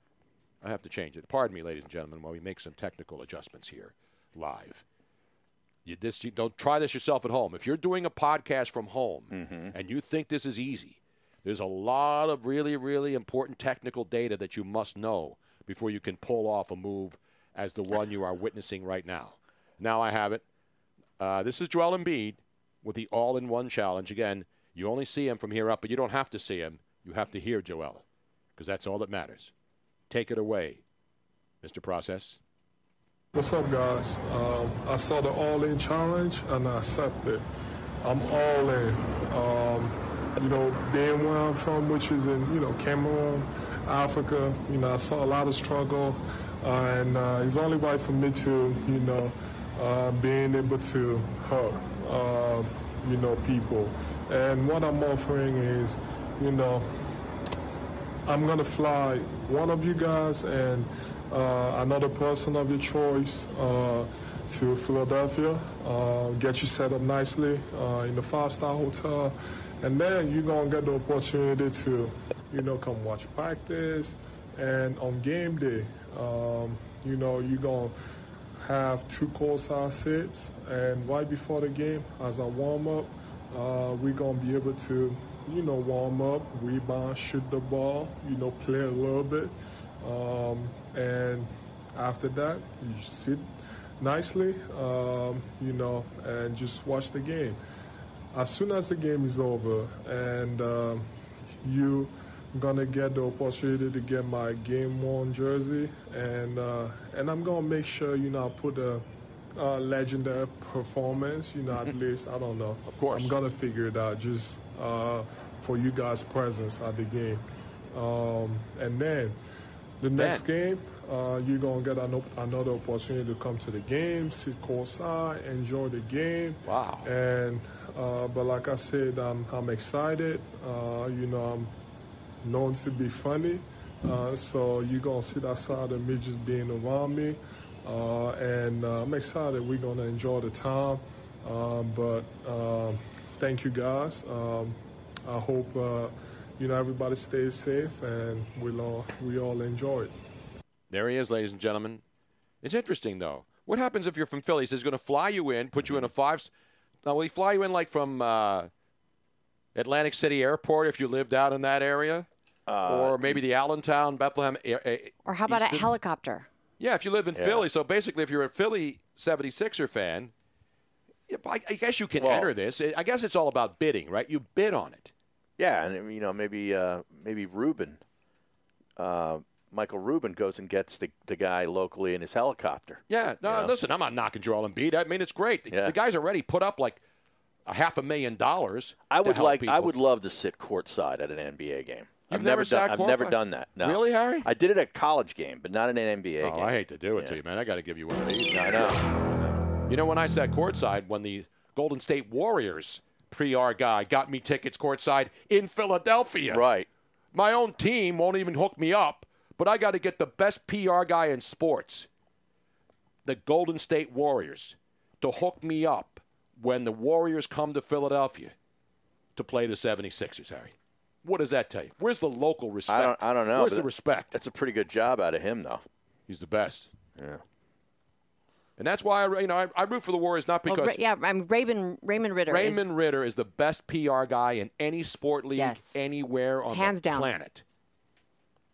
S6: I have to change it. Pardon me, ladies and gentlemen, while we make some technical adjustments here, live. You, this you don't try this yourself at home. If you're doing a podcast from home
S7: Mm-hmm.
S6: and you think this is easy, there's a lot of really, really important technical data that you must know before you can pull off a move as the one you are witnessing right now. Now I have it. Uh, this is Joel Embiid with the all-in-one challenge. Again, you only see him from here up, but you don't have to see him. You have to hear Joel, because that's all that matters. Take it away, Mr. Process.
S4: What's up, guys? Um, I saw the all in challenge and I accepted. I'm all in. Um, you know, being where I'm from, which is in, you know, Cameroon, Africa, you know, I saw a lot of struggle. Uh, and uh, it's only right for me to, you know, uh, being able to help, uh, you know, people. And what I'm offering is, you know, I'm gonna fly one of you guys and uh, another person of your choice uh, to Philadelphia, uh, get you set up nicely uh, in the five-star hotel, and then you're gonna get the opportunity to, you know, come watch practice, and on game day, um, you know, you're gonna have two course-side sits, and right before the game, as a warm-up, uh, we're gonna be able to, you know, warm up, rebound, shoot the ball, you know, play a little bit, um, and after that, you sit nicely, um, you know, and just watch the game. As soon as the game is over, and um, you gonna get the opportunity to get my game worn jersey, and uh, and I'm gonna make sure you know I put a, a legendary performance. You know, [LAUGHS] at least I don't know. Of course, I'm gonna figure it out just uh, for you guys' presence at the game, um, and then the next game. Uh, you're gonna get an op- another opportunity to come to the game, sit courtside, enjoy the game. Wow! And uh, but like I said, I'm I'm excited. Uh, you know, I'm known to be funny. Uh, so you're going to sit outside of me just being around me. Uh, and uh, I'm excited. We're going to enjoy the time. Um, but um, thank you guys. Um, I hope, uh, you know, everybody stays safe and we'll all, we all enjoy it.
S6: There he is, ladies and gentlemen. It's interesting, though. What happens if you're from Philly? He's going to fly you in, put you in a five. Now, will he fly you in like from uh, Atlantic City Airport if you lived out in that area? or maybe the Allentown, Bethlehem.
S8: Or how about a helicopter?
S6: Yeah, if you live in Philly. So basically, if you're a Philly 76er fan, yeah, but I, I guess you can enter this. I guess it's all about bidding, right? You bid on it.
S7: Yeah, and you know maybe uh, maybe Ruben, uh, Michael Rubin goes and gets the, the guy locally in his helicopter.
S6: Yeah, no,
S7: Yeah.
S6: listen, I'm not knocking Joel Embiid. I mean, it's great. The,
S7: Yeah.
S6: the guy's already put up like a half a million dollars.
S7: I
S6: to
S7: would
S6: help
S7: like I
S6: people.
S7: would love to sit courtside at an NBA game. I've
S6: You've never
S7: done
S6: sat
S7: I've never
S6: courtside?
S7: done that. No.
S6: Really, Harry?
S7: I did it at a college game, but not at an NBA
S6: Oh,
S7: game.
S6: I hate to do it to you, man. I got to give you one of these.
S7: I know.
S6: You know, when I sat courtside, when the Golden State Warriors PR guy got me tickets courtside in Philadelphia.
S7: Right.
S6: My own team won't even hook me up, but I got to get the best PR guy in sports, the Golden State Warriors, to hook me up when the Warriors come to Philadelphia to play the 76ers, Harry. What does that tell you? Where's the local respect?
S7: I don't I don't know.
S6: Where's
S7: but
S6: the respect?
S7: That's a pretty good job out of him though.
S6: He's the best.
S7: Yeah.
S6: And that's why I, you know, I, I root for the Warriors not
S8: Well,
S6: because
S8: Oh, Ra- yeah, I'm Raymond Raymond Ritter. is-
S6: Raymond Ritter is the best PR guy in any sport league anywhere on
S8: Hands
S6: the
S8: down.
S6: planet.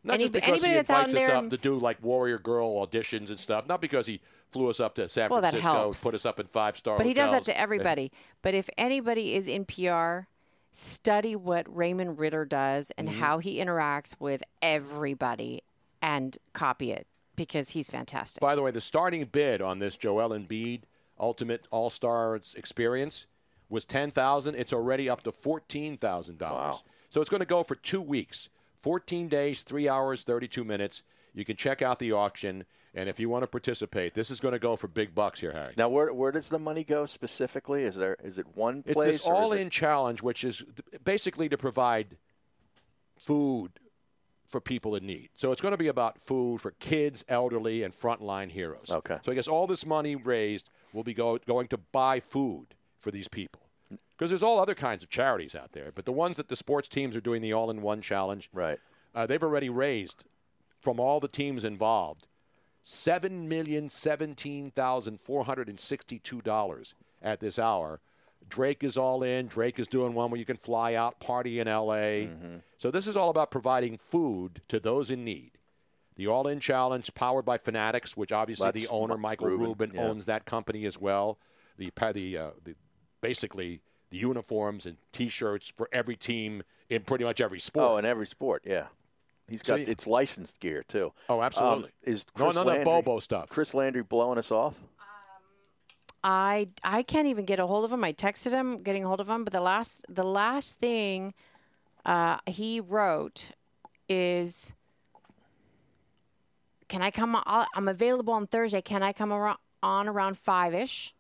S6: Not
S8: Any-
S6: just because he
S8: anybody that's out
S6: invites us
S8: there
S6: up
S8: and-
S6: to do like Warrior Girl auditions and stuff. Not because he flew us up to San
S8: Well, that
S6: Francisco,
S8: helps.
S6: put us up in five star.
S8: But he does that to everybody. But if anybody is in PR, study what Raymond Ritter does and how he interacts with everybody and copy it because he's fantastic.
S6: By the way, the starting bid on this Joel Embiid Ultimate All Stars experience was ten thousand. It's already up to fourteen thousand dollars. So it's going to go for two weeks, fourteen days, three hours, thirty-two minutes. You can check out the auction, and if you want to participate, this is going to go for big bucks here, Harry.
S7: Now where where does the money go specifically? Is there is it one
S6: It's
S7: place
S6: this
S7: or is
S6: all
S7: it-
S6: in challenge, which is th- basically to provide food for people in need. So it's going to be about food for kids, elderly, and frontline heroes. Okay. So I guess all this money raised will be go- going to buy food for these people. Because there's all other kinds of charities out there, but the ones that the sports teams are doing the all in one challenge,
S7: right?
S6: Uh, they've already raised from all the teams involved seven million seventeen thousand four hundred and sixty-two dollars at this hour. Drake is all in. Drake is doing one where you can fly out, party in L.A. So this is all about providing food to those in need. The All In Challenge, powered by Fanatics, which obviously
S7: That's
S6: the owner
S7: Ru-
S6: Michael
S7: Rubin,
S6: Rubin,
S7: yeah.
S6: owns that company as well. The pa- the, uh, the basically the uniforms and T-shirts for every team in pretty much every sport.
S7: Oh, in every sport, yeah. He's
S6: So
S7: got
S6: you-
S7: it's licensed gear too.
S6: Oh, absolutely.
S7: Um, is
S6: No,
S7: Chris
S6: none of that
S7: Landry,
S6: Bobo stuff.
S7: Chris Landry blowing us off?
S8: I I can't even get a hold of him. I texted him, getting a hold of him, but the last the last thing uh, he wrote is, "Can I come? I'll- I'm available on Thursday. Can I come arou- on around five ish?"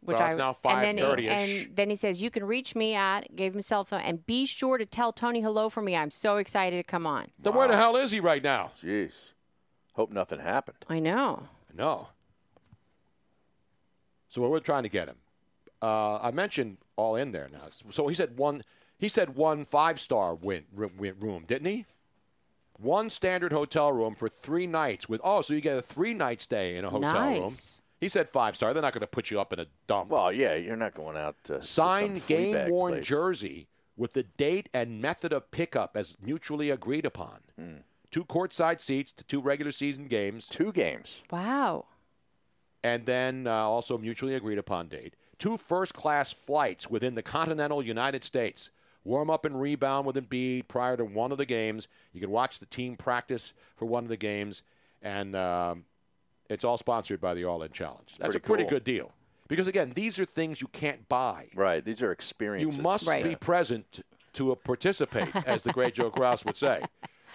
S8: Which
S6: Well,
S8: I
S6: it's now
S8: and then,
S6: 5:30
S8: he,
S6: -ish.
S8: and then he says, "You can reach me at." Gave himself a, and be sure to tell Tony hello for me. I'm so excited to come on.
S6: Then where the hell is he right now?
S7: Jeez. Hope nothing happened.
S8: I know.
S6: No. So we're- we're trying to get him. Uh, I mentioned all in there now. So he said one. He said one five star win, ru- win room, didn't he? One standard hotel room for three nights with. Oh, so you get a three night stay in a hotel room.
S7: Nice.
S6: He said five star. They're not going to put you up in a dump.
S7: Well, yeah, you're not going out to to some
S6: Signed
S7: flea
S6: game
S7: bag
S6: worn
S7: place.
S6: jersey with the date and method of pickup as mutually agreed upon.
S7: hmm.
S6: Two courtside seats to two regular season games.
S7: Two games.
S8: Wow.
S6: and then uh, also mutually agreed upon date. Two first class flights within the continental United States. Warm up and rebound with Embiid prior to one of the games. You can watch the team practice for one of the games, and um, it's all sponsored by the All In Challenge. That's
S7: Pretty
S6: a pretty
S7: cool.
S6: good deal because again, these are things you can't buy.
S7: Right. These are
S6: You
S7: experiences.
S6: must [LAUGHS] be present to uh, participate, as the great Joe Kraus would say.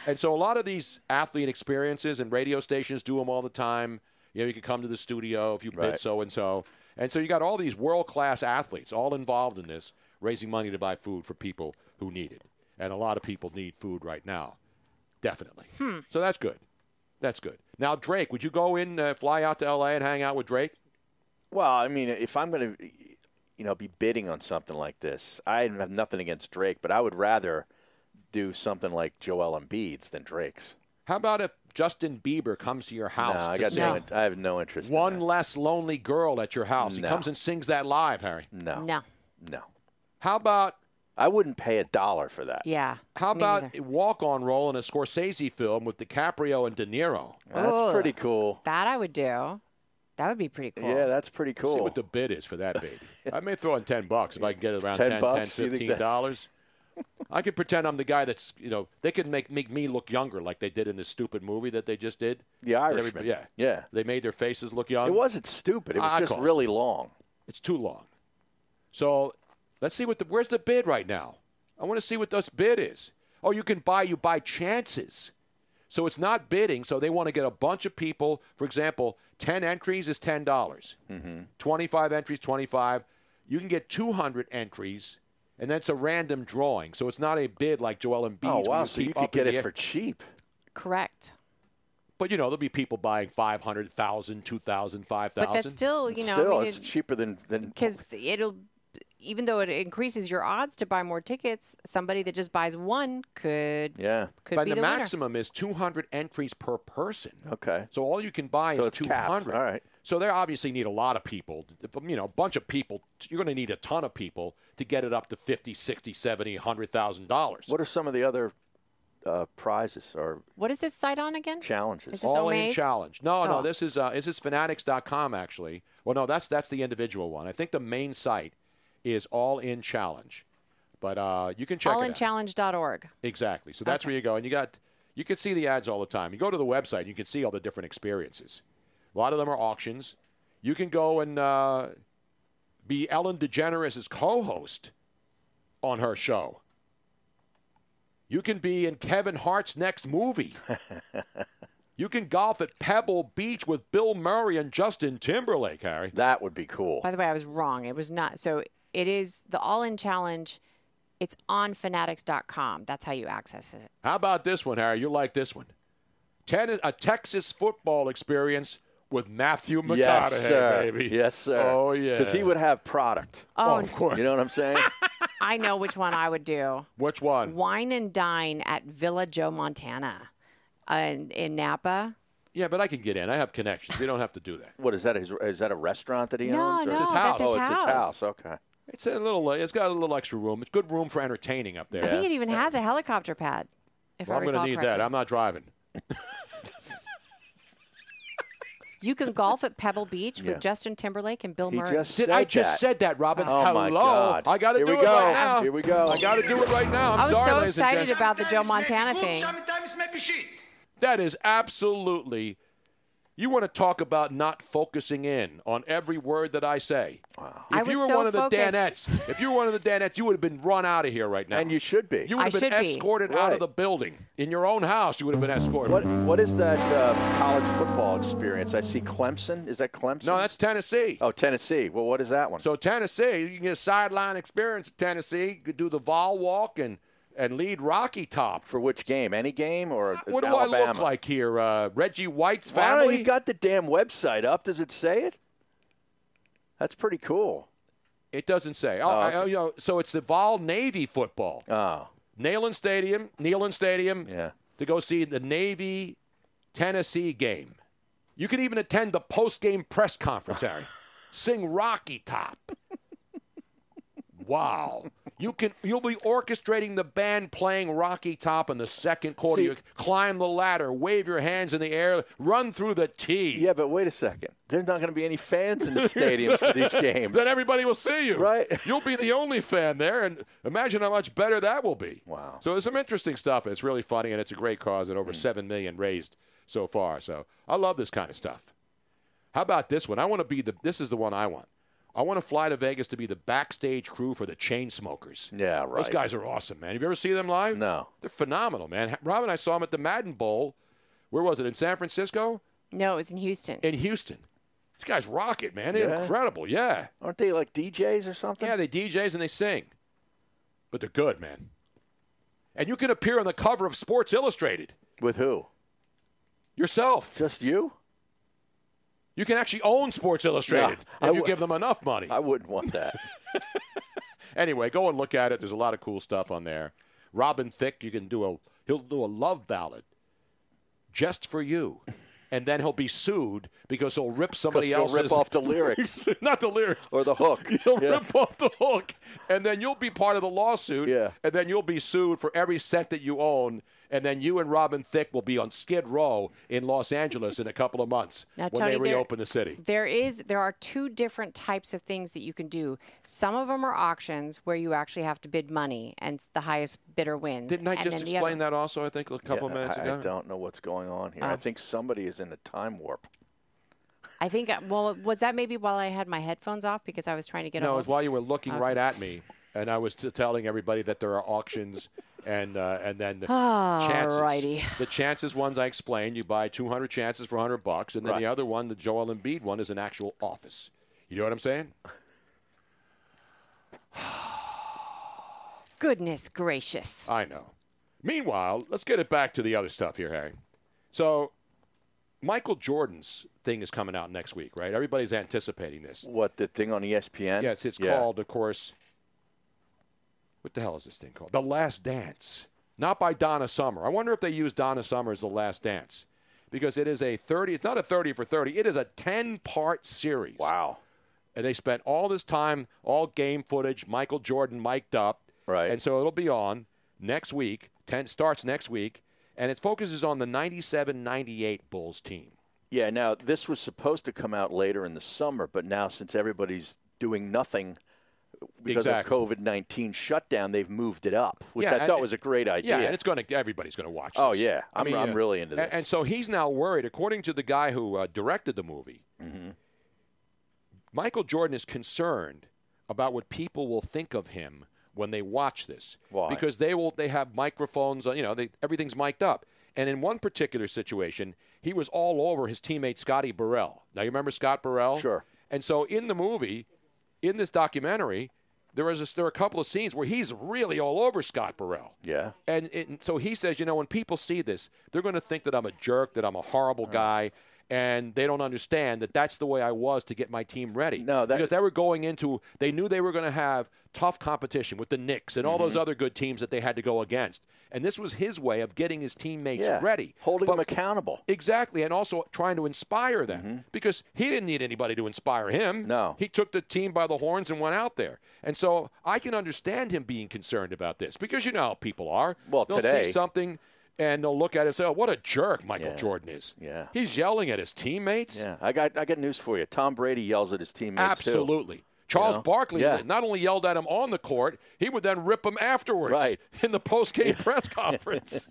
S6: And so a lot of these athlete experiences and radio stations do them all the time. You know, you can come to the studio if you
S7: Right.
S6: bid so and so. And so you got all these world class athletes all involved in this, raising money to buy food for people who need it. And a lot of people need food right now, definitely.
S17: Hmm.
S6: So that's good. That's good. Now, Drake, would you go in, uh, fly out to L.A. and hang out with Drake?
S7: Well, I mean, if I'm going to, you know, be bidding on something like this, I have nothing against Drake, but I would rather do something like Joel Embiid's than Drake's.
S6: How about if Justin Bieber comes to your house?
S7: no, I
S6: to
S7: got
S6: sing?
S7: no. in- I have no interest.
S6: One less lonely girl at your house. He
S7: No.
S6: comes and sings that live, Harry.
S7: No.
S8: No.
S7: No.
S6: How about?
S7: I wouldn't pay a dollar for that.
S8: Yeah.
S6: How
S8: me
S6: about a walk-on role in a Scorsese film with DiCaprio and De Niro?
S8: That's Ooh. pretty
S7: Oh, cool.
S8: That I would do. That would be pretty Oh. cool.
S7: that's pretty
S6: See
S7: cool.
S6: what the bid is for that
S7: [LAUGHS]
S6: baby. I may throw in ten bucks if I can get it around
S7: 10
S6: 10, 10,
S7: bucks? You think
S6: 15
S7: that-
S6: dollars. [LAUGHS] I could pretend I'm the guy that's you know they could make make me look younger like they did in this stupid movie that they just did.
S7: The
S6: That
S7: Irishman.
S6: everybody- Yeah,
S7: Yeah.
S6: They made their faces look young.
S7: It wasn't stupid. It was
S6: I
S7: just
S6: call
S7: really long.
S6: It's too long. So let's see what the where's the bid right now. I want to see what this bid is. Oh, you can buy you buy chances. So it's not bidding. So they want to get a bunch of people. For example, ten entries is ten dollars.
S7: Mm-hmm.
S6: 25 entries, 25. You can get 200 entries, and that's a random drawing. So it's not a bid like Joel Embiid.
S7: Oh, wow, so you could get it for cheap.
S8: Correct.
S6: But, you know, there'll be people buying 500,000, 2,000, 5,000.
S8: still, you know, I
S7: still,
S8: mean,
S7: it's
S8: it-
S7: cheaper than than
S8: because it'll even though it increases your odds to buy more tickets somebody that just buys one could
S7: yeah.
S8: could
S6: but
S8: be
S6: the,
S8: the winner.
S6: maximum is 200 entries per person.
S7: Okay.
S6: So all you can buy
S7: So
S6: is
S7: it's capped.
S6: 200.
S7: All right.
S6: So they obviously need a lot of people, you know, a bunch of people. You're going to need a ton of people to get it up to 50, 60, 70, 100,000 dollars.
S7: What are some of the other uh, prizes or
S8: what is this site on again
S7: challenges?
S8: Is this
S6: All in
S8: Omaze?
S6: challenge. No,
S8: Oh.
S6: no, this is uh, this is fanatics.com actually. Well, no, that's that's the individual one. I think the main site is All In Challenge, but uh, you can check it out.
S8: allinchallenge.org
S6: exactly. So that's where you go, and you got you can see the ads all the time. You go to the website, and you can see all the different experiences. A lot of them are auctions. You can go and uh, be Ellen DeGeneres' co-host on her show. You can be in Kevin Hart's next
S7: [LAUGHS]
S6: movie. you can golf at Pebble Beach with Bill Murray and Justin Timberlake, Harry.
S7: That would be cool.
S8: by the way i was wrong it was not so it is the all in challenge it's on fanatics.com that's how you access it
S6: How about this one, Harry? You like this one? Ten- a Texas football experience with Matthew McConaughey,
S7: yes, sir.
S6: baby.
S7: Yes, sir.
S6: Oh yeah.
S7: Because he would have product.
S8: Oh, Oh, of
S6: course.
S7: You know what I'm saying?
S8: i know which one i would do
S6: [LAUGHS] Which one?
S8: wine and dine at villa joe montana uh, in, in napa
S6: Yeah, but I can get in. I have connections. We don't have to do that.
S7: what is that? Is, is that a restaurant that he
S8: No,
S7: owns? or-
S8: no, It's his that's house. his
S7: oh, it's his
S8: house.
S7: house. Okay.
S6: It's a little. It's got a little extra room. It's good room for entertaining up there.
S8: i think it even has a helicopter pad if
S6: Well,
S8: i
S6: I'm
S8: recall
S6: gonna need
S8: correctly.
S6: that. I'm not driving.
S8: You can golf at Pebble Beach with Justin Timberlake and Bill
S7: He
S8: Murray.
S7: just
S6: Did- I said just that. said that, Robin.
S7: Oh my
S6: Hello.
S7: God!
S6: I gotta
S7: Here
S6: do
S7: we
S6: it
S7: go.
S6: right now.
S7: Here we go.
S6: I gotta do it right now. I'm
S8: I was
S6: sorry,
S8: so
S6: ladies and
S8: excited
S6: gents.
S8: about the Joe Montana thing.
S6: That is absolutely. You want to talk about not focusing in on every word that I say. If
S8: I was
S6: you were
S8: so
S6: one of the
S8: focused.
S6: Danettes, if you were one of the Danettes, you would have been run out of here right now. And you
S7: should be.
S6: You would
S7: I
S6: have been
S7: should be.
S6: escorted out of
S7: Right.
S6: the building. In your own house, you would have been escorted.
S7: What What is that uh, college football experience? I see Clemson. Is that Clemson? No, that's
S6: Tennessee.
S7: Oh, Tennessee. Well, what is that one?
S6: So Tennessee, you can get a sideline experience at Tennessee. You could do the vol walk and and lead Rocky Top
S7: for which game? Any game or uh,
S6: what do I look
S7: Alabama?
S6: like here? Uh, Reggie White's
S7: Why don't
S6: family.
S7: you got the damn website up? Does it say it? That's pretty cool.
S6: It doesn't say. Oh, I- oh, you know, so it's the Vol Navy football.
S7: Oh.
S6: Neyland Stadium, Neyland Stadium.
S7: Yeah.
S6: To go see the Navy Tennessee game. You can even attend the post game press conference,
S7: [LAUGHS]
S6: Harry. Sing Rocky Top. Wow. You can you'll be orchestrating the band playing Rocky Top in the second quarter.
S7: See-
S6: you climb the ladder, wave your hands in the air, run through the tee.
S7: Yeah, but wait a second. There's not going to be any fans
S6: [LAUGHS]
S7: in the stadiums for these games.
S6: Then everybody will see you.
S7: Right.
S6: [LAUGHS] You'll be the only fan there, and imagine how much better that will be. Wow. So there's some interesting stuff. It's really funny, and it's a great cause, and
S7: Mm.
S6: over seven million raised so far. So I love this kind of stuff. How about this one? I want to be the. This is the one I want. I want to fly to Vegas to be the backstage crew for the chain smokers.
S7: Yeah, right.
S6: Those guys are awesome, man. Have you ever seen them live? No. They're phenomenal, man. Rob and I saw them at the Madden Bowl. Where was it? In San Francisco?
S8: No, it was in Houston.
S6: In Houston. These guys rock it, man. They're
S7: Yeah.
S6: incredible. Yeah.
S7: Aren't they like DJs or something?
S6: Yeah, they DJs and they sing. But they're good, man. And you can appear on the cover of Sports Illustrated.
S7: With who?
S6: Yourself.
S7: Just you?
S6: You can actually own Sports Illustrated if
S7: I
S6: you
S7: wou-
S6: give them enough money.
S7: I wouldn't want that.
S6: [LAUGHS] anyway, go and look at it. There's a lot of cool stuff on there. Robin Thicke, you can do a he'll do a love ballad just for you. And then he'll be sued because he'll rip somebody
S7: he'll
S6: else
S7: rip off
S6: [LAUGHS]
S7: the lyrics.
S6: Not the lyrics.
S7: Or the hook.
S6: [LAUGHS] He'll
S7: Yeah.
S6: rip off the hook. And then you'll be part of the lawsuit. Yeah. And then you'll be sued for every cent that you own. And then you and Robin Thicke will be on Skid Row in Los Angeles in a couple of months
S8: Now,
S6: when
S8: Tony,
S6: they
S8: there-
S6: reopen the city.
S8: There is there are two different types of things that you can do. Some of them are auctions where you actually have to bid money and it's the highest bidder wins.
S6: Didn't I
S8: And
S6: just
S8: then the
S6: explain
S8: other-
S6: that also, I think, a couple
S7: Yeah,
S6: minutes
S7: I,
S6: ago?
S7: I don't know what's going on here. I
S8: Oh.
S7: think somebody is in a time warp.
S8: I think uh, well was that maybe while I had my headphones off because I was trying to get a
S6: no, it
S8: hold-
S6: was while you were looking
S8: Okay.
S6: right at me, and I was t- telling everybody that there are auctions, and uh, and then the
S8: Ah,
S6: chances.
S8: Alrighty.
S6: The chances ones I explained. You buy 200 chances for 100 bucks, and then the other one, the Joel Embiid one, is an actual office. You know what I'm saying?
S8: Goodness gracious.
S6: I know. Meanwhile, let's get it back to the other stuff here, Harry. So, Michael Jordan's thing is coming out next week, right? Everybody's anticipating this.
S7: What, the thing on E ESPN?
S6: Yes, it's
S7: Yeah.
S6: called, of course. What the hell is this thing called? The Last Dance. Not by Donna Summer. I wonder if they use Donna Summer as The Last Dance because it is a 30, it's not a 30 for 30, it is a 10 part series.
S7: Wow.
S6: And they spent all this time, all game footage, Michael Jordan mic'd up. Right. And so it'll be on next week, 10 starts next week, and it focuses on the 97 98 Bulls team.
S7: Yeah, now this was supposed to come out later in the summer, but now since everybody's doing nothing because
S6: Exactly.
S7: of COVID 19 shutdown, they've moved it up, which
S6: Yeah,
S7: I thought
S6: and-
S7: was a great idea.
S6: Yeah, and it's going to everybody's going to watch.
S7: Oh,
S6: this.
S7: yeah. I'm- I'm
S6: uh,
S7: really into
S6: a-
S7: this.
S6: And, so he's now worried, according to the guy who uh, directed the movie.
S7: Mm-hmm.
S6: Michael Jordan is concerned about what people will think of him when they watch this,
S7: Why?
S6: because they will they have microphones, uh, you know, they, everything's mic'd up. And in one particular situation, he was all over his teammate Scotty Burrell. Now you remember Scott Burrell? Sure. And so in the movie, in this documentary, there was a, there are a couple of scenes where he's really all over Scott Burrell.
S7: yeah.
S6: And, it, and so he says, you know, when people see this, they're going to think that I'm a jerk, that I'm a horrible guy, and they don't understand that that's the way I was to get my team ready. No, that, because they were going into, they knew they were going to have tough competition with the Knicks and all those other good teams that they had to go against. And this was his way of getting his teammates
S7: Yeah,
S6: ready,
S7: holding them accountable. Mm-hmm.
S6: Exactly, and also trying to inspire them because he didn't need anybody to inspire him. No. He took the team by the horns and went out there. And so I can understand him being concerned about this because you know how people are.
S7: Well,
S6: They'll
S7: today-
S6: see something and they'll look at it and say, "Oh, what a jerk Michael Jordan is."
S7: Yeah.
S6: He's yelling at his teammates.
S7: Yeah, I got I got news for you. Tom Brady yells at his teammates
S6: Absolutely.
S7: too.
S6: Charles
S7: You know?
S6: Barkley
S7: Yeah.
S6: not only yelled at him on the court, he would then rip him afterwards
S7: Right.
S6: [LAUGHS] in the
S7: [LAUGHS]
S6: post-game press conference.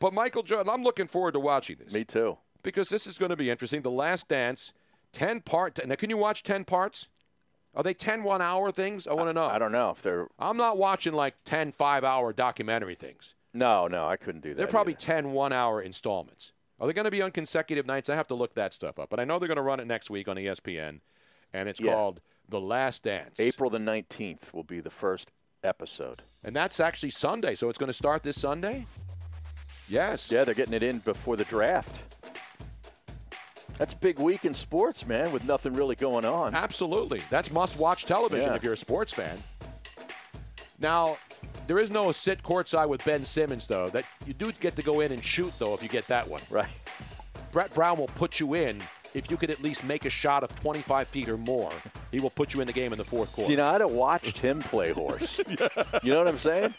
S6: but Michael Jordan, I'm looking forward to watching this. Me
S7: too.
S6: Because this is going to be interesting. The Last Dance, 10 part. Now, can you watch 10 parts? Are they 10 one hour things? I want to know. I
S7: don't know if they're.
S6: I'm not watching like 10 five hour documentary things.
S7: No, no, I couldn't do that.
S6: They're probably 10 one hour installments. Are they going to be on consecutive nights? I have to look that stuff up. But I know they're going to run it next week on E ESPN, and it's
S7: Yeah.
S6: called The Last Dance.
S7: April the 19th will be the first episode.
S6: And that's actually Sunday, so it's going to start this Sunday? Yes.
S7: Yeah, they're getting it in before the draft. That's a big week in sports, man, with nothing really going on.
S6: Absolutely. That's must watch television
S7: Yeah.
S6: if you're a sports fan. Now, there is no sit courtside with Ben Simmons, though. That You do get to go in and shoot, though, if you get that one.
S7: Right.
S6: Brett Brown will put you in if you could at least make a shot of 25 feet or more. He will put you in the game in the fourth quarter.
S7: See, now I'd have watched him play
S6: [LAUGHS]
S7: horse. You know what I'm saying?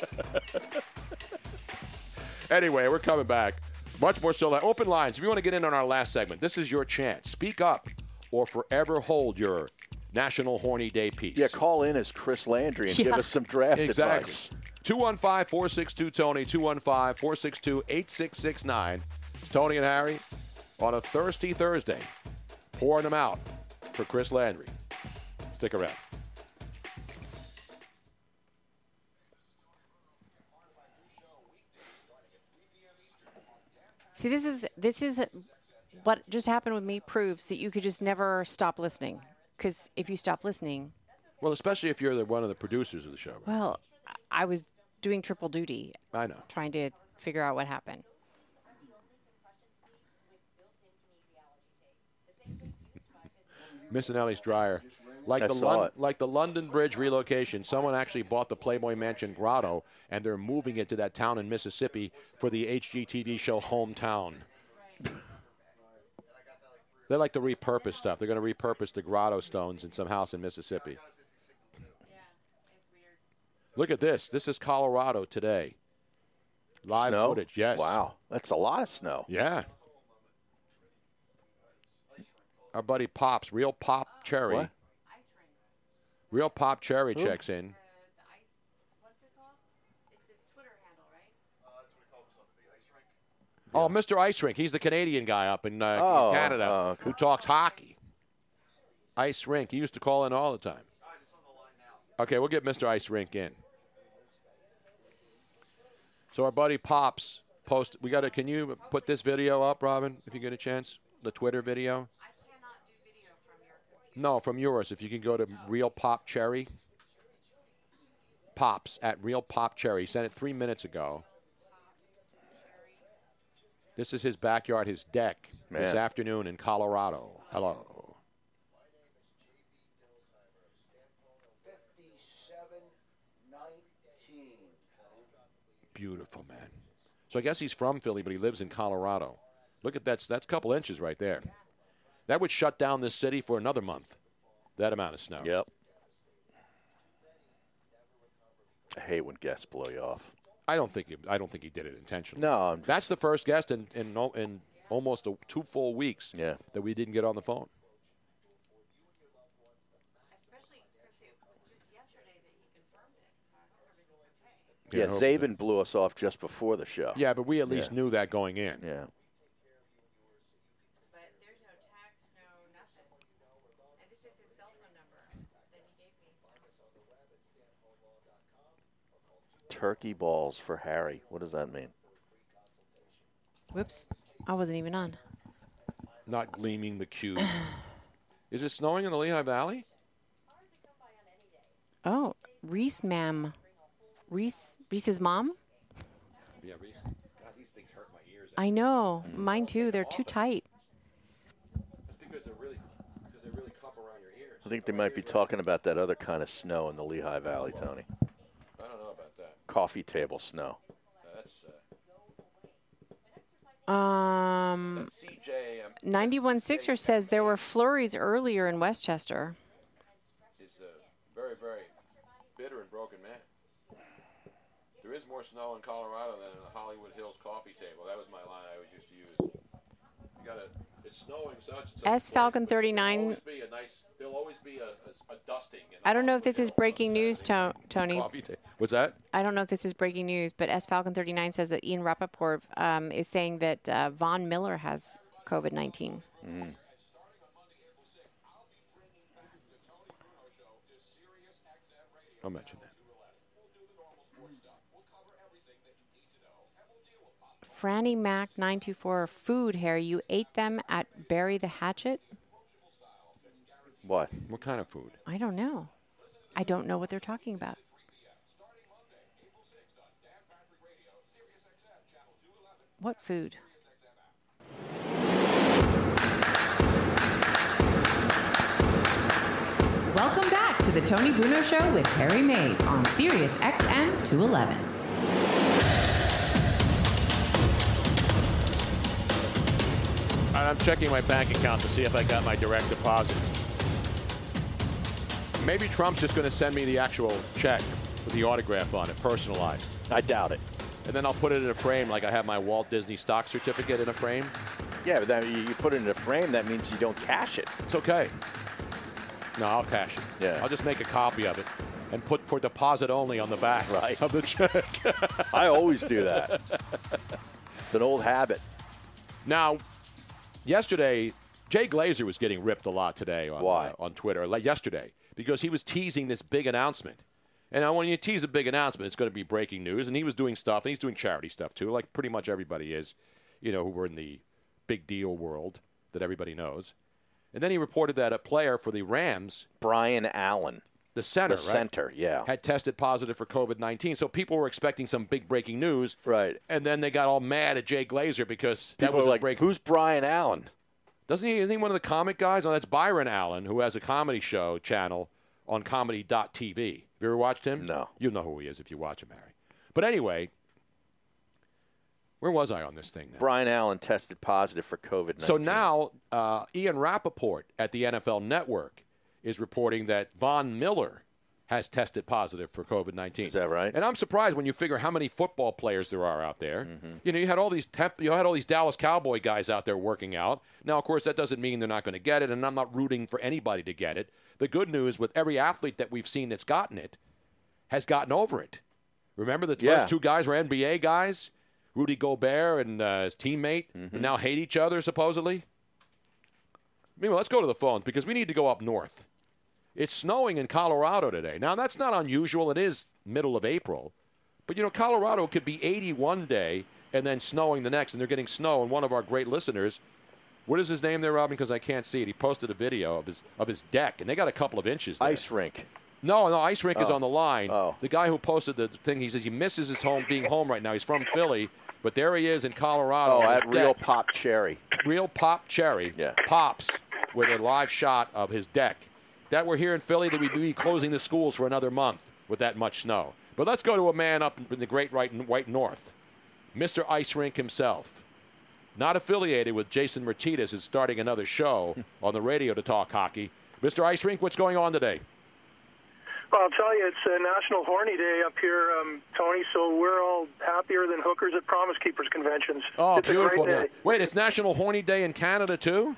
S6: Anyway, we're coming back. Much more still. Open lines. If you want to get in on our last segment, this is your chance. Speak up or forever hold your National Horny Day piece.
S7: Yeah, call in as Chris Landry and give
S6: Yeah.
S7: us some draft
S6: exactly.
S7: advice.
S6: 215 462 Tony, 215 462 8669. It's Tony and Harry on a thirsty Thursday, pouring them out for Chris Landry. Stick around.
S8: See, this is this is what just happened with me proves that you could just never stop listening. Because if you stop listening,
S6: Well, especially if you're the, one of the producers of the show.
S8: well, I- I was doing triple duty.
S6: I know.
S8: Trying to figure out what happened.
S6: Missinelli's dryer. Like
S7: I
S6: the
S7: saw
S6: Lon-
S7: it.
S6: like the London Bridge relocation, someone actually bought the Playboy Mansion grotto and they're moving it to that town in Mississippi for the HGTV show Hometown. [LAUGHS] they like to repurpose stuff. They're going to repurpose the grotto stones in some house in Mississippi. Look at this. This is Colorado today. Live
S7: Snow?
S6: footage, yes.
S7: Wow, that's a lot of snow.
S6: Yeah. Our buddy Pops, real Pop Cherry.
S7: What?
S6: Real Pop Cherry
S7: Who?
S6: checks in. Oh, Mr. Ice Rink. He's the Canadian guy up in uh,
S7: Oh,
S6: Canada
S7: oh, okay.
S6: who talks hockey. Ice Rink. He used to call in all the time. Okay, we'll get Mr. Ice Rink in. So our buddy Pops post. We got to. Can you put this video up, Robin, if you get a chance? The Twitter video. No, from yours. If you can go to Real Pop Cherry. Pops at Real Pop Cherry. He sent it three minutes ago. This is his backyard, his deck this
S7: Man.
S6: afternoon in Colorado. Hello. Beautiful man. So I guess he's from Philly, but he lives in Colorado. Look at that. That's a couple inches right there. That would shut down this city for another month. That amount of snow.
S7: Yep. I hate when guests blow you off.
S6: I don't think he, I don't think he did it intentionally.
S7: No, I'm just-
S6: that's the first guest in in, no- in almost a, two full weeks
S7: Yeah.
S6: that we didn't get on the phone.
S7: Yeah,
S6: I hope
S7: Zabin blew us off just before the show.
S6: Yeah, but we at least knew that going in.
S7: Yeah. Turkey balls for Harry. What does that mean?
S8: Whoops, I wasn't even on.
S6: Not gleaming the
S7: [SIGHS]
S6: cube. Is it snowing in the Lehigh Valley?
S8: Oh, Reese, ma'am. Reese, Reese's mom.
S6: Yeah, Reese. God, these things hurt my ears.
S8: I know, mine too. They're too tight.
S6: That's because they're really because they really cup around your ears.
S7: I think they might be talking about that other kind of snow in the Lehigh Valley, Tony.
S6: I don't know about that.
S7: Coffee table snow.
S6: That's uh,
S8: Um,
S6: CJ, um,
S8: ninety-one sixer says there were flurries earlier in Westchester.
S6: is a very very bitter and broken man. There is more snow in Colorado than in the Hollywood Hills coffee table. That was my line I always used to use. You gotta, it's snowing such. and
S8: S
S6: such
S8: Falcon
S6: place, but There'll
S8: 39.
S6: always be a nice. There'll always be a, a, a dusting. in the
S8: I don't know if
S6: Hollywood
S8: this is
S6: Hills
S8: breaking news, To- Tony.
S6: Coffee table. What's that?
S8: I don't know if this is breaking news, but S Falcon 39 says that Ian Rappaport um, is saying that uh, Von Miller has COVID 19.
S7: Mm.
S6: I'll mention that.
S8: Franny Mac 924 food hair. You ate them at Bury the Hatchet?
S7: What?
S6: What kind of food?
S8: I don't know. I don't know what they're talking about. What food?
S9: Welcome back to the Tony Bruno Show with Harry Mays on Sirius XM 211.
S6: All right, I'm checking my bank account to see if I got my direct deposit. Maybe Trump's just going to send me the actual check with the autograph on it, personalized.
S7: I doubt it.
S6: And then I'll put it in a frame like I have my Walt Disney stock certificate in a frame.
S7: Yeah, but then you you put it in a frame, that means you don't cash it.
S6: It's okay. No, I'll cash it. Yeah. I'll just make a copy of it and put for deposit only on the back right. of the [LAUGHS] check.
S7: I always do that. It's an old habit.
S6: Now, yesterday, Jay Glazer was getting ripped a lot today on, Why? on Twitter, like yesterday, because he was teasing this big announcement. And uh, when you tease a big announcement, it's going to be breaking news. And he was doing stuff, and he's doing charity stuff too, like pretty much everybody is, you know, who were in the big deal world that everybody knows. And then he reported that a player for the Rams,
S7: Brian Allen,
S6: the center,
S7: The
S6: right?
S7: center, yeah.
S6: had tested positive for COVID 19. So people were expecting some big breaking news.
S7: Right.
S6: And then they got all mad at Jay Glazer because that
S7: People
S6: was
S7: are
S6: a
S7: like,
S6: break.
S7: who's Brian Allen?
S6: Doesn't he? Isn't he one of the comic guys? Oh, that's Byron Allen, who has a comedy show channel on comedy.tv. Have you ever watched him? No. You'll know who he is if you watch him, Harry. But anyway, where was I on this thing?
S7: Brian Allen tested positive for COVID 19.
S6: So now uh, Ian Rappaport at the NFL Network is reporting that Von Miller has tested positive for COVID 19. Is that right? And I'm surprised when you figure how many football players there are out there.
S7: Mm-hmm.
S6: You know, you had all these temp- you had all these Dallas Cowboy guys out there working out. Now, of course, that doesn't mean they're not going to get it, and I'm not rooting for anybody to get it. The good news with every athlete that we've seen that's gotten it has gotten over it. Remember the
S7: Yeah.
S6: first two guys were NBA guys, Rudy Gobert and uh, his teammate, and now hate each other supposedly. Meanwhile, let's go to the phones because we need to go up north. It's snowing in Colorado today. Now that's not unusual. It is middle of April, but you know Colorado could be 80 one day and then snowing the next, and they're getting snow. And one of our great listeners, what is his name there, Robin? Because I can't see it. He posted a video of his of his deck, and they got a couple of inches. There.
S7: Ice rink.
S6: No, no, ice rink is
S7: Oh.
S6: on the line. The guy who posted the thing, he says he misses his home being home right now. He's from Philly, but there he is in Colorado.
S7: Oh,
S6: on
S7: at
S6: his deck.
S7: Real Pop Cherry.
S6: Real Pop Cherry pops with a live shot of his deck. That we're here in Philly, that we'd be closing the schools for another month with that much snow. But let's go to a man up in the great right, white north, Mr. Ice Rink himself. Not affiliated with Jason Martinez, is starting another show on the radio to talk hockey. Mr. Ice Rink, what's going on today?
S17: Well, I'll tell you, it's uh, National Horny Day up here, um, Tony. So we're all happier than hookers at Promise Keepers conventions.
S6: Oh,
S17: it's
S6: beautiful.
S17: A great day.
S6: Wait, it's National Horny Day in Canada, too?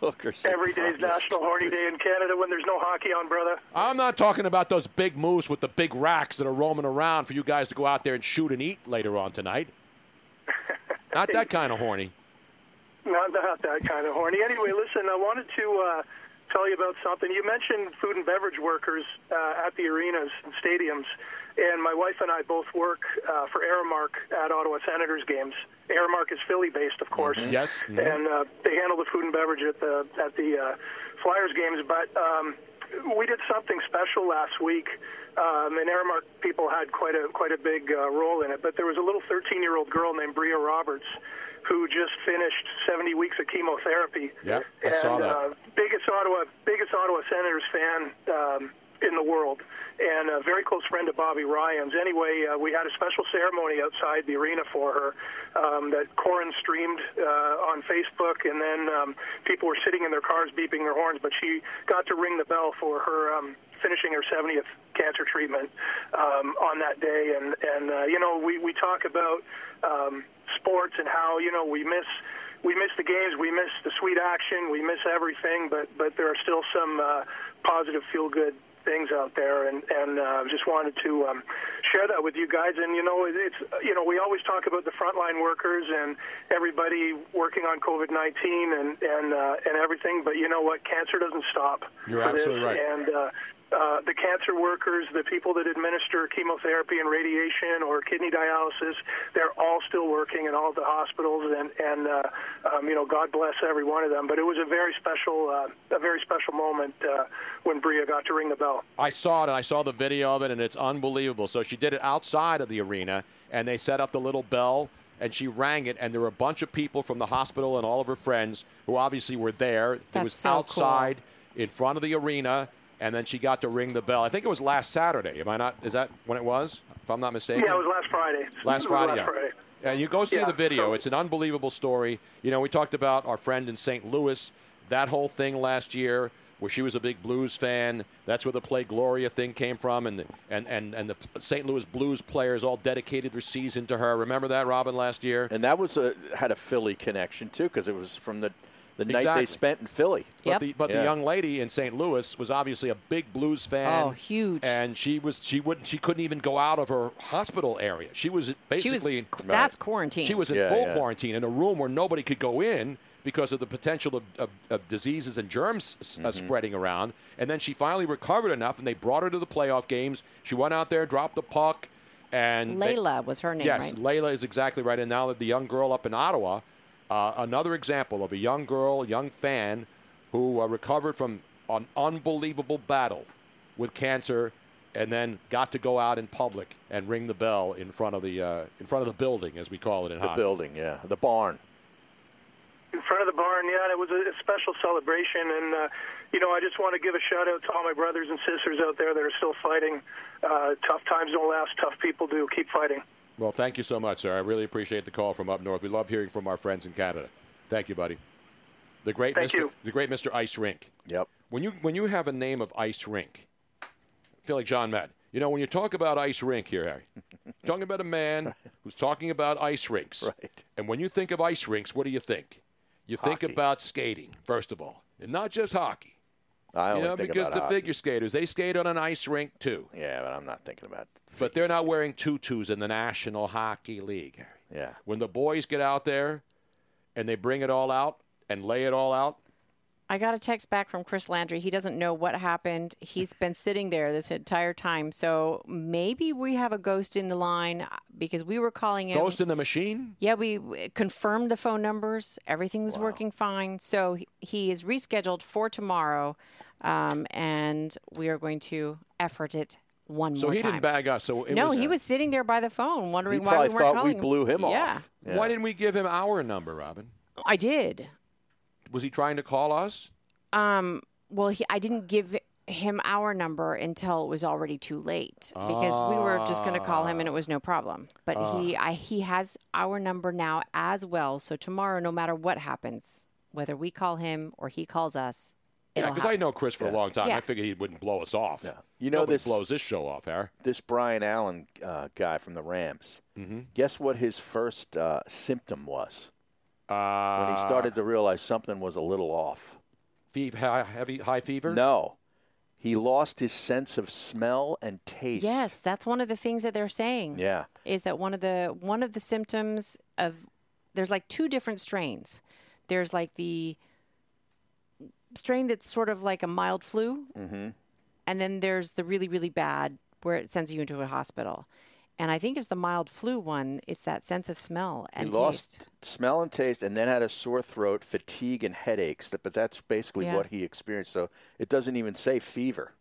S7: Hookers.
S17: Every day's National Horny Day in Canada when there's no hockey on, brother.
S6: I'm not talking about those big moose with the big racks that are roaming around for you guys to go out there and shoot and eat later on tonight. Not that kind of horny.
S17: Not, not that kind of horny. Anyway, listen, I wanted to uh, tell you about something. You mentioned food and beverage workers uh, at the arenas and stadiums, and my wife and I both work uh, for Aramark at Ottawa Senators games. Aramark is Philly-based, of course.
S6: Yes.
S17: and uh, they handle the food and beverage at the at the uh, Flyers games. But um, we did something special last week, um, and Aramark people had quite a quite a big uh, role in it. But there was a little 13 year old girl named Bria Roberts who just finished 70 weeks of chemotherapy
S6: Yep, I
S17: and
S6: saw that.
S17: Uh, biggest Ottawa, biggest Ottawa Senators fan um, in the world, and a very close friend of Bobby Ryan's. Anyway, uh, we had a special ceremony outside the arena for her um, that Corin streamed uh, on Facebook, and then um, people were sitting in their cars beeping their horns, but she got to ring the bell for her um, finishing her 70th cancer treatment um, on that day. And, and uh, you know, we, we talk about um, sports and how, you know, we miss. We miss the games, we miss the sweet action, we miss everything, but but there are still some uh, positive, feel-good things out there, and and uh, just wanted to um, share that with you guys. And you know, it- it's you know, we always talk about the frontline workers and everybody working on COVID-19 and and uh, and everything, but you know what? Cancer doesn't stop.
S6: You're
S17: for this,
S6: absolutely right.
S17: And uh, uh, the cancer workers, the people that administer chemotherapy and radiation or kidney dialysis, they're all still working in all the hospitals, and and uh, um, you know, God bless every one of them. But it was a very special, uh, a very special moment uh, when Bria got to ring the bell.
S6: I saw it. and I saw the video of it, and it's unbelievable. So she did it outside of the arena, and they set up the little bell, and she rang it, and there were a bunch of people from the hospital and all of her friends who obviously were there. it
S18: That's
S6: was
S18: so cool.
S6: outside in front of the arena, and then she got to ring the bell. I think it was last Saturday. Am I not? Is that when it was? If I'm not mistaken.
S17: Yeah, it was last Friday.
S6: Last
S17: It was
S6: Friday, yeah.
S17: Last Friday.
S6: And you go see
S17: Yeah,
S6: the video. It's an unbelievable story. You know, we talked about our friend in St. Louis, that whole thing last year where she was a big blues fan. That's where the Play Gloria thing came from, and and, and, and the St. Louis blues players all dedicated their season to her. Remember that, Robin, last year?
S7: And that was a had a Philly connection too, because it was from the the night they
S6: Exactly.
S7: spent in Philly.
S6: But, the, but the
S7: Yeah.
S6: young lady in St. Louis was obviously a big blues fan.
S7: Oh,
S8: huge!
S6: And she was she wouldn't she couldn't even go out of her hospital area. She was basically in,
S8: that's quarantined.
S6: She was in
S8: Yeah,
S6: full
S8: yeah.
S6: quarantine in a room where nobody could go in because of the potential of, of, of diseases and germs s- uh,
S8: Mm-hmm.
S6: spreading around. And then she finally recovered enough, and they brought her to the playoff games. She went out there, dropped the puck, and they-
S8: Layla was her name,
S6: Mm-hmm. yes,
S8: right?
S6: Layla is exactly right. And now that the young girl up in Ottawa, uh, another example of a young girl, young fan, who uh, recovered from an unbelievable battle with cancer, and then got to go out in public and ring the bell in front of the uh, in front of the building, as we call it in
S7: The
S6: hockey.
S7: building, yeah, the barn.
S17: in front of the barn. Yeah, and it was a, a special celebration. And uh, you know, I just want to give a shout out to all my brothers and sisters out there that are still fighting. Uh, tough times don't last. Tough people do. Keep fighting.
S6: Well, thank you so much, sir. I really appreciate the call from up north. We love hearing from our friends in Canada. Thank you, buddy. The great
S17: Thank
S6: Mr.
S17: you.
S6: The great Mr. Ice Rink.
S7: Yep.
S6: When you when you have a name of Ice Rink, I feel like John Matt. You know, when you talk about Ice Rink here, Harry, you're talking about a man who's talking about ice rinks. Right. And when you think of ice rinks, what do you think? You think about skating, first of all, and not just hockey.
S7: I
S6: you
S7: only
S6: know,
S7: think
S6: because
S7: about
S6: the
S7: hockey.
S6: figure skaters they skate on an ice rink too.
S7: Yeah, but I'm not thinking about.
S6: But they're not wearing tutus in the National Hockey League. Harry.
S7: Yeah.
S6: When the boys get out there and they bring it all out and lay it all out,
S8: I got a text back from Chris Landry. He doesn't know what happened.
S6: [LAUGHS]
S8: He's been sitting there this entire time. So maybe we have a ghost in the line uh, because we were calling him.
S6: ghost in the machine.
S8: Yeah, we w- confirmed the phone numbers. Everything was working fine. So he- he is rescheduled for tomorrow, um, and we are going to effort it one
S6: So
S8: more
S6: he
S8: time.
S6: didn't bag us. So it
S8: no,
S6: was,
S8: he was sitting there by the phone, wondering why we weren't calling him. yeah.
S6: Why didn't we give him our number, Robin?
S8: I did.
S6: Was he trying to call us?
S8: Um, well, he, I didn't give him our number until it was already too late because we were just going to call him and it was no problem. But he,
S6: Ah.
S8: I, he has our number now as well. So tomorrow, no matter what happens, whether we call him or he calls us,
S6: Yeah,
S8: it'll
S6: because I
S8: happen.
S6: know Chris for a long time.
S8: Yeah.
S6: I figured he wouldn't blow us off.
S7: You know
S6: Nobody
S7: this
S6: blows this show off, Harry.
S7: This Brian Allen uh, guy from the Rams.
S6: Mm-hmm.
S7: Guess what his first uh, symptom was?
S6: Uh,
S7: when he started to realize something was a little off.
S6: Fever, heavy, high fever.
S7: No, he lost his sense of smell and taste.
S8: Yes, that's one of the things that they're saying.
S7: Yeah.
S8: is that one of the one of the symptoms of there's like two different strains. There's like the strain that's sort of like a mild flu,
S7: Mm-hmm.
S8: and then there's the really really bad where it sends you into a hospital. And I think it's the mild flu one. It's that sense of smell and
S7: he
S8: taste.
S7: lost smell and taste, and then had a sore throat, fatigue, and headaches. Th- But that's basically
S8: Yeah.
S7: what he experienced. So it doesn't even say fever.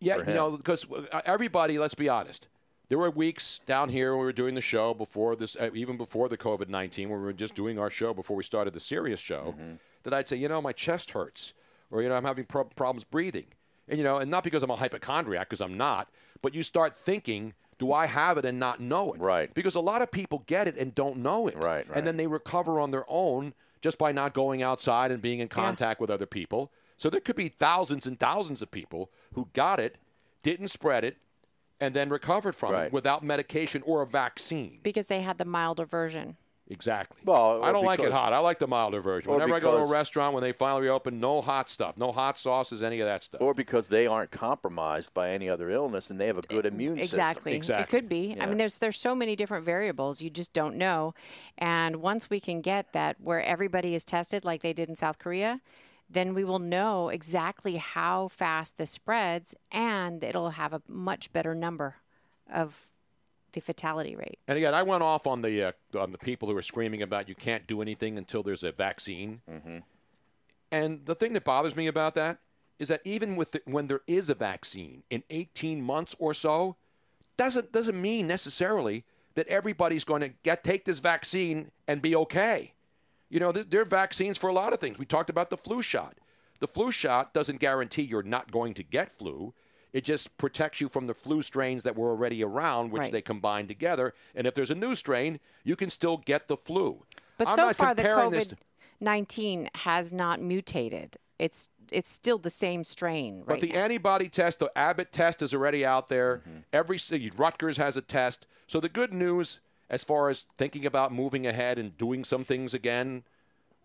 S6: Yeah,
S7: for
S6: you [LAUGHS]
S7: him.
S6: know, because everybody, let's be honest, there were weeks down here when we were doing the show before this, uh, even before the COVID 19, when we were just doing our show before we started Mm-hmm. the serious show, that I'd say, you know, my chest hurts or, you know, I'm having prob problems breathing. and you know, and not because I'm a hypochondriac, because I'm not, but you start thinking, do I have it and not know it? Right. Because a lot of people get it and don't know it. Right. And then they recover on their own just by not going outside and being in contact with other people. So there could be thousands and thousands of people who got it, didn't spread it, and then recovered from it without medication or a vaccine.
S8: because they had the milder version.
S6: Exactly.
S7: Well,
S6: I don't like it
S7: because-
S6: hot. I like the milder version.
S7: or
S6: Whenever I go to
S7: because-
S6: a restaurant, when they finally reopen, no hot stuff, no hot sauces, any of that stuff.
S7: Or because they aren't compromised by any other illness and they have a good immune system.
S8: Exactly. It could be. I
S7: Yeah.
S8: mean, there's there's so many different variables you just don't know. And once we can get that where everybody is tested like they did in South Korea, then we will know exactly how fast this spreads, and it'll have a much better number of the fatality rate.
S6: And again, I went off on the uh, on the people who are screaming about you can't do anything until there's a vaccine. Mm-hmm. And the thing that bothers me about that is that even with the, when there is a vaccine in 18 months or so, doesn't doesn't mean necessarily that everybody's going to get take this vaccine and be okay. You know, there, there are vaccines for a lot of things. We talked about the flu shot. The flu shot doesn't guarantee you're not going to get flu. It just protects you from the flu strains that were already around, which
S8: Right.
S6: they combine together. And if there's a new strain, you can still get the flu.
S8: But
S6: I'm
S8: so
S6: not
S8: far, the
S6: comparing this
S8: COVID nineteen has not mutated. It's it's still the same strain,
S6: But
S8: right?
S6: the antibody test, the Abbott test, is already out there. Every city, Rutgers has a test. So the good news, as far as thinking about moving ahead and doing some things again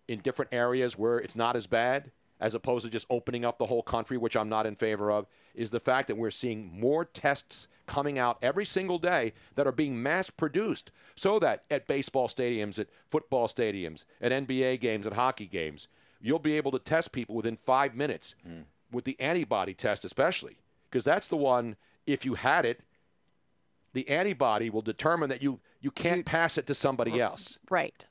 S6: in different areas where it's not as bad, as opposed to just opening up the whole country, which I'm not in favor of, is the fact that we're seeing more tests coming out every single day that are being mass produced so that at baseball stadiums, at football stadiums, at NBA games, at hockey games, you'll be able to test people within five minutes with the antibody test, especially, because that's the one, if you had it, the antibody will determine that you, you can't pass it to somebody else.
S8: Right.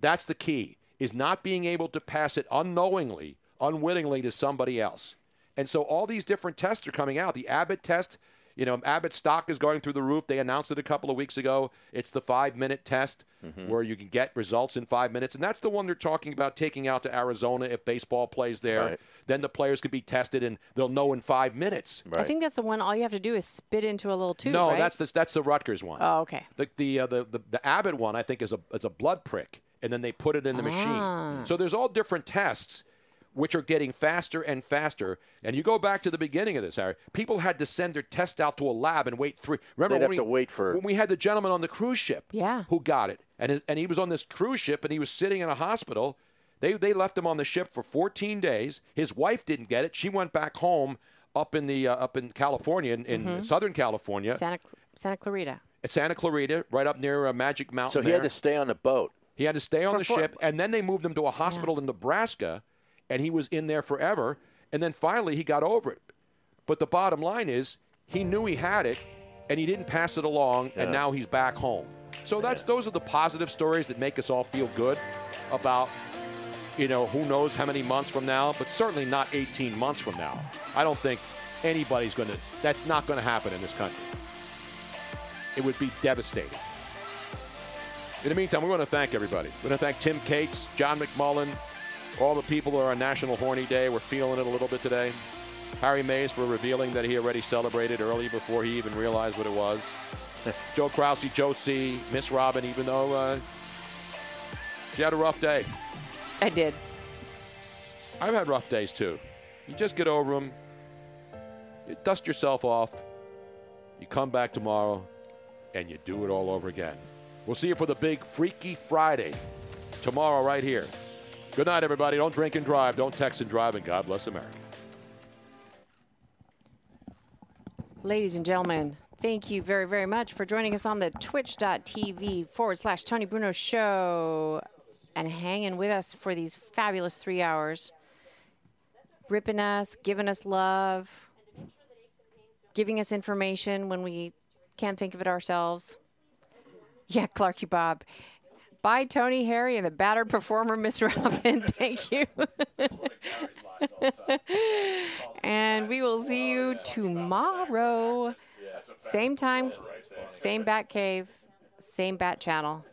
S6: That's the key, is not being able to pass it unknowingly, unwittingly to somebody else. And so all these different tests are coming out. The Abbott test, you know, Abbott stock is going through the roof. They announced it a couple of weeks ago. It's the five minute test where you can get results in five minutes. And that's the one they're talking about taking out to Arizona if baseball plays there.
S7: Right.
S6: Then the players can be tested and they'll know in five minutes.
S8: I think that's the one. All you have to do is spit into a little tube.
S6: No,
S8: right?
S6: that's the that's the Rutgers one.
S8: Oh, okay.
S6: The the, uh, the the the Abbott one, I think, is a is a blood prick, and then they put it in the
S8: Ah.
S6: machine. So there's all different tests, which are getting faster and faster. And you go back to the beginning of this, Harry. People had to send their test out to a lab and wait three. Remember
S7: They'd
S6: when
S7: have
S6: we,
S7: to wait for-
S6: when we had the gentleman on the cruise ship,
S8: yeah,
S6: who got it, and his, and he was on this cruise ship, and he was sitting in a hospital. They they left him on the ship for 14 days. His wife didn't get it. She went back home. Up in the uh, up in California, in, in
S8: Mhm.
S6: Southern California,
S8: Santa Santa Clarita.
S6: at Santa Clarita, right up near uh, Magic Mountain.
S7: So he had
S6: there.
S7: to stay on a boat.
S6: He had to stay on
S7: For
S6: the
S7: four-
S6: ship, and then they moved him to a hospital in Nebraska, and he was in there forever. And then finally, he got over it. But the bottom line is, he knew he had it, and he didn't pass it along, and
S7: Yeah.
S6: now he's back home. So that's those are the positive stories that make us all feel good about, you know, who knows how many months from now, but certainly not 18 months from now. I don't think anybody's going to. That's not going to happen in this country. It would be devastating. In the meantime, we want to thank everybody. We want to thank Tim Cates, John McMullen, all the people who are on National Horny Day. We're feeling it a little bit today. Harry Mays for revealing that he already celebrated early before he even realized what it was. Joe Krause, Joe C, Miss Robin, even though uh, she had a rough day.
S8: I did.
S6: I've had rough days too. You just get over them. You dust yourself off. You come back tomorrow, and you do it all over again. We'll see you for the big Freaky Friday tomorrow, right here. Good night, everybody. Don't drink and drive. Don't text and drive. And God bless America.
S8: Ladies and gentlemen, thank you very, very much for joining us on the twitch.tv forward slash Tony Bruno show and hanging with us for these fabulous three hours, ripping us, giving us love, giving us information when we can't think of it ourselves. Yeah, Clarky Bob. Bye, Tony, Harry, and the battered performer, Miss [LAUGHS] Robin. Thank you. [LAUGHS] and we will see you tomorrow. Same time, same bat cave, same bat channel.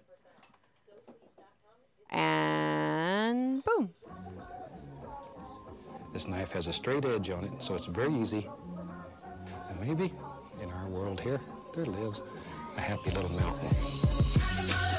S8: And boom.
S1: This knife has a straight edge on it, so it's very easy. And maybe in our world here, there lives a happy little mountain.